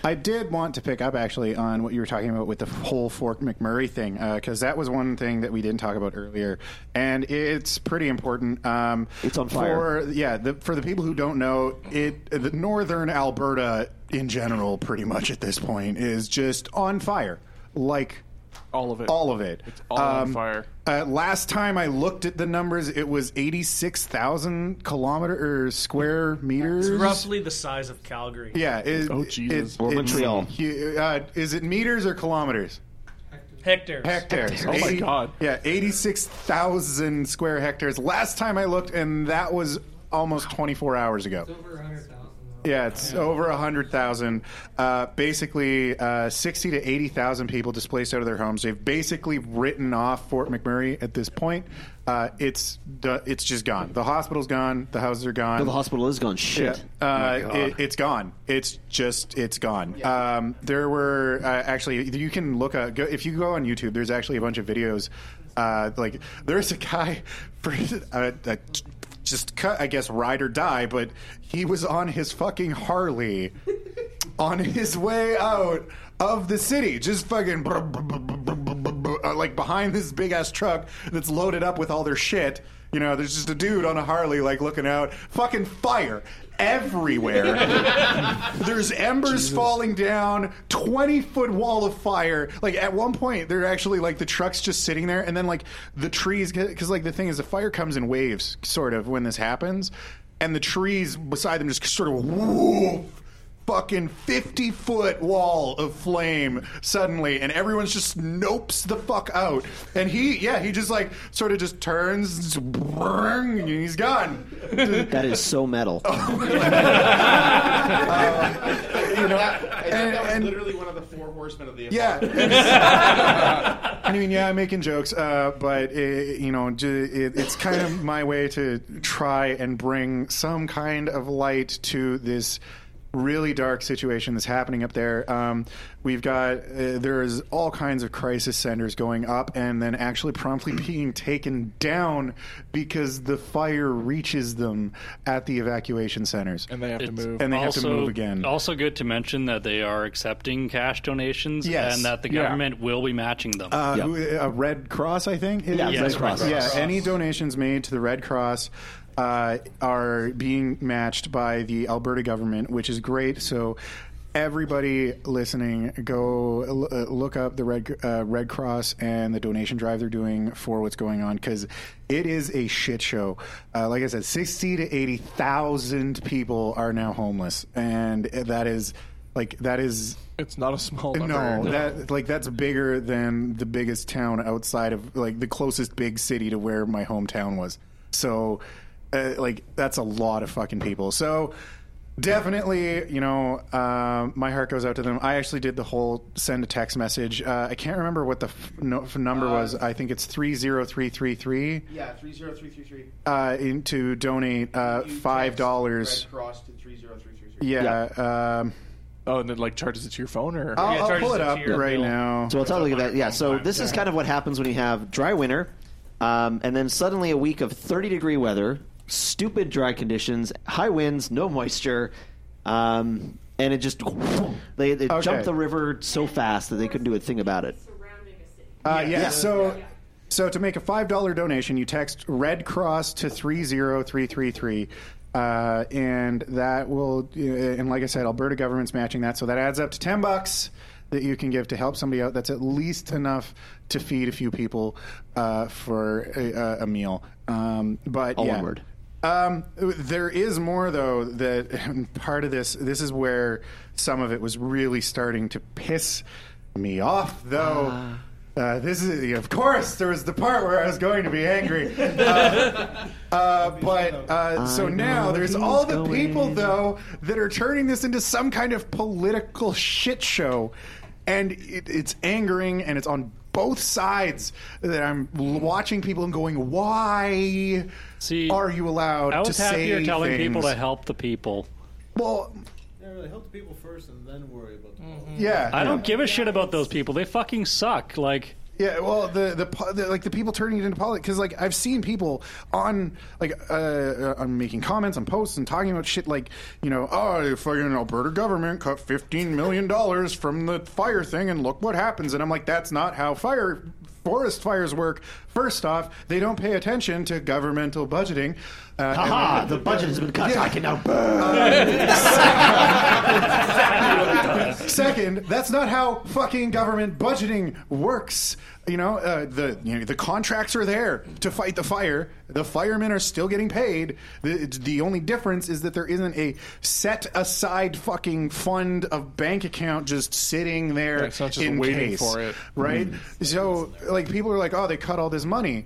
Speaker 1: I did want to pick up actually on what you were talking about with the whole Fork McMurray thing because that was one thing that we didn't talk about earlier, and it's pretty important. Um,
Speaker 2: It's on fire.
Speaker 1: For, yeah, the, for the people who don't know, it the northern Alberta in general, pretty much at this point, is just on fire, like
Speaker 4: All of it.
Speaker 1: all of it. It's
Speaker 4: all on fire.
Speaker 1: Uh, last time I looked at the numbers, it was eighty-six thousand kilometer or square meters.
Speaker 5: It's roughly the size of Calgary.
Speaker 1: Yeah. It,
Speaker 4: Oh, Jesus.
Speaker 1: It,
Speaker 2: Or
Speaker 1: it's-
Speaker 2: Montreal.
Speaker 1: you- uh, is it meters or kilometers?
Speaker 5: Hectares.
Speaker 1: Hectares.
Speaker 4: Oh my God.
Speaker 1: Yeah, eighty-six thousand square hectares. Last time I looked, and that was almost twenty-four hours ago.
Speaker 8: Over 100,000.
Speaker 1: Yeah, it's over a hundred thousand. Uh, basically, uh, sixty to eighty thousand people displaced out of their homes. They've basically written off Fort McMurray at this point. Uh, it's the, it's just gone. The hospital's gone. The houses are gone.
Speaker 2: Oh, the hospital is gone. Shit.
Speaker 1: Yeah. Uh, it, it's gone. It's just it's gone. Um, there were uh, actually you can look at go, if you go on YouTube. There's actually a bunch of videos. Uh, like there's a guy *laughs* for uh, uh, just cut. I guess ride or die. But he was on his fucking Harley. On his way out of the city, just fucking br- br- br- br- br- br- br- br- uh, like behind this big ass truck that's loaded up with all their shit. You know, there's just a dude on a Harley, like looking out. Fucking fire everywhere. there's embers falling down, 20 foot wall of fire. Like at one point, they're actually like the truck's just sitting there, and then like the trees, because like the thing is, the fire comes in waves, sort of, when this happens, and the trees beside them just sort of whoop. Fucking 50 foot wall of flame suddenly, and everyone's just nopes the fuck out. And he, yeah, he just like sort of just turns, and he's gone.
Speaker 2: That is
Speaker 1: *laughs*
Speaker 2: so metal.
Speaker 1: Oh.
Speaker 9: *laughs*
Speaker 1: you know, and, and-
Speaker 9: literally one of the four horsemen of the
Speaker 1: yeah. I mean, yeah, I'm making jokes, uh, but it, you know, j- it, it's kind of my way to try and bring some kind of light to this really dark situation that's happening up there. Um, we've got uh, there's all kinds of crisis centers going up and then actually promptly being taken down because the fire reaches them at the evacuation centers.
Speaker 4: and they have to
Speaker 3: It's-
Speaker 4: move.
Speaker 1: and they have to move again.
Speaker 3: Also, good to mention that they are accepting cash donations
Speaker 1: Yes.
Speaker 3: and that the
Speaker 4: Yeah.
Speaker 3: government will be matching them.
Speaker 1: Uh,
Speaker 2: Yeah.
Speaker 1: who- uh, Red Cross, I think. it
Speaker 2: Yeah,
Speaker 1: is.
Speaker 2: Red Yes, Cross. Red
Speaker 1: Yeah,
Speaker 2: Cross.
Speaker 1: any donations made to the Red Cross uh, are being matched by the Alberta government, which is great. So. Everybody listening, go l- uh, look up the Red uh, Red Cross and the donation drive they're doing for what's going on because it is a shit show. Uh, like I said, sixty to eighty thousand people are now homeless, and that is like that is
Speaker 4: It's not a small number.
Speaker 1: no, that like that's bigger than the biggest town outside of like the closest big city to where my hometown was. So, uh, like that's a lot of fucking people. So, Definitely, you know, um, my heart goes out to them. I actually did the whole send a text message. Uh, I can't remember what the f- no, f- number was. I think it's three zero three three three
Speaker 9: Yeah, three zero three three three.
Speaker 1: to donate uh, five dollars.
Speaker 9: Red Cross to three zero three three three.
Speaker 1: Yeah. Um,
Speaker 4: Oh, and it like charges it to your phone or
Speaker 1: I'll, I'll
Speaker 5: charges
Speaker 1: pull it
Speaker 5: it to
Speaker 1: up
Speaker 5: your
Speaker 1: right
Speaker 5: bill.
Speaker 1: now.
Speaker 2: So we'll talk about that. Yeah. So this is kind of what happens when you have dry winter, um, and then suddenly a week of 30 degree weather, stupid dry conditions, high winds, no moisture, um, and it just they, they jumped the river so fast that they couldn't do a thing about it.
Speaker 10: surrounding a city.
Speaker 1: Uh, yeah. So, so to make a five dollar donation, you text Red Cross to three zero three three three. Uh, and that will, uh, and like I said, Alberta government's matching that, so that adds up to ten bucks that you can give to help somebody out. That's at least enough to feed a few people uh, for a, a- a meal. Um, but
Speaker 2: All
Speaker 1: yeah.
Speaker 2: one word.
Speaker 1: Um, there is more though that *laughs* part of this. This is where some of it was really starting to piss me off, though. Uh. this is, of course, there was the part where I was going to be angry. Uh, uh, but uh, so now there's all the people, though, that are turning this into some kind of political shit show. And it, it's angering and it's on both sides that I'm l- watching people and going, why
Speaker 3: See,
Speaker 1: are you allowed
Speaker 3: I
Speaker 1: to
Speaker 3: was happier
Speaker 1: say
Speaker 3: telling people to
Speaker 1: things?
Speaker 3: help the people.
Speaker 1: Well,
Speaker 9: Yeah, really help the people first and then worry about the mm
Speaker 1: yeah.
Speaker 3: Mm-hmm. I don't give a shit about those people. They fucking suck. Like,
Speaker 1: Yeah, well, the, the po- the like the people turning it into politics because like I've seen people on like uh, uh, on making comments on posts and talking about shit like you know oh the fucking Alberta government cut fifteen million dollars from the fire thing and look what happens and I'm like that's not how fire forest fires work. First off, they don't pay attention to governmental budgeting. Uh,
Speaker 2: Aha! The budget has been cut. I can now burn.
Speaker 1: *laughs* Second, that's not how fucking government budgeting works. You know, uh, the you know, the contracts are there to fight the fire. The firemen are still getting paid. The, the only difference is that there isn't a set aside fucking fund of bank account just sitting there
Speaker 4: Yeah, it's not just
Speaker 1: in
Speaker 4: waiting
Speaker 1: case,
Speaker 4: for it. Mm-hmm.
Speaker 1: right? So, like, people are like, "Oh, they cut all this money,"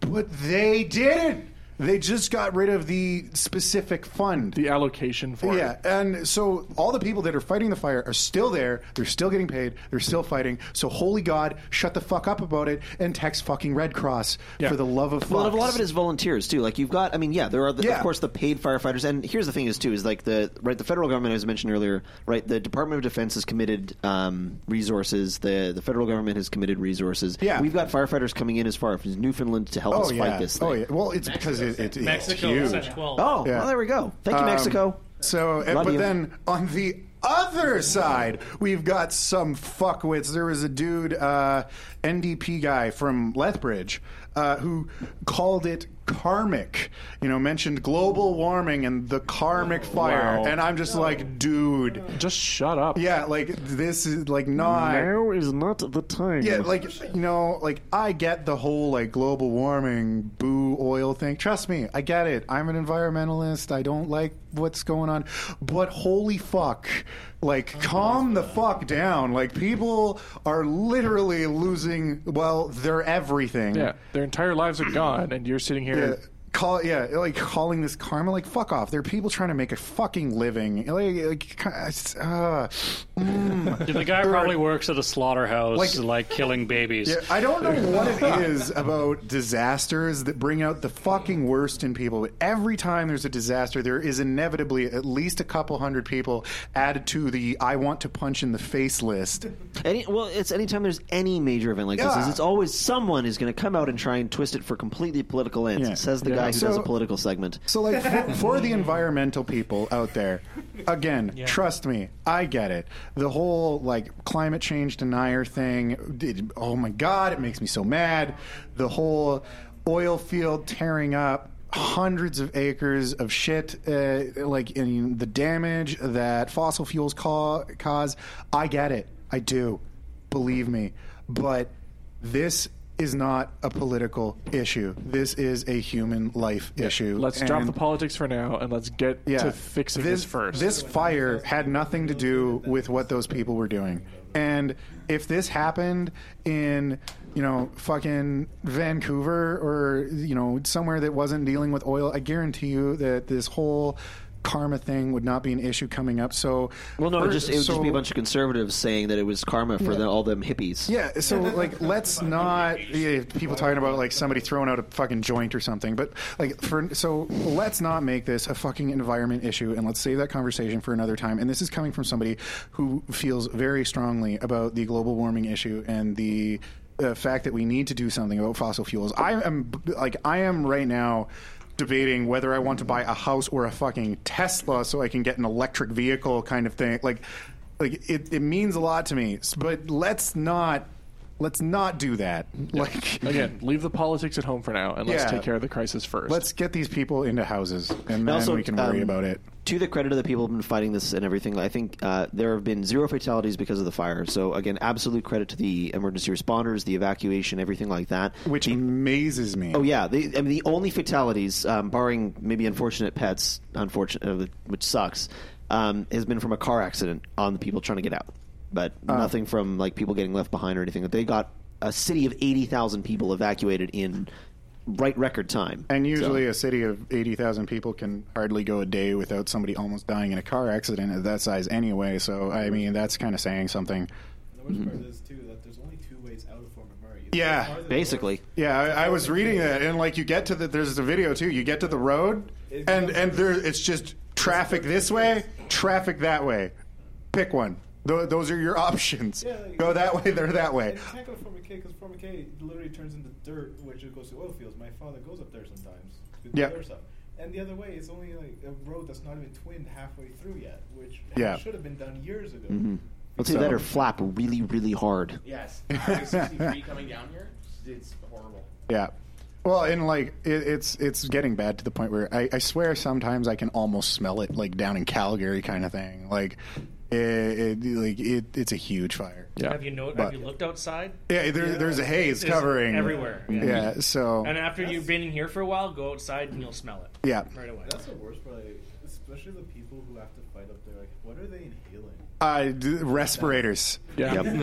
Speaker 1: but they didn't. They just got rid of the specific fund.
Speaker 4: the allocation for
Speaker 1: Yeah,
Speaker 4: it.
Speaker 1: and so all the people that are fighting the fire are still there. They're still getting paid. They're still fighting. So holy God, shut the fuck up about it and text fucking Red Cross for the love of fuck.
Speaker 2: Well, and a lot of it is volunteers too. Like you've got, I mean, yeah, there are the,
Speaker 1: Yeah.
Speaker 2: of course the paid firefighters, and here's the thing is too is like the right the federal government as I mentioned earlier, right? The Department of Defense has committed um, resources. The the federal government has committed resources.
Speaker 1: Yeah.
Speaker 2: we've got firefighters coming in as far from Newfoundland to help
Speaker 1: oh
Speaker 2: us
Speaker 1: yeah,
Speaker 2: fight this thing.
Speaker 1: oh yeah. Well, it's because it, it, it's
Speaker 5: Mexico
Speaker 1: huge.
Speaker 5: is at 12.
Speaker 2: Oh,
Speaker 1: Yeah.
Speaker 2: well, there we go. Thank you,
Speaker 1: Um,
Speaker 2: Mexico.
Speaker 1: So, and-
Speaker 2: Love
Speaker 1: but
Speaker 2: you.
Speaker 1: then on the other side, we've got some fuckwits. There was a dude, uh, NDP guy from Lethbridge, uh, who called it karmic. You know, mentioned global warming and the karmic fire,
Speaker 4: Wow.
Speaker 1: and I'm just like, dude,
Speaker 4: Just shut up.
Speaker 1: yeah, like this is like not.
Speaker 2: is not the time.
Speaker 1: Yeah, like you know, like I get the whole like global warming, boo oil thing. Trust me, I get it. I'm an environmentalist. I don't like what's going on, but holy fuck, like calm the fuck down. Like people are literally losing well their everything.
Speaker 4: Yeah, their entire lives are gone, and you're sitting
Speaker 1: Yeah,
Speaker 4: here.
Speaker 1: Call yeah, like calling this karma. Like fuck off. There are people trying to make a fucking living. Like, like uh, mm. *laughs*
Speaker 3: the guy probably works at a slaughterhouse,
Speaker 1: Like-
Speaker 3: like, killing babies.
Speaker 1: Yeah, I don't know what it is about disasters that bring out the fucking worst in people. But every time there's a disaster, there is inevitably at least a couple hundred people added to the "I want to punch in the face" list.
Speaker 2: Any, well, it's anytime there's any major event like this,
Speaker 1: Yeah.
Speaker 2: is it's always someone is going to come out and try and twist it for completely political ends.
Speaker 1: Yeah.
Speaker 2: Says the guy who
Speaker 1: So-
Speaker 2: does a political segment.
Speaker 1: So, like for, for the environmental people out there, again, trust me, I get it. The whole like climate change denier thing. It, oh my god, it makes me so mad. The whole oil field tearing up hundreds of acres of shit, uh, like in the damage that fossil fuels ca- cause. I get it. I do. Believe me. But this. Is not a political issue. This is a human life issue.
Speaker 4: Let's
Speaker 1: And-
Speaker 4: drop the politics for now, and let's get to fixing this, first.
Speaker 1: this fire had nothing to do with what those people were doing. And if this happened in, you know, fucking Vancouver or, you know, somewhere that wasn't dealing with oil, I guarantee you that this whole karma thing would not be an issue coming up. So
Speaker 2: Well, no, it
Speaker 1: first-
Speaker 2: just it would
Speaker 1: so-
Speaker 2: just be a bunch of conservatives saying that it was karma for the, all them hippies.
Speaker 1: Yeah, so like, let's not yeah, people talking about like somebody throwing out a fucking joint or something, but like for so let's not make this a fucking environment issue, and let's save that conversation for another time. And this is coming from somebody who feels very strongly about the global warming issue and the. The fact that we need to do something about fossil fuels. I am like I am right now debating whether I want to buy a house or a fucking Tesla so I can get an electric vehicle kind of thing. Like like it, it means a lot to me S- but let's not let's not do that like
Speaker 4: Again, *laughs* leave the politics at home for now, and let's
Speaker 1: Yeah.
Speaker 4: take care of the crisis 1st
Speaker 1: let's get these people into houses and then
Speaker 2: also,
Speaker 1: we can worry
Speaker 2: um,
Speaker 1: about it
Speaker 2: To the credit of the people who've been fighting this and everything, I think uh, there have been zero fatalities because of the fire. So again, absolute credit to the emergency responders, the evacuation, everything like that.
Speaker 1: which
Speaker 2: The-
Speaker 1: amazes me
Speaker 2: Oh yeah, the, I mean the only fatalities, um, barring maybe unfortunate pets, unfortunate, uh, which sucks, um, has been from a car accident on the people trying to get out, but nothing from like people getting left behind or anything. They got a city of eighty thousand people evacuated in right record time,
Speaker 1: and
Speaker 2: So-
Speaker 1: usually a city of 80,000 people can hardly go a day without somebody almost dying in a car accident of that size anyway so i mean that's kind of saying something
Speaker 10: The worst
Speaker 2: Mm-hmm.
Speaker 10: part is too that there's only two ways out of Fort McMurray. Either
Speaker 1: Yeah.
Speaker 10: far to the
Speaker 2: basically.
Speaker 1: yeah i, I was reading that and like you get to the there's a video too you get to the road and and there it's just traffic this way traffic that way pick one Tho- those are your *laughs* options
Speaker 10: Yeah, like-
Speaker 1: go that way they're that
Speaker 10: north.
Speaker 1: way
Speaker 10: And it's not going to Fort McKay because Fort McKay literally turns into dirt, which it goes to oil fields. My father goes up there sometimes to do
Speaker 1: Yeah.
Speaker 10: other stuff. And the other way is only like a road that's not even twinned halfway through yet, which
Speaker 1: Yeah. Mm-hmm.
Speaker 10: should have been done years ago.
Speaker 2: mm-hmm. Let's say
Speaker 1: So-
Speaker 2: that or flap really, really hard.
Speaker 6: Yes. Highway 63 coming down here, it's horrible.
Speaker 1: Yeah. Well, and like it, it's it's getting bad to the point where I, I swear sometimes I can almost smell it, like down in Calgary, kind of thing. Like, it, it like it, it's a huge fire.
Speaker 4: yeah.
Speaker 5: Have you know?
Speaker 1: But-
Speaker 5: Have you looked outside?
Speaker 1: Yeah, there, there's a haze
Speaker 5: It's
Speaker 1: covering
Speaker 5: everywhere. Yeah.
Speaker 1: Yeah, so
Speaker 5: And after you've been in here for a while, go outside and you'll smell it
Speaker 1: Oh, yeah,
Speaker 5: right away.
Speaker 10: That's the worst part, like, especially the people who have to fight up there. Like, what are they inhaling?
Speaker 1: uh, d- respirators.
Speaker 4: Yeah.
Speaker 1: Like,
Speaker 6: Yeah, every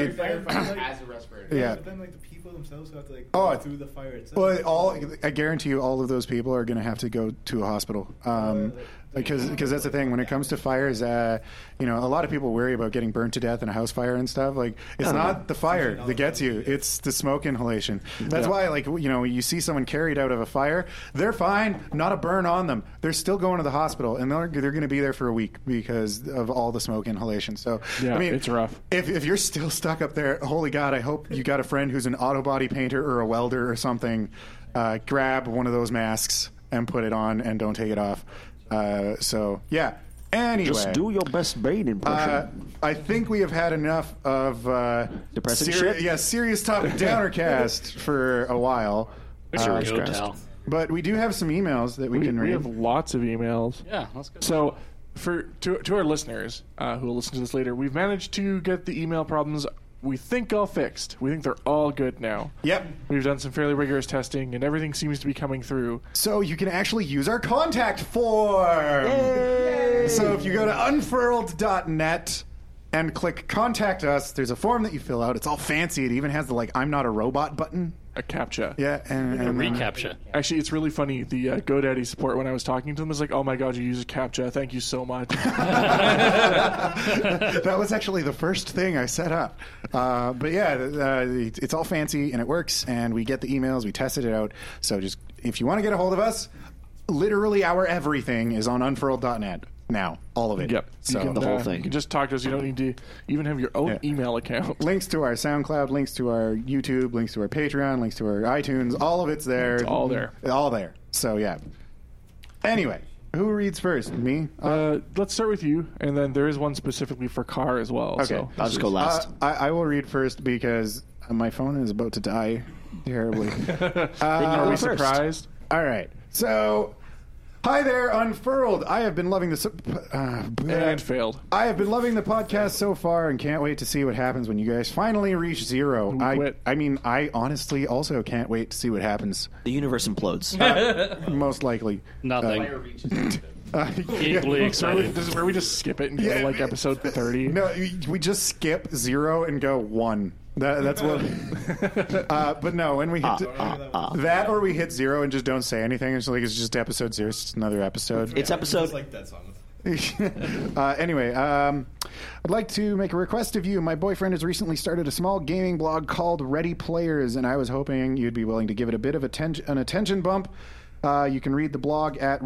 Speaker 1: it-
Speaker 10: *coughs*
Speaker 6: firefighter has a respirator.
Speaker 1: yeah.
Speaker 10: But then, like, the people themselves who have to, like,
Speaker 1: Oh,
Speaker 10: go
Speaker 1: it-
Speaker 10: through the fire itself.
Speaker 1: Well, all I guarantee you, all of those people are going to have to go to a hospital. Um, because because that's the thing when it comes to fires, uh, you know, a lot of people worry about getting burned to death in a house fire and stuff. Like
Speaker 4: Oh,
Speaker 1: it's not the fire that gets you; it's the smoke inhalation. That's why, like you know, you see someone carried out of a fire, they're fine, not a burn on them. They're still going to the hospital, and they're they're going to be there for a week because of all the smoke inhalation. So
Speaker 4: *laughs* Yeah,
Speaker 1: I mean,
Speaker 4: it's rough.
Speaker 1: if, if you're still stuck up there, holy God, I hope you got a friend who's an auto body painter or a welder or something. Uh, grab one of those masks and put it on and don't take it off. Uh, so, yeah. Anyway.
Speaker 2: Just do your best brain impression.
Speaker 1: uh, I think we have had enough of uh,
Speaker 2: Depressing shit?
Speaker 1: Yeah, serious topic
Speaker 2: *laughs*
Speaker 1: downercast for a while. Uh,
Speaker 3: Go, Tal.
Speaker 1: but we do have some emails that we,
Speaker 4: We,
Speaker 1: can
Speaker 4: we
Speaker 1: read.
Speaker 4: have lots of emails.
Speaker 3: Yeah, let's go.
Speaker 4: So, for to, to our listeners uh, who will listen to this later, we've managed to get the email problems we think all fixed. We think they're all good now.
Speaker 1: yep.
Speaker 4: We've done some fairly rigorous testing, and everything seems to be coming through.
Speaker 1: So you can actually use our contact form. So if you go to unfurled.net and click contact us, there's a form that you fill out. It's all fancy. It even has the like I'm not a robot button.
Speaker 4: A captcha.
Speaker 1: Yeah, and, and
Speaker 3: Recaptcha.
Speaker 4: Actually, it's really funny. The uh, GoDaddy support when I was talking to them was like, "Oh my god, you use a captcha. Thank you
Speaker 1: *laughs*
Speaker 4: so much."
Speaker 1: uh, that was actually the first thing I set up. Uh, but yeah, uh, it- it's all fancy and it works. And we get the emails. We tested it out. So just if you want to get a hold of us, literally our everything is on unfurled.net now. All of it.
Speaker 4: Yep.
Speaker 1: So
Speaker 2: The whole
Speaker 4: Uh,
Speaker 2: thing.
Speaker 4: You can just talk to us. You don't need to even have your own
Speaker 1: Yeah.
Speaker 4: email account.
Speaker 1: links to our SoundCloud, links to our YouTube, links to our Patreon, links to our iTunes. All of it's there. It's
Speaker 4: all there.
Speaker 1: All there. So yeah. Anyway, who reads first? Me.
Speaker 4: Uh, let's start with you, and then there is one specifically for car as well. So. *laughs*
Speaker 2: I'll just go last.
Speaker 1: Uh, I, I will read first because my phone is about to die terribly.
Speaker 2: Then you
Speaker 4: Are
Speaker 2: go
Speaker 4: we
Speaker 2: first.
Speaker 4: surprised?
Speaker 1: all right. So, hi there, unfurled. I have been loving this. Uh,
Speaker 4: And failed.
Speaker 1: I have been loving the podcast so far and can't wait to see what happens when you guys finally reach zero. I,
Speaker 4: quit.
Speaker 1: I mean, I honestly also can't wait to see what happens.
Speaker 2: The universe implodes.
Speaker 1: Most likely.
Speaker 3: Nothing.
Speaker 1: Uh,
Speaker 6: reaches.
Speaker 1: uh, *laughs* *laughs* yeah.
Speaker 3: Equally
Speaker 4: Really,
Speaker 3: excited.
Speaker 4: this is where we just skip it and go
Speaker 1: Yeah.
Speaker 4: to like episode 30.
Speaker 1: No, we- we just skip zero and go one. That, that's what. *laughs* uh, but no, when we hit
Speaker 2: Ah, ah, ah.
Speaker 1: that, or we hit zero and just don't say anything. It's like it's just episode zero. It's just another episode.
Speaker 2: It's episode.
Speaker 10: It's like that song.
Speaker 1: *laughs* uh, anyway, um, I'd like to make a request of you. My boyfriend has recently started a small gaming blog called Ready Players, and I was hoping you'd be willing to give it a bit of atten- an attention bump. Uh, you can read the blog at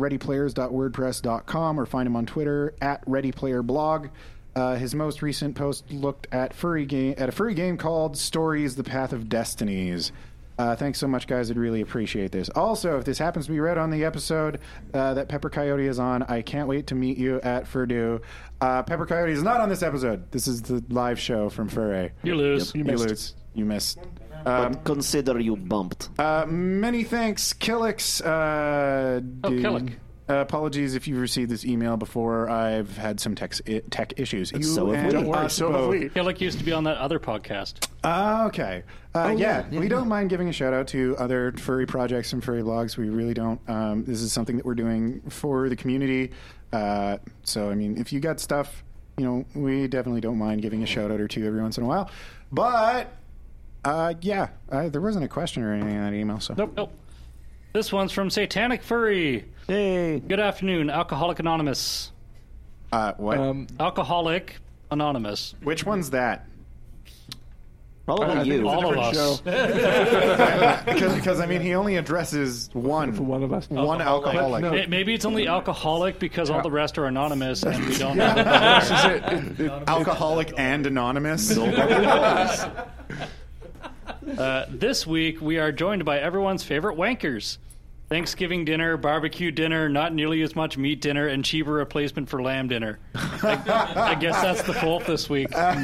Speaker 1: readyplayers.wordpress.com or find him on Twitter at readyplayerblog. Uh, his most recent post looked at furry game at a furry game called Stories: The Path of Destinies. Uh, thanks so much, guys. I'd really appreciate this. Also, if this happens to be read on the episode uh, that Pepper Coyote is on, I can't wait to meet you at Purdue. Uh, Pepper Coyote is not on this episode. This is the live show from Furry.
Speaker 3: You lose.
Speaker 1: You lose. You missed. Um,
Speaker 2: but consider you bumped.
Speaker 1: Uh, many thanks, Killix. Uh,
Speaker 3: Oh,
Speaker 1: dude.
Speaker 3: Killick.
Speaker 1: Uh, apologies if you've received this email before. I've had some tech, tech issues. You
Speaker 2: so have
Speaker 1: and
Speaker 2: we.
Speaker 1: us
Speaker 2: Don't
Speaker 4: Or so have
Speaker 1: both.
Speaker 4: we.
Speaker 3: Killick used to be on that other podcast.
Speaker 1: Ah, okay. Uh, yeah,
Speaker 2: yeah, Oh, yeah,
Speaker 1: we
Speaker 2: yeah.
Speaker 1: don't mind giving a shout out to other furry projects and furry blogs. We really don't. Um, this is something that we're doing for the community. Uh, so, I mean, if you got stuff, you know, we definitely don't mind giving a shout out or two every once in a while. But, uh, yeah, uh, there wasn't a question or anything in that email. So, nope.
Speaker 3: Nope. This one's from Satanic Furry.
Speaker 2: Hey.
Speaker 3: Good afternoon, Alcoholic Anonymous.
Speaker 1: Uh, what?
Speaker 4: Um,
Speaker 3: Alcoholic Anonymous.
Speaker 1: Which one's
Speaker 4: *laughs*
Speaker 1: that? *laughs*
Speaker 2: Probably
Speaker 4: I think
Speaker 2: you.
Speaker 4: it's a
Speaker 3: All of
Speaker 4: different
Speaker 3: us.
Speaker 4: show. *laughs*
Speaker 1: Because, because, I mean, he only addresses one
Speaker 4: One of us.
Speaker 1: one alcoholic.
Speaker 4: No.
Speaker 3: May- Maybe it's only alcoholic because all the rest are anonymous and we
Speaker 1: *laughs*
Speaker 3: don't
Speaker 4: This
Speaker 3: know.
Speaker 4: is it. It- it-
Speaker 1: Alcoholic and anonymous.
Speaker 3: *laughs*
Speaker 5: *laughs*
Speaker 3: Uh, this week, we are joined by everyone's favorite wankers. Thanksgiving dinner, barbecue dinner, not nearly as much meat dinner, and cheaper replacement for lamb dinner. I, I guess that's
Speaker 1: *laughs*
Speaker 3: the fourth this week.
Speaker 1: Uh,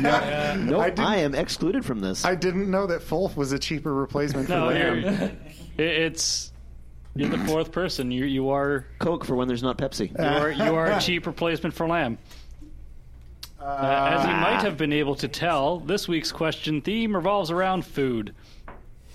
Speaker 2: No,
Speaker 1: I
Speaker 2: I,
Speaker 1: didn't-
Speaker 2: am excluded from this.
Speaker 1: I didn't know that Fulf was a cheaper replacement for
Speaker 3: No,
Speaker 1: lamb.
Speaker 3: you're, it- it's you're the fourth person. You you are
Speaker 2: Coke for when there's not Pepsi.
Speaker 3: you are you are a cheap replacement for lamb. Uh, as you
Speaker 1: Ah.
Speaker 3: might have been able to tell, this week's question theme revolves around food.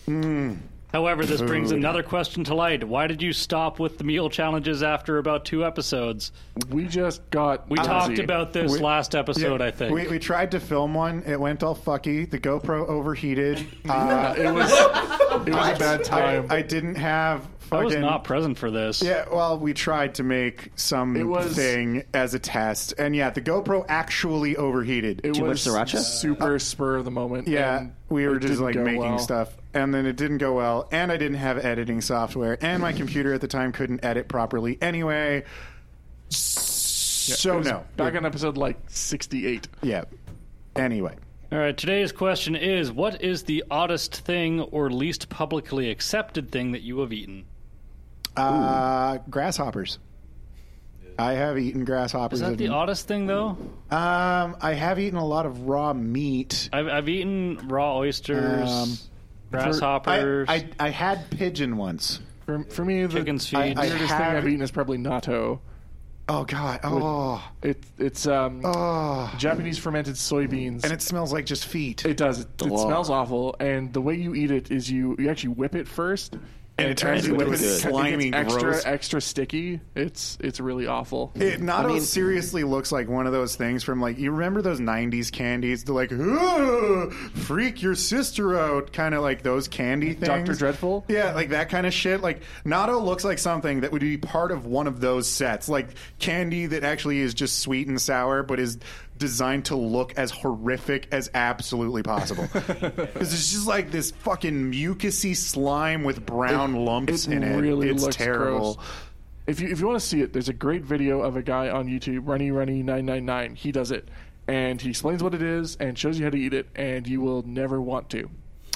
Speaker 3: However, this brings
Speaker 1: Hmm. Food.
Speaker 3: another question to light. Why did you stop with the meal challenges after about two episodes?
Speaker 4: we just got.
Speaker 3: We talked about this
Speaker 1: Ah, We-
Speaker 3: last episode,
Speaker 1: Yeah,
Speaker 3: I think.
Speaker 1: We, we tried to film one. It went all fucky. The GoPro
Speaker 3: *laughs*
Speaker 1: overheated. Uh,
Speaker 4: It was. It was a bad
Speaker 1: I,
Speaker 4: time.
Speaker 1: I didn't have
Speaker 3: I
Speaker 1: fucking.
Speaker 3: was not present for this.
Speaker 1: yeah, well, we tried to make some
Speaker 4: It was-
Speaker 1: thing as a test, and yeah, the GoPro actually overheated.
Speaker 4: it
Speaker 2: Too much
Speaker 4: was
Speaker 2: sriracha?
Speaker 4: super spur of the moment.
Speaker 1: Uh, yeah,
Speaker 4: and
Speaker 1: we were
Speaker 4: it
Speaker 1: just
Speaker 4: didn't
Speaker 1: like
Speaker 4: go
Speaker 1: making
Speaker 4: well.
Speaker 1: stuff, and then it didn't go well, and I didn't have editing software, and my computer at the time couldn't edit properly anyway. So
Speaker 4: It was
Speaker 1: no,
Speaker 4: Back on episode like 68.
Speaker 1: yeah. Anyway,
Speaker 3: All right, today's question is what is the oddest thing or least publicly accepted thing that you have eaten?
Speaker 1: uh, grasshoppers. I have eaten grasshoppers.
Speaker 3: Is that the
Speaker 1: and-
Speaker 3: oddest thing, though?
Speaker 1: Um, I have eaten a lot of raw meat.
Speaker 3: I've, I've eaten raw oysters,
Speaker 1: Um, I,
Speaker 3: grasshoppers,
Speaker 1: I, I had pigeon once.
Speaker 4: For, for me, the
Speaker 3: chicken's feet.
Speaker 1: I- I-
Speaker 4: weirdest thing
Speaker 1: have-
Speaker 4: I've eaten is probably natto.
Speaker 1: Oh God! Oh,
Speaker 4: It, it's um,
Speaker 1: oh!
Speaker 4: Japanese fermented soybeans.
Speaker 1: And it smells like just feet.
Speaker 4: It does. It, it smells awful, and the way you eat it is you you actually whip it first, and,
Speaker 1: it turns
Speaker 4: as you
Speaker 1: into
Speaker 4: whip
Speaker 1: a
Speaker 4: it,
Speaker 1: slimy,
Speaker 4: it gets extra
Speaker 1: gross-
Speaker 4: extra sticky. It's it's really awful.
Speaker 1: It Natto
Speaker 2: mean-
Speaker 1: seriously looks like one of those things from like you remember those '90s candies, the like "Ooh, freak your sister out kind of like those candy things.
Speaker 4: Dr. Dreadful?
Speaker 1: yeah, like that kind of shit. Like Natto looks like something that would be part of one of those sets, like candy that actually is just sweet and sour, but is designed to look as horrific as absolutely
Speaker 4: *laughs*
Speaker 1: possible. Because it's just like this fucking mucusy slime with brown lumps
Speaker 4: it
Speaker 1: in it.
Speaker 4: really
Speaker 1: it's
Speaker 4: looks
Speaker 1: terrible.
Speaker 4: gross. If you if you want to see it, there's a great video of a guy on YouTube, Runny Runny nine nine nine. He does it, and he explains what it is and shows you how to eat it, and you will never want to.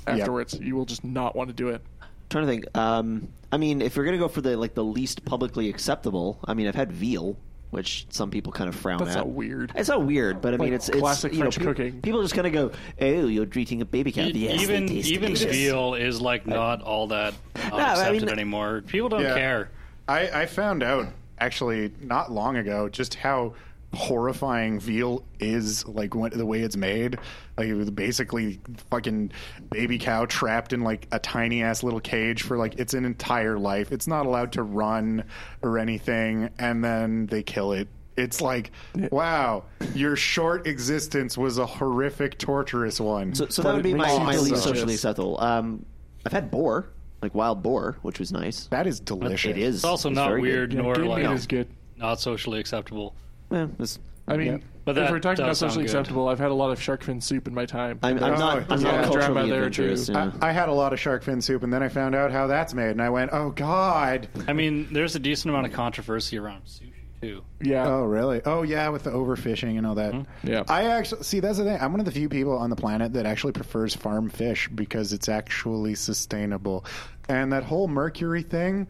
Speaker 4: Afterwards, you will just not want to do it.
Speaker 2: trying to think. Um, I mean, if you're gonna go for the like the least publicly acceptable, I mean, I've had veal, which some people kind of frown
Speaker 4: That's
Speaker 2: at.
Speaker 4: not weird.
Speaker 2: It's not weird, but I mean,
Speaker 4: Like
Speaker 2: it's it's
Speaker 4: classic
Speaker 2: you know,
Speaker 4: French
Speaker 2: people,
Speaker 4: cooking.
Speaker 2: People just kind of go, "Oh, you're eating a baby
Speaker 3: E-
Speaker 2: cat." yes, they
Speaker 3: even
Speaker 2: taste
Speaker 3: even
Speaker 2: delicious.
Speaker 3: veal is like not all that not
Speaker 2: I
Speaker 3: accepted
Speaker 2: mean-
Speaker 3: anymore. People don't
Speaker 1: Yeah.
Speaker 3: care.
Speaker 1: I, I found out actually not long ago just how horrifying veal is like what, the way it's made like it was basically fucking baby cow trapped in like a tiny ass little cage for like its an entire life it's not allowed to run or anything and then they kill it It's like, wow, your short existence was a horrific, torturous one.
Speaker 2: So, so
Speaker 4: But
Speaker 2: that would
Speaker 4: it
Speaker 2: be my,
Speaker 4: makes
Speaker 2: my
Speaker 4: sense.
Speaker 2: least socially acceptable. Um, I've had boar, like wild boar, which was nice.
Speaker 1: that is delicious.
Speaker 2: It is.
Speaker 3: It's also
Speaker 2: It's
Speaker 3: not
Speaker 2: very good.
Speaker 3: weird
Speaker 4: Yeah,
Speaker 3: nor
Speaker 4: game meat
Speaker 3: like
Speaker 4: is good.
Speaker 3: not socially acceptable.
Speaker 2: Eh, it's-
Speaker 4: I mean,
Speaker 3: But
Speaker 4: if
Speaker 3: that
Speaker 4: we're talking about
Speaker 3: does sound
Speaker 4: socially
Speaker 3: good.
Speaker 4: acceptable, I've had a lot of shark fin soup in my time.
Speaker 2: I'm, I'm
Speaker 1: Oh,
Speaker 2: not. I'm
Speaker 1: yeah.
Speaker 2: not
Speaker 1: Drama
Speaker 2: culturally
Speaker 4: there, too.
Speaker 2: adventurous. yeah.
Speaker 1: I, I had a lot of shark fin soup, and then I found out how that's made, and I went, "Oh God!"
Speaker 3: I mean, there's a decent amount of controversy around sushi too.
Speaker 4: yeah. Mm-hmm.
Speaker 1: Oh really? Oh yeah, with the overfishing and all that.
Speaker 4: Yeah.
Speaker 1: I actually see that's the thing. I'm one of the few people on the planet that actually prefers farm fish because it's actually sustainable. And that whole mercury thing,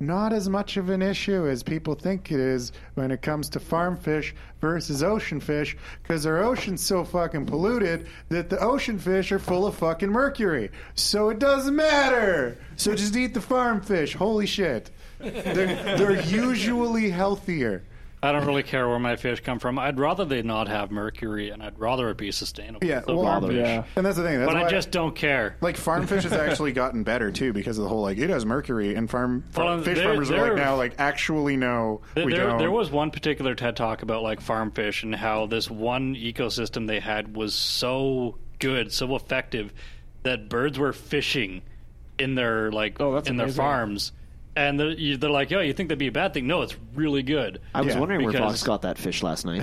Speaker 1: not as much of an issue as people think it is when it comes to farm fish versus ocean fish because our ocean's so fucking polluted that the ocean fish are full of fucking mercury. So it doesn't matter. So just eat the farm fish. Holy shit. They're, they're usually healthier.
Speaker 3: I don't really care where my fish come from. I'd rather they not have mercury, and I'd rather it be sustainable.
Speaker 1: Yeah,
Speaker 3: So
Speaker 1: well,
Speaker 3: farm fish.
Speaker 4: yeah.
Speaker 1: And that's the thing. That's
Speaker 3: But
Speaker 1: why,
Speaker 3: I just don't care.
Speaker 1: like farm fish has actually gotten better too because of the whole like it has mercury and farm, farm
Speaker 3: Well,
Speaker 1: fish
Speaker 3: there-
Speaker 1: farmers are
Speaker 3: there-
Speaker 1: like now like actually no
Speaker 3: Th-
Speaker 1: we
Speaker 3: there,
Speaker 1: don't.
Speaker 3: there was one particular TED talk about like farm fish and how this one ecosystem they had was so good, so effective that birds were fishing in their like
Speaker 4: Oh, that's
Speaker 3: in
Speaker 4: amazing.
Speaker 3: their farms, and they're, you- they're like, "Yo, you think that'd be a bad thing? No, it's really good.
Speaker 2: I was
Speaker 1: Yeah,
Speaker 2: wondering where
Speaker 3: because-
Speaker 2: Fox got that fish last night.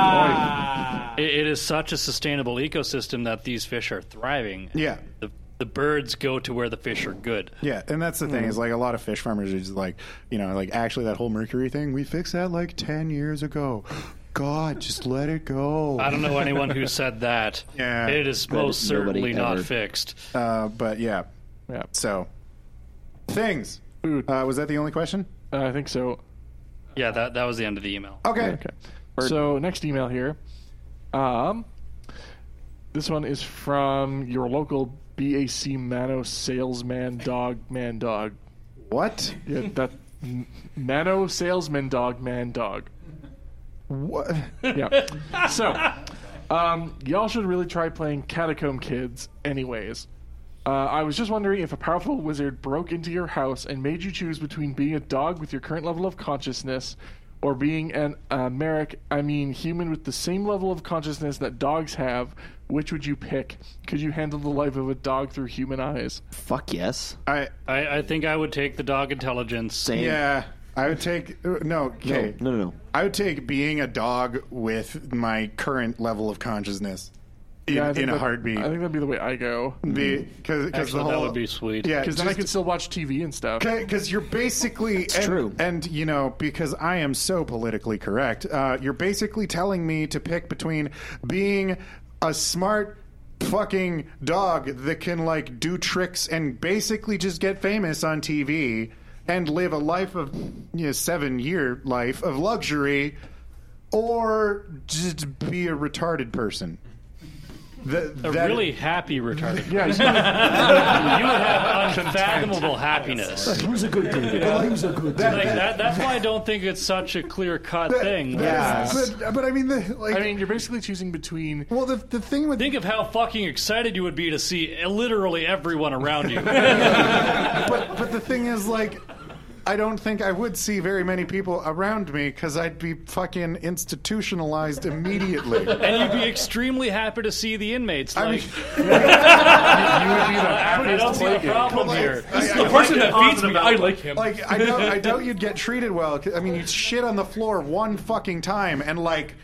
Speaker 5: Ah.
Speaker 3: It, it is such a sustainable ecosystem that these fish are thriving.
Speaker 1: Yeah.
Speaker 3: the, the birds go to where the fish are good.
Speaker 1: yeah, and that's the thing
Speaker 3: Hmm.
Speaker 1: is like a lot of fish farmers are just like you know like actually that whole mercury thing we fixed that like ten years ago. *gasps* God, just let it go.
Speaker 3: I don't know anyone who said that.
Speaker 1: Yeah.
Speaker 3: it is
Speaker 2: But
Speaker 3: most
Speaker 2: nobody
Speaker 3: certainly not
Speaker 2: ever-
Speaker 3: fixed.
Speaker 1: *laughs* Uh, but yeah,
Speaker 4: Yeah.
Speaker 1: so things.
Speaker 3: Hmm.
Speaker 4: Food.
Speaker 1: Uh, was that the only question?
Speaker 4: Uh, I think so.
Speaker 3: Yeah, that that was the end of the email.
Speaker 1: Okay.
Speaker 4: Okay. So next email here. Um, this one is from your local BAC Mano salesman dog man dog.
Speaker 1: What?
Speaker 4: Yeah, that *laughs* M- Mano salesman dog man dog.
Speaker 3: *laughs*
Speaker 1: What? *laughs*
Speaker 4: Yeah. so, um, y'all should really try playing Catacomb Kids, anyways. Uh, I was just wondering if a powerful wizard broke into your house and made you choose between being a dog with your current level of consciousness or being an uh, merrick, I mean human with the same level of consciousness that dogs have, which would you pick? Could you handle the life of a dog through human eyes?
Speaker 2: Fuck yes.
Speaker 1: I
Speaker 3: I, I think I would take the dog intelligence.
Speaker 2: Same.
Speaker 1: yeah. I would take uh, no. Okay.
Speaker 2: No, no, no.
Speaker 1: I would take being a dog with my current level of consciousness in,
Speaker 4: I think
Speaker 1: in a
Speaker 4: that-
Speaker 1: heartbeat. Mm,
Speaker 4: I think that'd be the way I go.
Speaker 1: Because the
Speaker 3: Actually,
Speaker 1: whole
Speaker 3: that would be sweet.
Speaker 1: yeah,
Speaker 4: Because then I could still watch TV and stuff.
Speaker 1: because you're basically and,
Speaker 2: true.
Speaker 1: and you know because I am so politically correct, uh, you're basically telling me to pick between being a smart fucking dog that can like do tricks and basically just get famous on TV and live a life of you know, seven year life of luxury, or just be a retarded person. Th-
Speaker 5: Uh,
Speaker 3: A
Speaker 1: that-
Speaker 3: really happy retarded. *laughs*
Speaker 4: Yeah, he's not-
Speaker 3: You would have unfathomable happiness.
Speaker 2: Who's a good dude? Who's a good
Speaker 1: that-
Speaker 3: Like
Speaker 1: that-
Speaker 3: that, that's why I don't think it's such a clear cut
Speaker 1: that-
Speaker 3: thing.
Speaker 1: that is- but, but I mean, the, like,
Speaker 4: I mean, you're basically choosing between
Speaker 1: well, the, the thing with
Speaker 3: Think of how fucking excited you would be to see uh, literally everyone around you.
Speaker 1: but but the thing is like I don't think I would see very many people around me because I'd be fucking institutionalized immediately.
Speaker 3: *laughs* and you'd be extremely happy to see the
Speaker 1: *laughs*
Speaker 3: inmates. Like,
Speaker 1: I mean,
Speaker 4: you would be the
Speaker 3: I
Speaker 4: happiest
Speaker 3: don't see a
Speaker 4: playgate.
Speaker 3: problem
Speaker 1: like,
Speaker 3: here.
Speaker 1: I-
Speaker 5: The
Speaker 1: I-
Speaker 5: person that feeds me, I like him.
Speaker 1: like, I doubt I doubt you'd get treated well. 'cause, I mean, you shit on the floor one fucking time and like.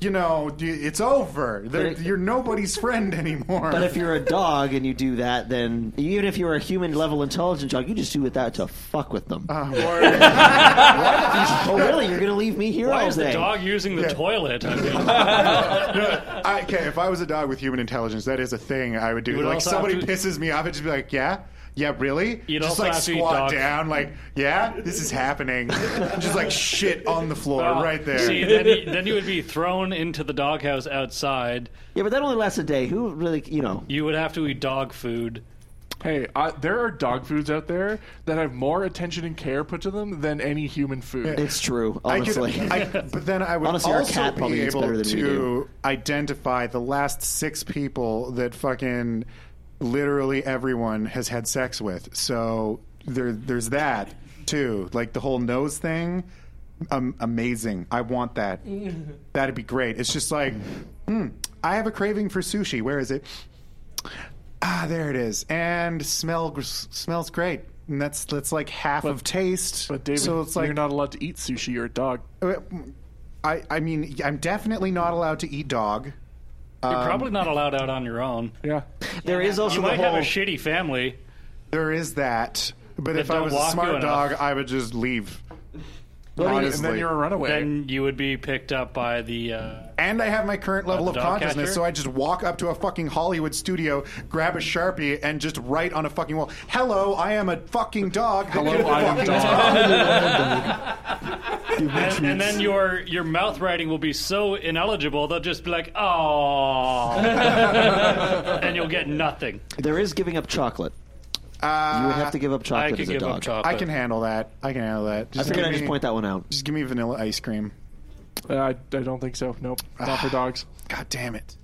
Speaker 1: You know, d- it's over. There,
Speaker 2: But-
Speaker 1: you're nobody's friend anymore.
Speaker 2: But if you're a dog and you do that, then even if you're a human level intelligent dog, you just do with that to fuck with them. *laughs* oh, really? You're gonna leave me here
Speaker 3: Why
Speaker 2: all
Speaker 3: is the
Speaker 2: day?
Speaker 3: dog using the
Speaker 1: *laughs*
Speaker 3: toilet? I mean,
Speaker 1: I, okay, if I was a dog with human intelligence, that is a thing I would do.
Speaker 3: would
Speaker 1: like
Speaker 3: also
Speaker 1: somebody
Speaker 3: have to-
Speaker 1: pisses me off, I'd just be like, "Yeah, yeah, really?"
Speaker 3: You'd
Speaker 1: just
Speaker 3: also
Speaker 1: like
Speaker 3: have to eat
Speaker 1: squat
Speaker 3: dog-
Speaker 1: down, like, "Yeah, this is happening." just like shit on the floor right there.
Speaker 3: see, then you, then you would be thrown into the doghouse outside.
Speaker 2: Yeah, but that only lasts a day. Who really? You know.
Speaker 3: You would have to eat dog food.
Speaker 4: Hey, I, there are dog foods out there that have more attention and care put to them than any human food.
Speaker 2: It's true.
Speaker 1: I could-
Speaker 2: Honestly.
Speaker 1: I- but then I would
Speaker 2: Honestly, our
Speaker 1: also
Speaker 2: cat probably
Speaker 1: be
Speaker 2: eats
Speaker 1: able
Speaker 2: better than we
Speaker 1: to
Speaker 2: do.
Speaker 1: identify the last six people that fucking literally everyone has had sex with. So there, there's that too. Like the whole nose thing. um, amazing. I want
Speaker 4: *laughs*
Speaker 1: that. That'd be great. It's just like, hmm, I have a craving for sushi. Where is it? Ah, there it is. And smell smells great. And that's that's like half
Speaker 4: But-
Speaker 1: of taste.
Speaker 4: But David,
Speaker 1: so it's like
Speaker 4: you're not allowed to eat sushi or a dog.
Speaker 1: I I mean, I'm definitely not allowed to eat dog.
Speaker 3: You're
Speaker 1: Um,
Speaker 3: probably not allowed out on your own.
Speaker 4: Yeah.
Speaker 2: *laughs* There is also
Speaker 3: You
Speaker 2: the
Speaker 3: might
Speaker 2: whole.
Speaker 3: have a shitty family.
Speaker 1: There is that. But
Speaker 3: That
Speaker 1: if I
Speaker 3: don't
Speaker 1: was a
Speaker 3: walk you
Speaker 1: smart
Speaker 3: enough.
Speaker 1: dog, I would just leave.
Speaker 4: And then
Speaker 1: Honestly.
Speaker 4: you're a runaway.
Speaker 3: Then you would be picked up by the.
Speaker 2: *laughs*
Speaker 3: Uh,
Speaker 1: And I have my current level
Speaker 3: the
Speaker 1: of
Speaker 3: dog
Speaker 1: consciousness,
Speaker 3: catcher?
Speaker 1: so I just walk up to a fucking Hollywood studio, grab a sharpie, and just write on a fucking wall, "Hello, I am a fucking dog." Hello,
Speaker 4: I am dog.
Speaker 3: and, and then your your mouth writing will be so ineligible they'll just be like, oh,
Speaker 2: *laughs*
Speaker 3: and you'll get nothing.
Speaker 2: There is giving up chocolate.
Speaker 1: Uh,
Speaker 2: You would have to give up
Speaker 3: I
Speaker 2: chocolate
Speaker 3: could
Speaker 2: as a
Speaker 3: give up
Speaker 2: dog.
Speaker 3: chocolate.
Speaker 1: I can handle that. I can handle that.
Speaker 2: I
Speaker 1: Just
Speaker 2: figured
Speaker 1: give
Speaker 2: I'd just
Speaker 1: me-
Speaker 2: point that one out.
Speaker 1: Just give me vanilla ice cream.
Speaker 4: Uh, I, I don't think so. Nope. Not
Speaker 1: Ah.
Speaker 4: for dogs.
Speaker 1: God damn it!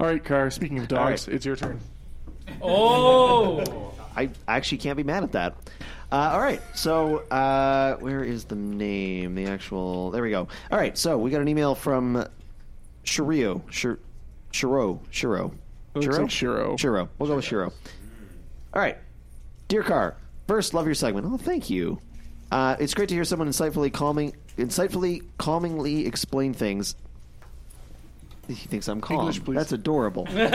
Speaker 4: All right, Car. Speaking of dogs, it's your turn.
Speaker 1: *laughs*
Speaker 5: Oh,
Speaker 2: I actually can't be mad at that. Uh, all right, so uh, where is the name? The actual. There we go. All right, so we got an email from Shirio. Shiro. Shiro. Shiro.
Speaker 4: It looks like Shiro.
Speaker 2: Shiro. We'll go with Shiro. All right. Dear Car, first, love your segment. Oh, thank you. Uh, it's great to hear someone insightfully calming, insightfully calmingly explain things. He thinks I'm calm.
Speaker 4: English, please.
Speaker 2: That's adorable.
Speaker 4: *laughs*
Speaker 2: um, that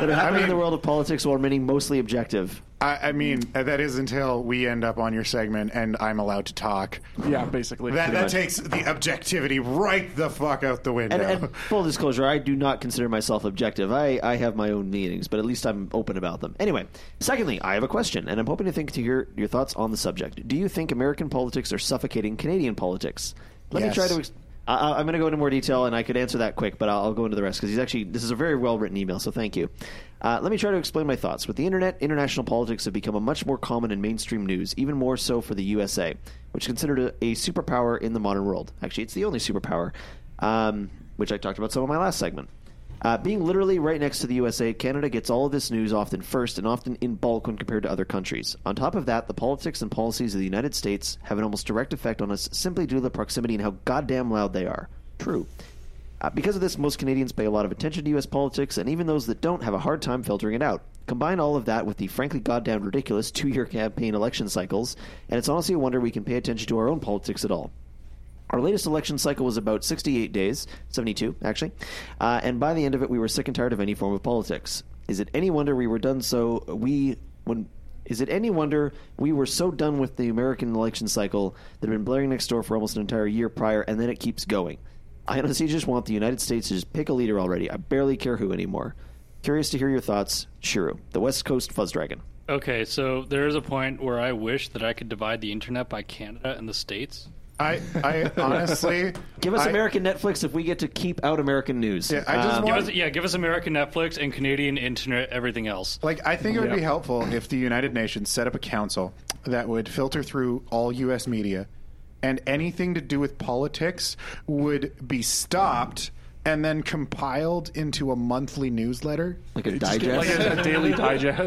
Speaker 2: are happening in the world of politics while remaining mostly objective.
Speaker 1: I, I mean, that is until we end up on your segment and I'm allowed to talk.
Speaker 4: Yeah, basically.
Speaker 1: That that
Speaker 2: much.
Speaker 1: takes the objectivity right the fuck out the window.
Speaker 2: And, and full disclosure, I do not consider myself objective. I, I have my own meetings, but at least I'm open about them. Anyway, secondly, I have a question, and I'm hoping to think to hear your thoughts on the subject. Do you think American politics are suffocating Canadian politics? Let
Speaker 1: Yes.
Speaker 2: me try to. Ex- I- I, I'm going to go into more detail, and I could answer that quick, but I'll, I'll go into the rest because he's actually this is a very well written email. So thank you. Uh, let me try to explain my thoughts. With the internet, international politics have become a much more common and mainstream news, even more so for the USA, which is considered a, a superpower in the modern world. Actually, it's the only superpower, um, which I talked about some of my last segment. Uh, being literally right next to the USA, Canada gets all of this news often first and often in bulk when compared to other countries. On top of that, the politics and policies of the United States have an almost direct effect on us simply due to the proximity and how goddamn loud they are. True. Uh, because of this, most Canadians pay a lot of attention to U.S. politics, and even those that don't have a hard time filtering it out. Combine all of that with the frankly goddamn ridiculous two year campaign election cycles, and it's honestly a wonder we can pay attention to our own politics at all. Our latest election cycle was about 68 days, 72 actually, uh, and by the end of it, we were sick and tired of any form of politics. Is it any wonder we were done so? We when is it any wonder we were so done with the American election cycle that had been blaring next door for almost an entire year prior, and then it keeps going. I honestly just want the United States to just pick a leader already. I barely care who anymore. Curious to hear your thoughts, Shiru, the West Coast Fuzz Dragon.
Speaker 3: Okay, so there is a point where I wish that I could divide the internet by Canada and the states.
Speaker 1: *laughs* I, I honestly
Speaker 2: Give us
Speaker 1: I-
Speaker 2: American Netflix if we get to keep out American news.
Speaker 1: Yeah, I just
Speaker 2: Um,
Speaker 1: want-
Speaker 3: Give us- yeah, give us American Netflix and Canadian internet, everything else.
Speaker 1: Like, I think it would be
Speaker 4: Yeah.
Speaker 1: helpful if the United Nations set up a council that would filter through all U.S. media, and anything to do with politics would be stopped and then compiled into a monthly newsletter.
Speaker 2: like a
Speaker 4: Just get,
Speaker 2: digest.
Speaker 4: Like a,
Speaker 3: *laughs*
Speaker 4: a daily digest.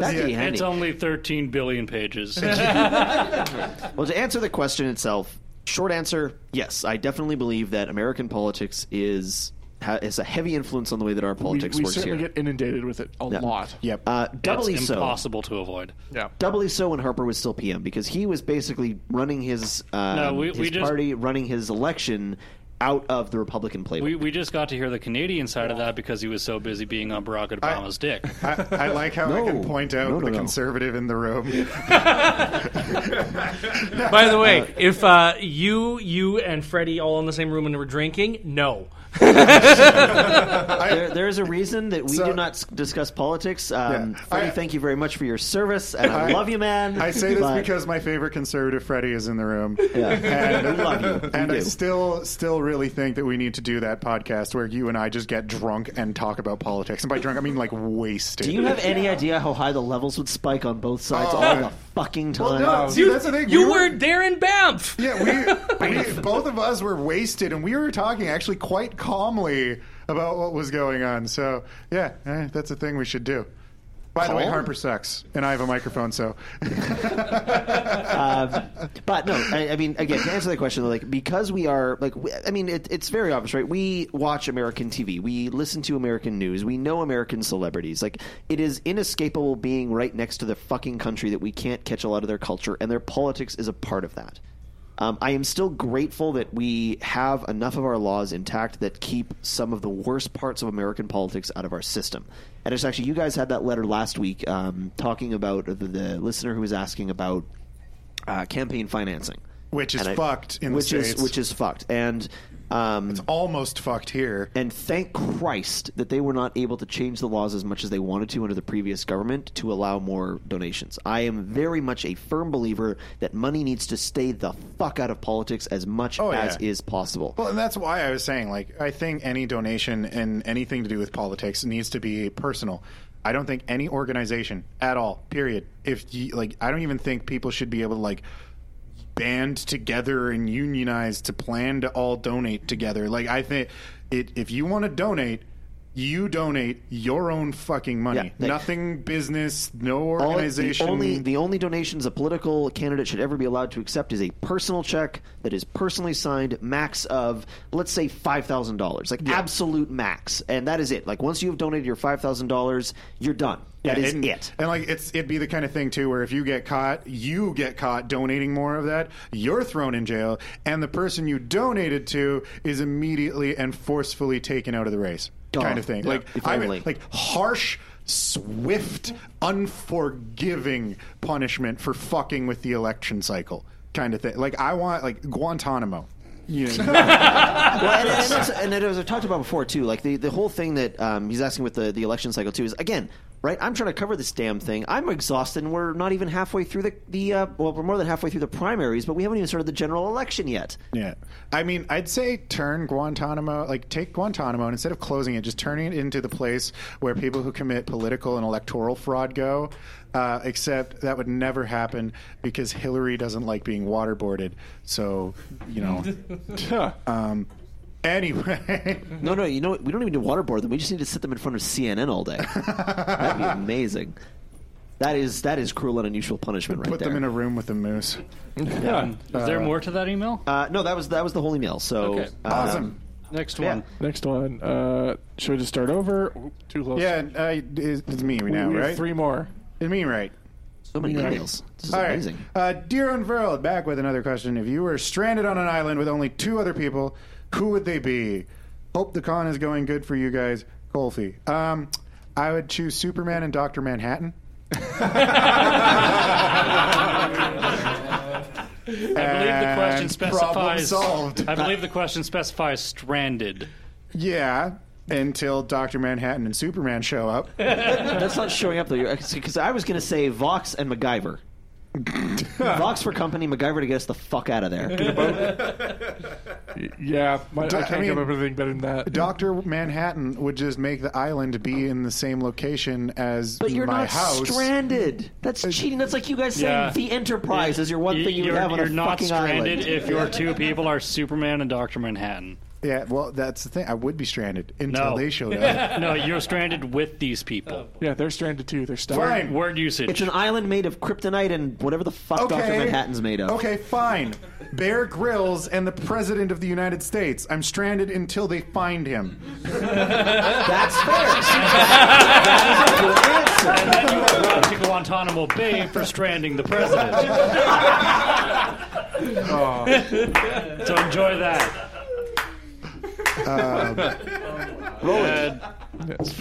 Speaker 2: *laughs* That'd be handy.
Speaker 3: It's only 13
Speaker 2: *laughs*
Speaker 3: billion pages. *laughs*
Speaker 2: Well, to answer the question itself, short answer: yes, I definitely believe that American politics is ha- is a heavy influence on the way that our
Speaker 4: We,
Speaker 2: politics
Speaker 4: we
Speaker 2: works here.
Speaker 4: certainly get inundated with it a
Speaker 2: Yeah.
Speaker 4: lot.
Speaker 1: Yep.
Speaker 2: uh,
Speaker 3: it's
Speaker 2: doubly so,
Speaker 3: impossible to avoid.
Speaker 4: Yeah.
Speaker 2: doubly so when Harper was still PM because he was basically running his um,
Speaker 3: No, we-
Speaker 2: his
Speaker 3: we just-
Speaker 2: party, running his election out of the Republican playbook.
Speaker 3: We, we just got to hear the Canadian side of that because he was so busy being on Barack Obama's dick.
Speaker 1: I, I like how I can
Speaker 2: No.
Speaker 1: point out
Speaker 2: No, no,
Speaker 1: the
Speaker 2: no.
Speaker 1: conservative in the room.
Speaker 5: *laughs* By the way,
Speaker 1: *laughs*
Speaker 5: if uh, you, you, and Freddie all in the same room and were drinking, no.
Speaker 2: there, there is a reason that we
Speaker 1: So-
Speaker 2: do not s- discuss politics. Um,
Speaker 1: Yeah.
Speaker 2: Freddie,
Speaker 1: I-
Speaker 2: thank you very much for your service, and I,
Speaker 1: I-
Speaker 2: love you, man.
Speaker 1: I say this
Speaker 2: but-
Speaker 1: because my favorite conservative Freddie is in the room.
Speaker 2: *laughs* Yeah.
Speaker 1: And,
Speaker 2: We love you. We
Speaker 1: and I
Speaker 2: do.
Speaker 1: still still really think that we need to do that podcast where you and I just get drunk and talk about politics. And by drunk I mean like wasted.
Speaker 2: Do you have any idea how high the levels would spike on both sides
Speaker 1: Oh.
Speaker 2: all the fucking time?
Speaker 1: no, See, that's the thing,
Speaker 5: You
Speaker 1: we
Speaker 5: were
Speaker 1: were-
Speaker 5: Darren Banff.
Speaker 1: Yeah,
Speaker 2: *laughs*
Speaker 1: we, we both of us were wasted and we were talking actually quite calmly about what was going on. So yeah, eh, that's a thing we should do. By the way,
Speaker 2: call?
Speaker 1: Harper sucks, and I have a microphone, so.
Speaker 2: *laughs* Um, but no, I, I mean, again, to answer that question, like because we are like, we, I mean, it, it's very obvious, right? We watch American TV, we listen to American news, we know American celebrities. Like, it is inescapable being right next to the fucking country that we can't catch a lot of their culture, and their politics is a part of that. Um, I am still grateful that we have enough of our laws intact that keep some of the worst parts of American politics out of our system. And it's actually, you guys had that letter last week um, talking about the, the listener who was asking about uh, campaign financing,
Speaker 1: Which is
Speaker 2: And
Speaker 1: fucked in the
Speaker 2: which is
Speaker 1: States.
Speaker 2: which is fucked, and um,
Speaker 1: Almost fucked here.
Speaker 2: and thank Christ that they were not able to change the laws as much as they wanted to under the previous government to allow more donations. I am very much a firm believer that money needs to stay the fuck out of politics as much
Speaker 1: Oh,
Speaker 2: as
Speaker 1: yeah.
Speaker 2: is possible.
Speaker 1: Well, and that's why I was saying, like, I think any donation and anything to do with politics needs to be personal. I don't think any organization at all, period. If you, like, I don't even think people should be able to like band together and unionize to plan to all donate together. Like, I think it if you want to donate. You donate your own fucking money.
Speaker 2: Yeah, like-
Speaker 1: Nothing business, no
Speaker 2: All-
Speaker 1: organization.
Speaker 2: The only, the only donations a political candidate should ever be allowed to accept is a personal check that is personally signed, max of let's say five thousand dollars, like absolute max, and that is it. Like once you have donated your five thousand dollars, you're done. That is
Speaker 1: and, *laughs*
Speaker 2: it.
Speaker 1: And like it's it'd be the kind of thing too where if you get caught, you get caught donating more of that, you're thrown in jail, and the person you donated to is immediately and forcefully taken out of the race.
Speaker 2: Oh,
Speaker 1: kind of thing.
Speaker 2: yeah,
Speaker 1: like
Speaker 2: if
Speaker 1: I mean,
Speaker 2: only.
Speaker 1: like harsh swift unforgiving punishment for fucking with the election cycle kind of thing like i want like guantanamo
Speaker 2: well, and, and, that's- and as I talked about before too, like the, the whole thing that um, he's asking with the, the election cycle too is again, right? I'm trying to cover this damn thing. I'm exhausted, and we're not even halfway through the the uh, well, we're more than halfway through the primaries, but we haven't even started the general election yet.
Speaker 1: Yeah. I mean, I'd say turn Guantanamo, like take Guantanamo and instead of closing it, just turning it into the place where people who commit political and electoral fraud go. Uh, except that would never happen because Hillary doesn't like being waterboarded. So, you know. um, anyway.
Speaker 2: No, no, you know what? we don't even need to waterboard them. We just need to sit them in front of CNN all
Speaker 1: *laughs*
Speaker 2: day. That'd be amazing. That is that is cruel and unusual punishment right
Speaker 1: Put
Speaker 2: there.
Speaker 1: them in a room with a moose.
Speaker 4: Yeah.
Speaker 3: Is there more to that email?
Speaker 2: uh, no, that was that was the whole email. So
Speaker 3: Okay.
Speaker 2: um,
Speaker 1: Awesome.
Speaker 3: Next
Speaker 2: yeah.
Speaker 3: one.
Speaker 4: Next one. Uh, should we just start over? Oop, too close.
Speaker 1: Yeah, and, uh, it's it's me now,
Speaker 4: we have
Speaker 1: right?
Speaker 4: Three more.
Speaker 1: It's me, right?
Speaker 2: So many emails. This
Speaker 1: *laughs*
Speaker 2: is
Speaker 1: All right,
Speaker 2: amazing.
Speaker 1: Uh, Dear Unfurled, back with another question. If you were stranded on an island with only two other people, who would they be? Hope the con is going good for you guys. Colfi. Um, I would choose Superman and Dr. Manhattan. *laughs*
Speaker 3: I believe the question
Speaker 1: And problem
Speaker 3: specifies.
Speaker 1: solved.
Speaker 3: I believe the question specifies stranded.
Speaker 1: Yeah, until Dr. Manhattan and Superman show
Speaker 2: *laughs*
Speaker 1: up.
Speaker 2: That's not showing up though, because I was going to say Vox
Speaker 1: *laughs*
Speaker 2: and MacGyver. Vox for company, MacGyver to get us the fuck out of there.
Speaker 4: Y- Yeah. My,
Speaker 1: Do-
Speaker 4: I
Speaker 1: I
Speaker 4: can't
Speaker 1: mean,
Speaker 4: come up with anything better than that.
Speaker 1: Dr. Manhattan would just make the island be in the same location as
Speaker 2: But you're
Speaker 1: my
Speaker 2: not
Speaker 1: house.
Speaker 2: stranded. That's cheating. That's like you guys saying
Speaker 3: Yeah.
Speaker 2: the Enterprise is your one
Speaker 3: You-
Speaker 2: thing you would
Speaker 3: you're-
Speaker 2: have on
Speaker 3: you're
Speaker 2: a
Speaker 3: not
Speaker 2: fucking
Speaker 3: stranded
Speaker 2: island.
Speaker 3: if
Speaker 2: *laughs*
Speaker 3: your two people are Superman and Doctor Manhattan.
Speaker 1: yeah, well, that's the thing. I would be stranded until
Speaker 3: No.
Speaker 1: they
Speaker 2: *laughs*
Speaker 1: showed up.
Speaker 3: No, you're stranded with these people.
Speaker 4: Yeah, they're stranded too. They're stuck.
Speaker 1: Fine.
Speaker 3: Word usage. *laughs*
Speaker 2: It's an island made of kryptonite and whatever the fuck Doctor Manhattan's made of. *laughs*
Speaker 1: Okay, fine. Bear Grylls and the President of the United States. I'm stranded until they find him.
Speaker 2: That's fair. that is a good answer.
Speaker 3: then you are brought to Guantanamo Bay for stranding
Speaker 2: *laughs*
Speaker 3: the president. so enjoy that. Uh,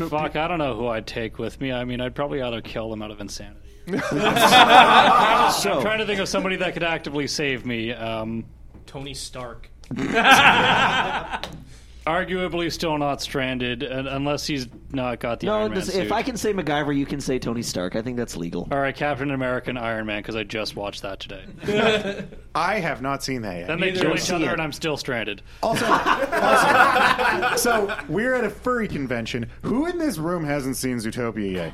Speaker 3: fuck, I don't know who I'd take with me. I mean, I'd probably either kill them out of insanity. I'm
Speaker 2: So,
Speaker 3: trying to think of somebody that could actively save me. Um,
Speaker 5: Tony Stark.
Speaker 3: arguably, still not stranded, un- unless he's not got the
Speaker 2: no,
Speaker 3: Iron Man
Speaker 2: this,
Speaker 3: suit.
Speaker 2: if I can say MacGyver, you can say Tony Stark. I think that's legal.
Speaker 3: All right, Captain America and Iron Man, because I just watched that today.
Speaker 1: I have not seen that yet.
Speaker 3: Then they kill each
Speaker 2: see
Speaker 3: other,
Speaker 2: it.
Speaker 3: and I'm still stranded.
Speaker 1: Also,
Speaker 3: *laughs*
Speaker 1: also, so we're at a furry convention. Who in this room hasn't seen Zootopia yet?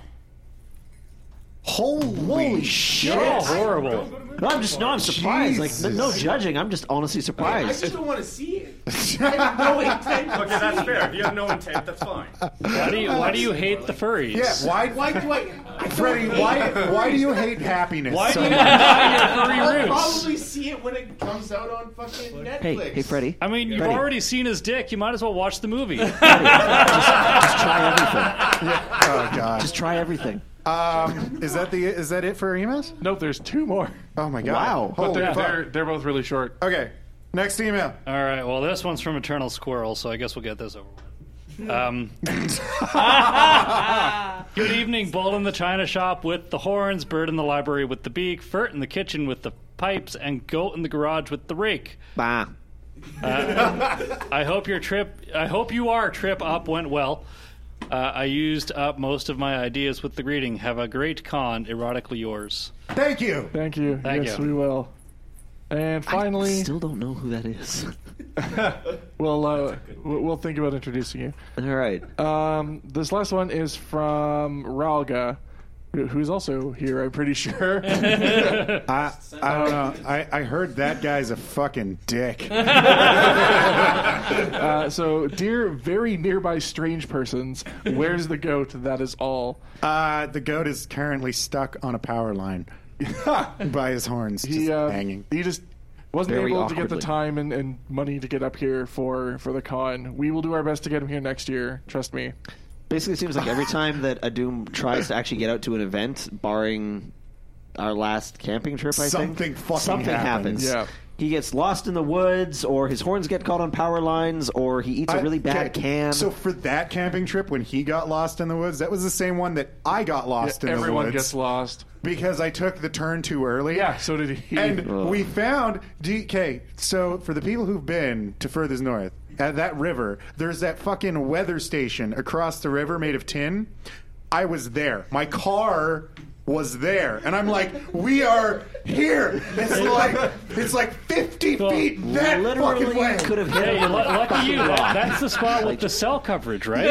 Speaker 1: Holy, shit!
Speaker 3: Oh,
Speaker 1: *laughs*
Speaker 3: horrible.
Speaker 2: No, I'm just no, I'm surprised. Like
Speaker 1: Jesus.
Speaker 2: no judging. I'm just honestly surprised.
Speaker 6: *laughs*
Speaker 10: don't want to see it.
Speaker 9: I have no intent.
Speaker 6: Okay, that's fair. If you have no intent, *laughs* that's fine.
Speaker 3: Why do you, why do you hate the furries?
Speaker 1: Yeah, why,
Speaker 9: Why do I? I
Speaker 1: Freddie? Why, why do you hate happiness?
Speaker 3: Why
Speaker 1: so
Speaker 3: do you
Speaker 1: much?
Speaker 3: deny your furry
Speaker 9: I'll
Speaker 3: roots?
Speaker 9: probably see it when it comes out on fucking Netflix.
Speaker 2: Hey, hey, Freddie.
Speaker 3: I mean, you've
Speaker 2: Freddie,
Speaker 3: already seen his dick. You might as well watch the movie.
Speaker 2: just try everything.
Speaker 1: Oh God.
Speaker 2: Just try everything.
Speaker 1: Um, is that the is that it for emails?
Speaker 4: Nope, there's two more.
Speaker 1: Oh my God.
Speaker 2: Wow.
Speaker 1: *laughs*
Speaker 4: But
Speaker 1: Holy
Speaker 4: they're,
Speaker 1: fuck.
Speaker 4: they're, they're both really short.
Speaker 1: Okay. Next email.
Speaker 3: All right. Well, this one's from Eternal Squirrel, so I guess we'll get this over with. Um, good evening, Bull in the China shop with the horns, Bird in the library with the beak, Furt in the kitchen with the pipes, and Goat in the garage with the rake.
Speaker 2: Bah.
Speaker 3: I hope your trip. I hope you are trip up went well. Uh, I used up most of my ideas with the greeting. Have a great con. Erotically yours.
Speaker 1: Thank you.
Speaker 4: Thank you.
Speaker 3: Thank
Speaker 4: yes,
Speaker 3: you.
Speaker 4: we will. And finally,
Speaker 2: Still don't know who that is. *laughs*
Speaker 4: we'll uh, we'll we'll think about introducing you.
Speaker 2: All right.
Speaker 4: Um, this last one is from Ralga, who- who's also here, I'm pretty sure. *laughs*
Speaker 1: I, I don't know. I, I heard that guy's a fucking
Speaker 4: *laughs*
Speaker 1: dick.
Speaker 4: uh, so, dear very nearby strange persons, where's the goat? That is
Speaker 1: *laughs*
Speaker 4: all.
Speaker 1: Uh, the goat is currently stuck on a power line by his horns, just
Speaker 4: He uh,
Speaker 1: hanging.
Speaker 4: he just wasn't
Speaker 2: Very
Speaker 4: able to get the
Speaker 2: awkwardly.
Speaker 4: time and, and money to get up here for for the con. We will do our best to get him here next year. Trust me.
Speaker 2: Basically, it seems like every time that Adum tries to actually get out to an event, barring our last camping trip, I
Speaker 1: Something
Speaker 2: think
Speaker 1: fucking
Speaker 2: something happens.
Speaker 1: happens.
Speaker 4: Yeah.
Speaker 2: He gets lost in the woods, or his horns get caught on power lines, or he eats a really bad
Speaker 1: Okay,
Speaker 2: can.
Speaker 1: So for that camping trip, when he got lost in the woods, that was the same one that I got lost in
Speaker 4: E-, Everyone
Speaker 1: the woods
Speaker 4: gets lost.
Speaker 1: because I took the turn too early.
Speaker 4: Yeah, so did he.
Speaker 1: And
Speaker 2: Ugh.
Speaker 1: we found DK. So for the people who've been to furthest north at that river, there's that fucking weather station across the river made of tin. I was there. My car was there, and I'm like, we are here.
Speaker 3: *laughs*
Speaker 1: It's like it's like 50 feet that fucking way.
Speaker 2: literally could have hit
Speaker 3: Hey,
Speaker 2: him.
Speaker 3: lu-
Speaker 2: with a
Speaker 3: lucky
Speaker 2: fucking
Speaker 3: you.
Speaker 2: rock.
Speaker 3: That- that's the spot with the cell coverage, right?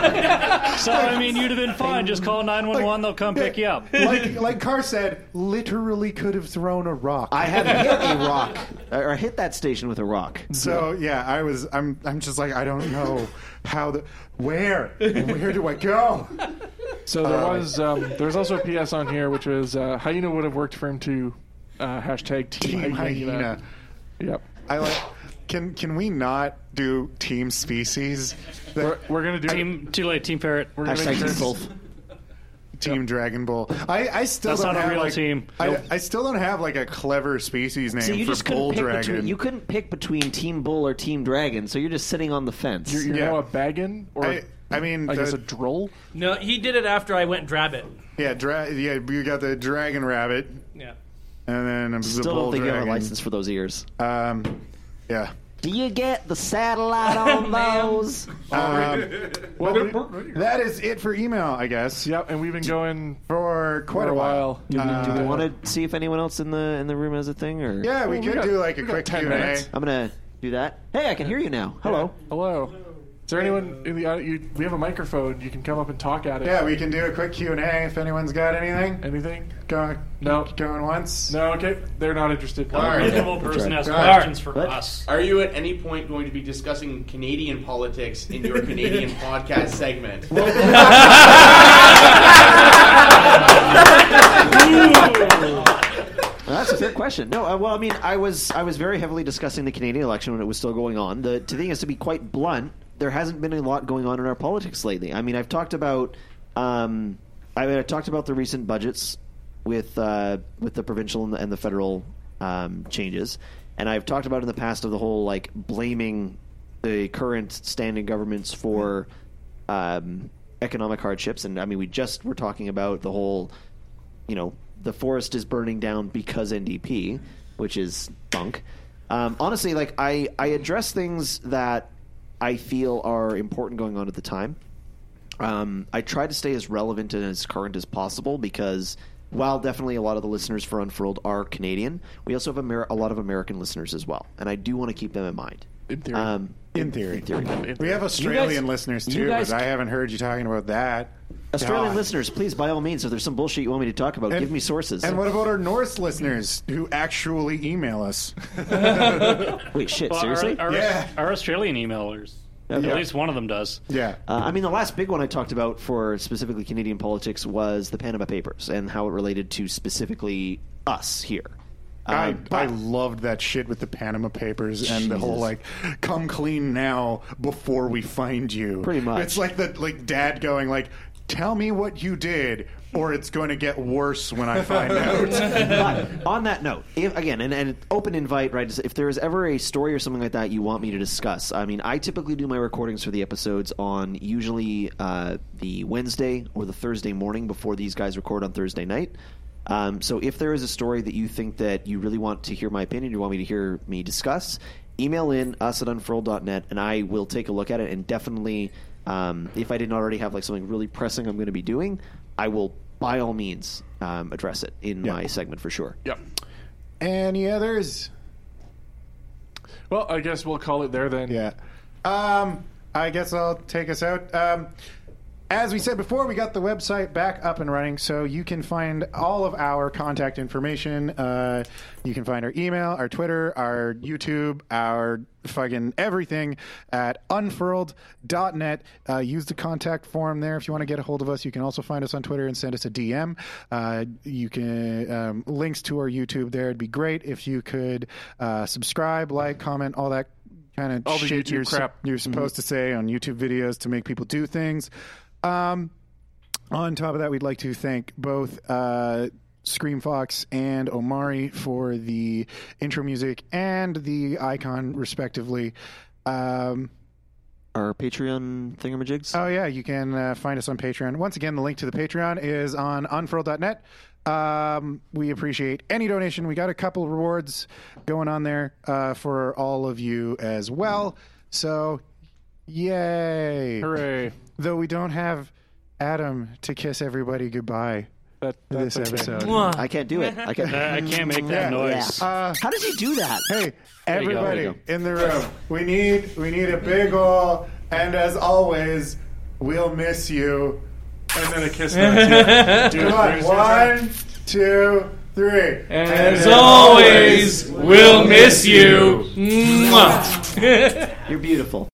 Speaker 3: so I mean, you'd have been fine. Just call nine one one. They'll come pick you up.
Speaker 1: like like Carr said, literally could have thrown a rock.
Speaker 2: I have hit a rock, or I hit that station with a rock.
Speaker 1: so yeah, I was. I'm. I'm just like I don't know how the where where do I go?
Speaker 4: So there
Speaker 1: uh,
Speaker 4: was um, there was also a PS on here, which was uh, hyena would have worked for him too. Uh, hashtag team,
Speaker 1: Team
Speaker 4: hyena.
Speaker 1: hyena.
Speaker 4: Yep.
Speaker 1: I like. Can can we not do team species? The
Speaker 4: We're, we're gonna do
Speaker 3: Team, too late. Team Parrot.
Speaker 4: We're gonna
Speaker 2: Hashtag
Speaker 4: make sure-
Speaker 2: Seafolf.
Speaker 1: team Dragon Ball. I, I still
Speaker 3: That's
Speaker 1: don't
Speaker 3: not a
Speaker 1: have
Speaker 3: real
Speaker 1: like,
Speaker 3: team.
Speaker 1: I,
Speaker 3: Nope.
Speaker 1: I still don't have like a clever species name
Speaker 2: So you
Speaker 1: for
Speaker 2: just couldn't
Speaker 1: bull
Speaker 2: pick
Speaker 1: dragon.
Speaker 2: between you couldn't pick between Team Bull or Team Dragon, so you're just sitting on the fence.
Speaker 4: You're, you're
Speaker 1: Yeah.
Speaker 4: now a baggin, or
Speaker 1: I, I mean,
Speaker 4: I
Speaker 1: the-
Speaker 4: guess a droll.
Speaker 5: No, he did it after I went drab it.
Speaker 1: yeah, dra- yeah. You got the dragon rabbit,
Speaker 5: Yeah.
Speaker 1: and then a, the
Speaker 2: Still
Speaker 1: bull
Speaker 2: don't think
Speaker 1: dragon.
Speaker 2: you have a license for those ears.
Speaker 1: Um, yeah.
Speaker 2: Do you get the satellite on those?
Speaker 1: Um,
Speaker 4: *laughs* Well, we-
Speaker 1: That is it for email, I guess.
Speaker 4: yep, and we've been going
Speaker 1: For
Speaker 4: for
Speaker 1: quite
Speaker 4: a
Speaker 1: a while.
Speaker 4: while.
Speaker 2: Do we
Speaker 1: Uh,
Speaker 2: want to see if anyone else in the in the room has a thing? Or
Speaker 1: Yeah, we
Speaker 4: Well, Oh, we
Speaker 1: could
Speaker 4: got-
Speaker 1: do like a
Speaker 4: we got
Speaker 1: quick
Speaker 4: 10
Speaker 1: Q and
Speaker 4: minutes.
Speaker 1: A.
Speaker 2: I'm gonna do that. Hey, I can hear you now. Hello.
Speaker 4: Hello. Is there anyone in the audience? You, we have a microphone. You can come up and talk at it.
Speaker 1: Yeah, we can do a quick Q and A if anyone's got anything.
Speaker 4: Anything?
Speaker 1: Going,
Speaker 4: No.
Speaker 1: going once. *laughs*
Speaker 4: No. Okay. They're not interested.
Speaker 1: All right.
Speaker 3: Reasonable person has
Speaker 1: Alright.
Speaker 3: questions for
Speaker 2: What?
Speaker 3: us.
Speaker 9: Are you at any point going to be discussing Canadian politics in
Speaker 1: *laughs*
Speaker 9: your Canadian podcast segment?
Speaker 2: Well, that's a fair question. No, uh, well, I mean, I was I was very heavily discussing the Canadian election when it was still going on. The, the thing is, to be quite blunt, there hasn't been a lot going on in our politics lately. I mean, I've talked about um, I mean, I talked about the recent budgets with uh, with the provincial and the, and the federal um, changes, and I've talked about in the past of the whole like blaming the current standing governments for um, economic hardships, and I mean, we just were talking about the whole you know, the forest is burning down because NDP, which is bunk. Um, honestly, like I, I address things that I feel are important going on at the time. Um, I try to stay as relevant and as current as possible because while definitely a lot of the listeners for Unfurled are Canadian, we also have Amer- a lot of American listeners as well, and I do want to keep them in mind.
Speaker 4: In theory.
Speaker 2: Um,
Speaker 1: In theory.
Speaker 2: in theory.
Speaker 1: We have Australian
Speaker 2: guys-
Speaker 1: listeners
Speaker 2: you
Speaker 1: too,
Speaker 2: guys-
Speaker 1: but I haven't heard you talking about that.
Speaker 2: Australian
Speaker 1: God.
Speaker 2: listeners, please, by all means, if there's some bullshit you want me to talk about,
Speaker 1: And-
Speaker 2: give me sources.
Speaker 1: And what about our Norse listeners who actually email
Speaker 4: *laughs*
Speaker 1: us?
Speaker 2: Wait, shit,
Speaker 3: Well, our-
Speaker 2: seriously?
Speaker 3: Our,
Speaker 1: Yeah.
Speaker 3: our Australian emailers.
Speaker 2: Okay.
Speaker 3: At least one of them does.
Speaker 1: yeah.
Speaker 2: Uh, I mean, the last big one I talked about for specifically Canadian politics was the Panama Papers and how it related to specifically us here.
Speaker 1: I,
Speaker 2: Um,
Speaker 1: I loved that shit with the Panama Papers and the whole
Speaker 2: Jesus.
Speaker 1: like, come clean now before we find you.
Speaker 2: Pretty much.
Speaker 1: it's like the like dad going like, tell me what you did, or it's going to get worse when I
Speaker 2: *laughs*
Speaker 1: find out.
Speaker 2: but on that note, if, again, and, and open invite, right? If there is ever a story or something like that you want me to discuss, I mean, I typically do my recordings for the episodes on usually uh, the Wednesday or the Thursday morning before these guys record on Thursday night. Um, so if there is a story that you think that you really want to hear my opinion, you want me to hear me discuss, email in us at unfurl.net and I will take a look at it and definitely. Um, if I didn't already have like something really pressing I'm going to be doing, I will by all means um, address it in
Speaker 1: Yeah.
Speaker 2: my segment for sure.
Speaker 4: Yep.
Speaker 1: Any others?
Speaker 4: Well, I guess we'll call it there then.
Speaker 1: Yeah. Um, I guess I'll take us out. Um, as we said before, we got the website back up and running, so you can find all of our contact information. Uh, you can find our email, our Twitter, our YouTube, our fucking everything at unfurled.net. Uh, use the contact form there if you want to get a hold of us. You can also find us on Twitter and send us a DM. Uh, you can um, links to our YouTube there. It'd be great if you could uh, subscribe, like, comment, all that kind of
Speaker 4: All the
Speaker 1: shit
Speaker 4: YouTube
Speaker 1: you're, sup-
Speaker 4: crap. Mm-hmm.
Speaker 1: you're supposed to say on YouTube videos to make people do things. Um, on top of that, we'd like to thank both uh, Scream Fox and Omari for the intro music and the icon, respectively. Um,
Speaker 2: Our Patreon thingamajigs.
Speaker 1: Oh yeah, you can uh, find us on Patreon. Once again, the link to the Patreon is on unfurl.net. Um, we appreciate any donation. We got a couple rewards going on there uh, for all of you as well. So, yay!
Speaker 4: Hooray.
Speaker 1: Though we don't have Adam to kiss everybody goodbye
Speaker 4: That, that's
Speaker 1: this
Speaker 4: okay.
Speaker 1: episode.
Speaker 2: I can't do it. I can't.
Speaker 3: Uh, *laughs* I
Speaker 2: *laughs*
Speaker 3: can't make
Speaker 1: Yeah.
Speaker 3: that noise.
Speaker 1: Uh,
Speaker 2: How does he do that?
Speaker 1: Hey,
Speaker 3: you go.
Speaker 1: everybody
Speaker 3: There you
Speaker 1: in the room, we need we need a big ol' and as always, we'll miss you.
Speaker 4: And then a
Speaker 3: *laughs*
Speaker 4: kiss. night, too. Dude,
Speaker 1: Come on,
Speaker 4: there's-
Speaker 1: one, two, three.
Speaker 5: As always, we'll miss you. Mwah.
Speaker 2: You're beautiful.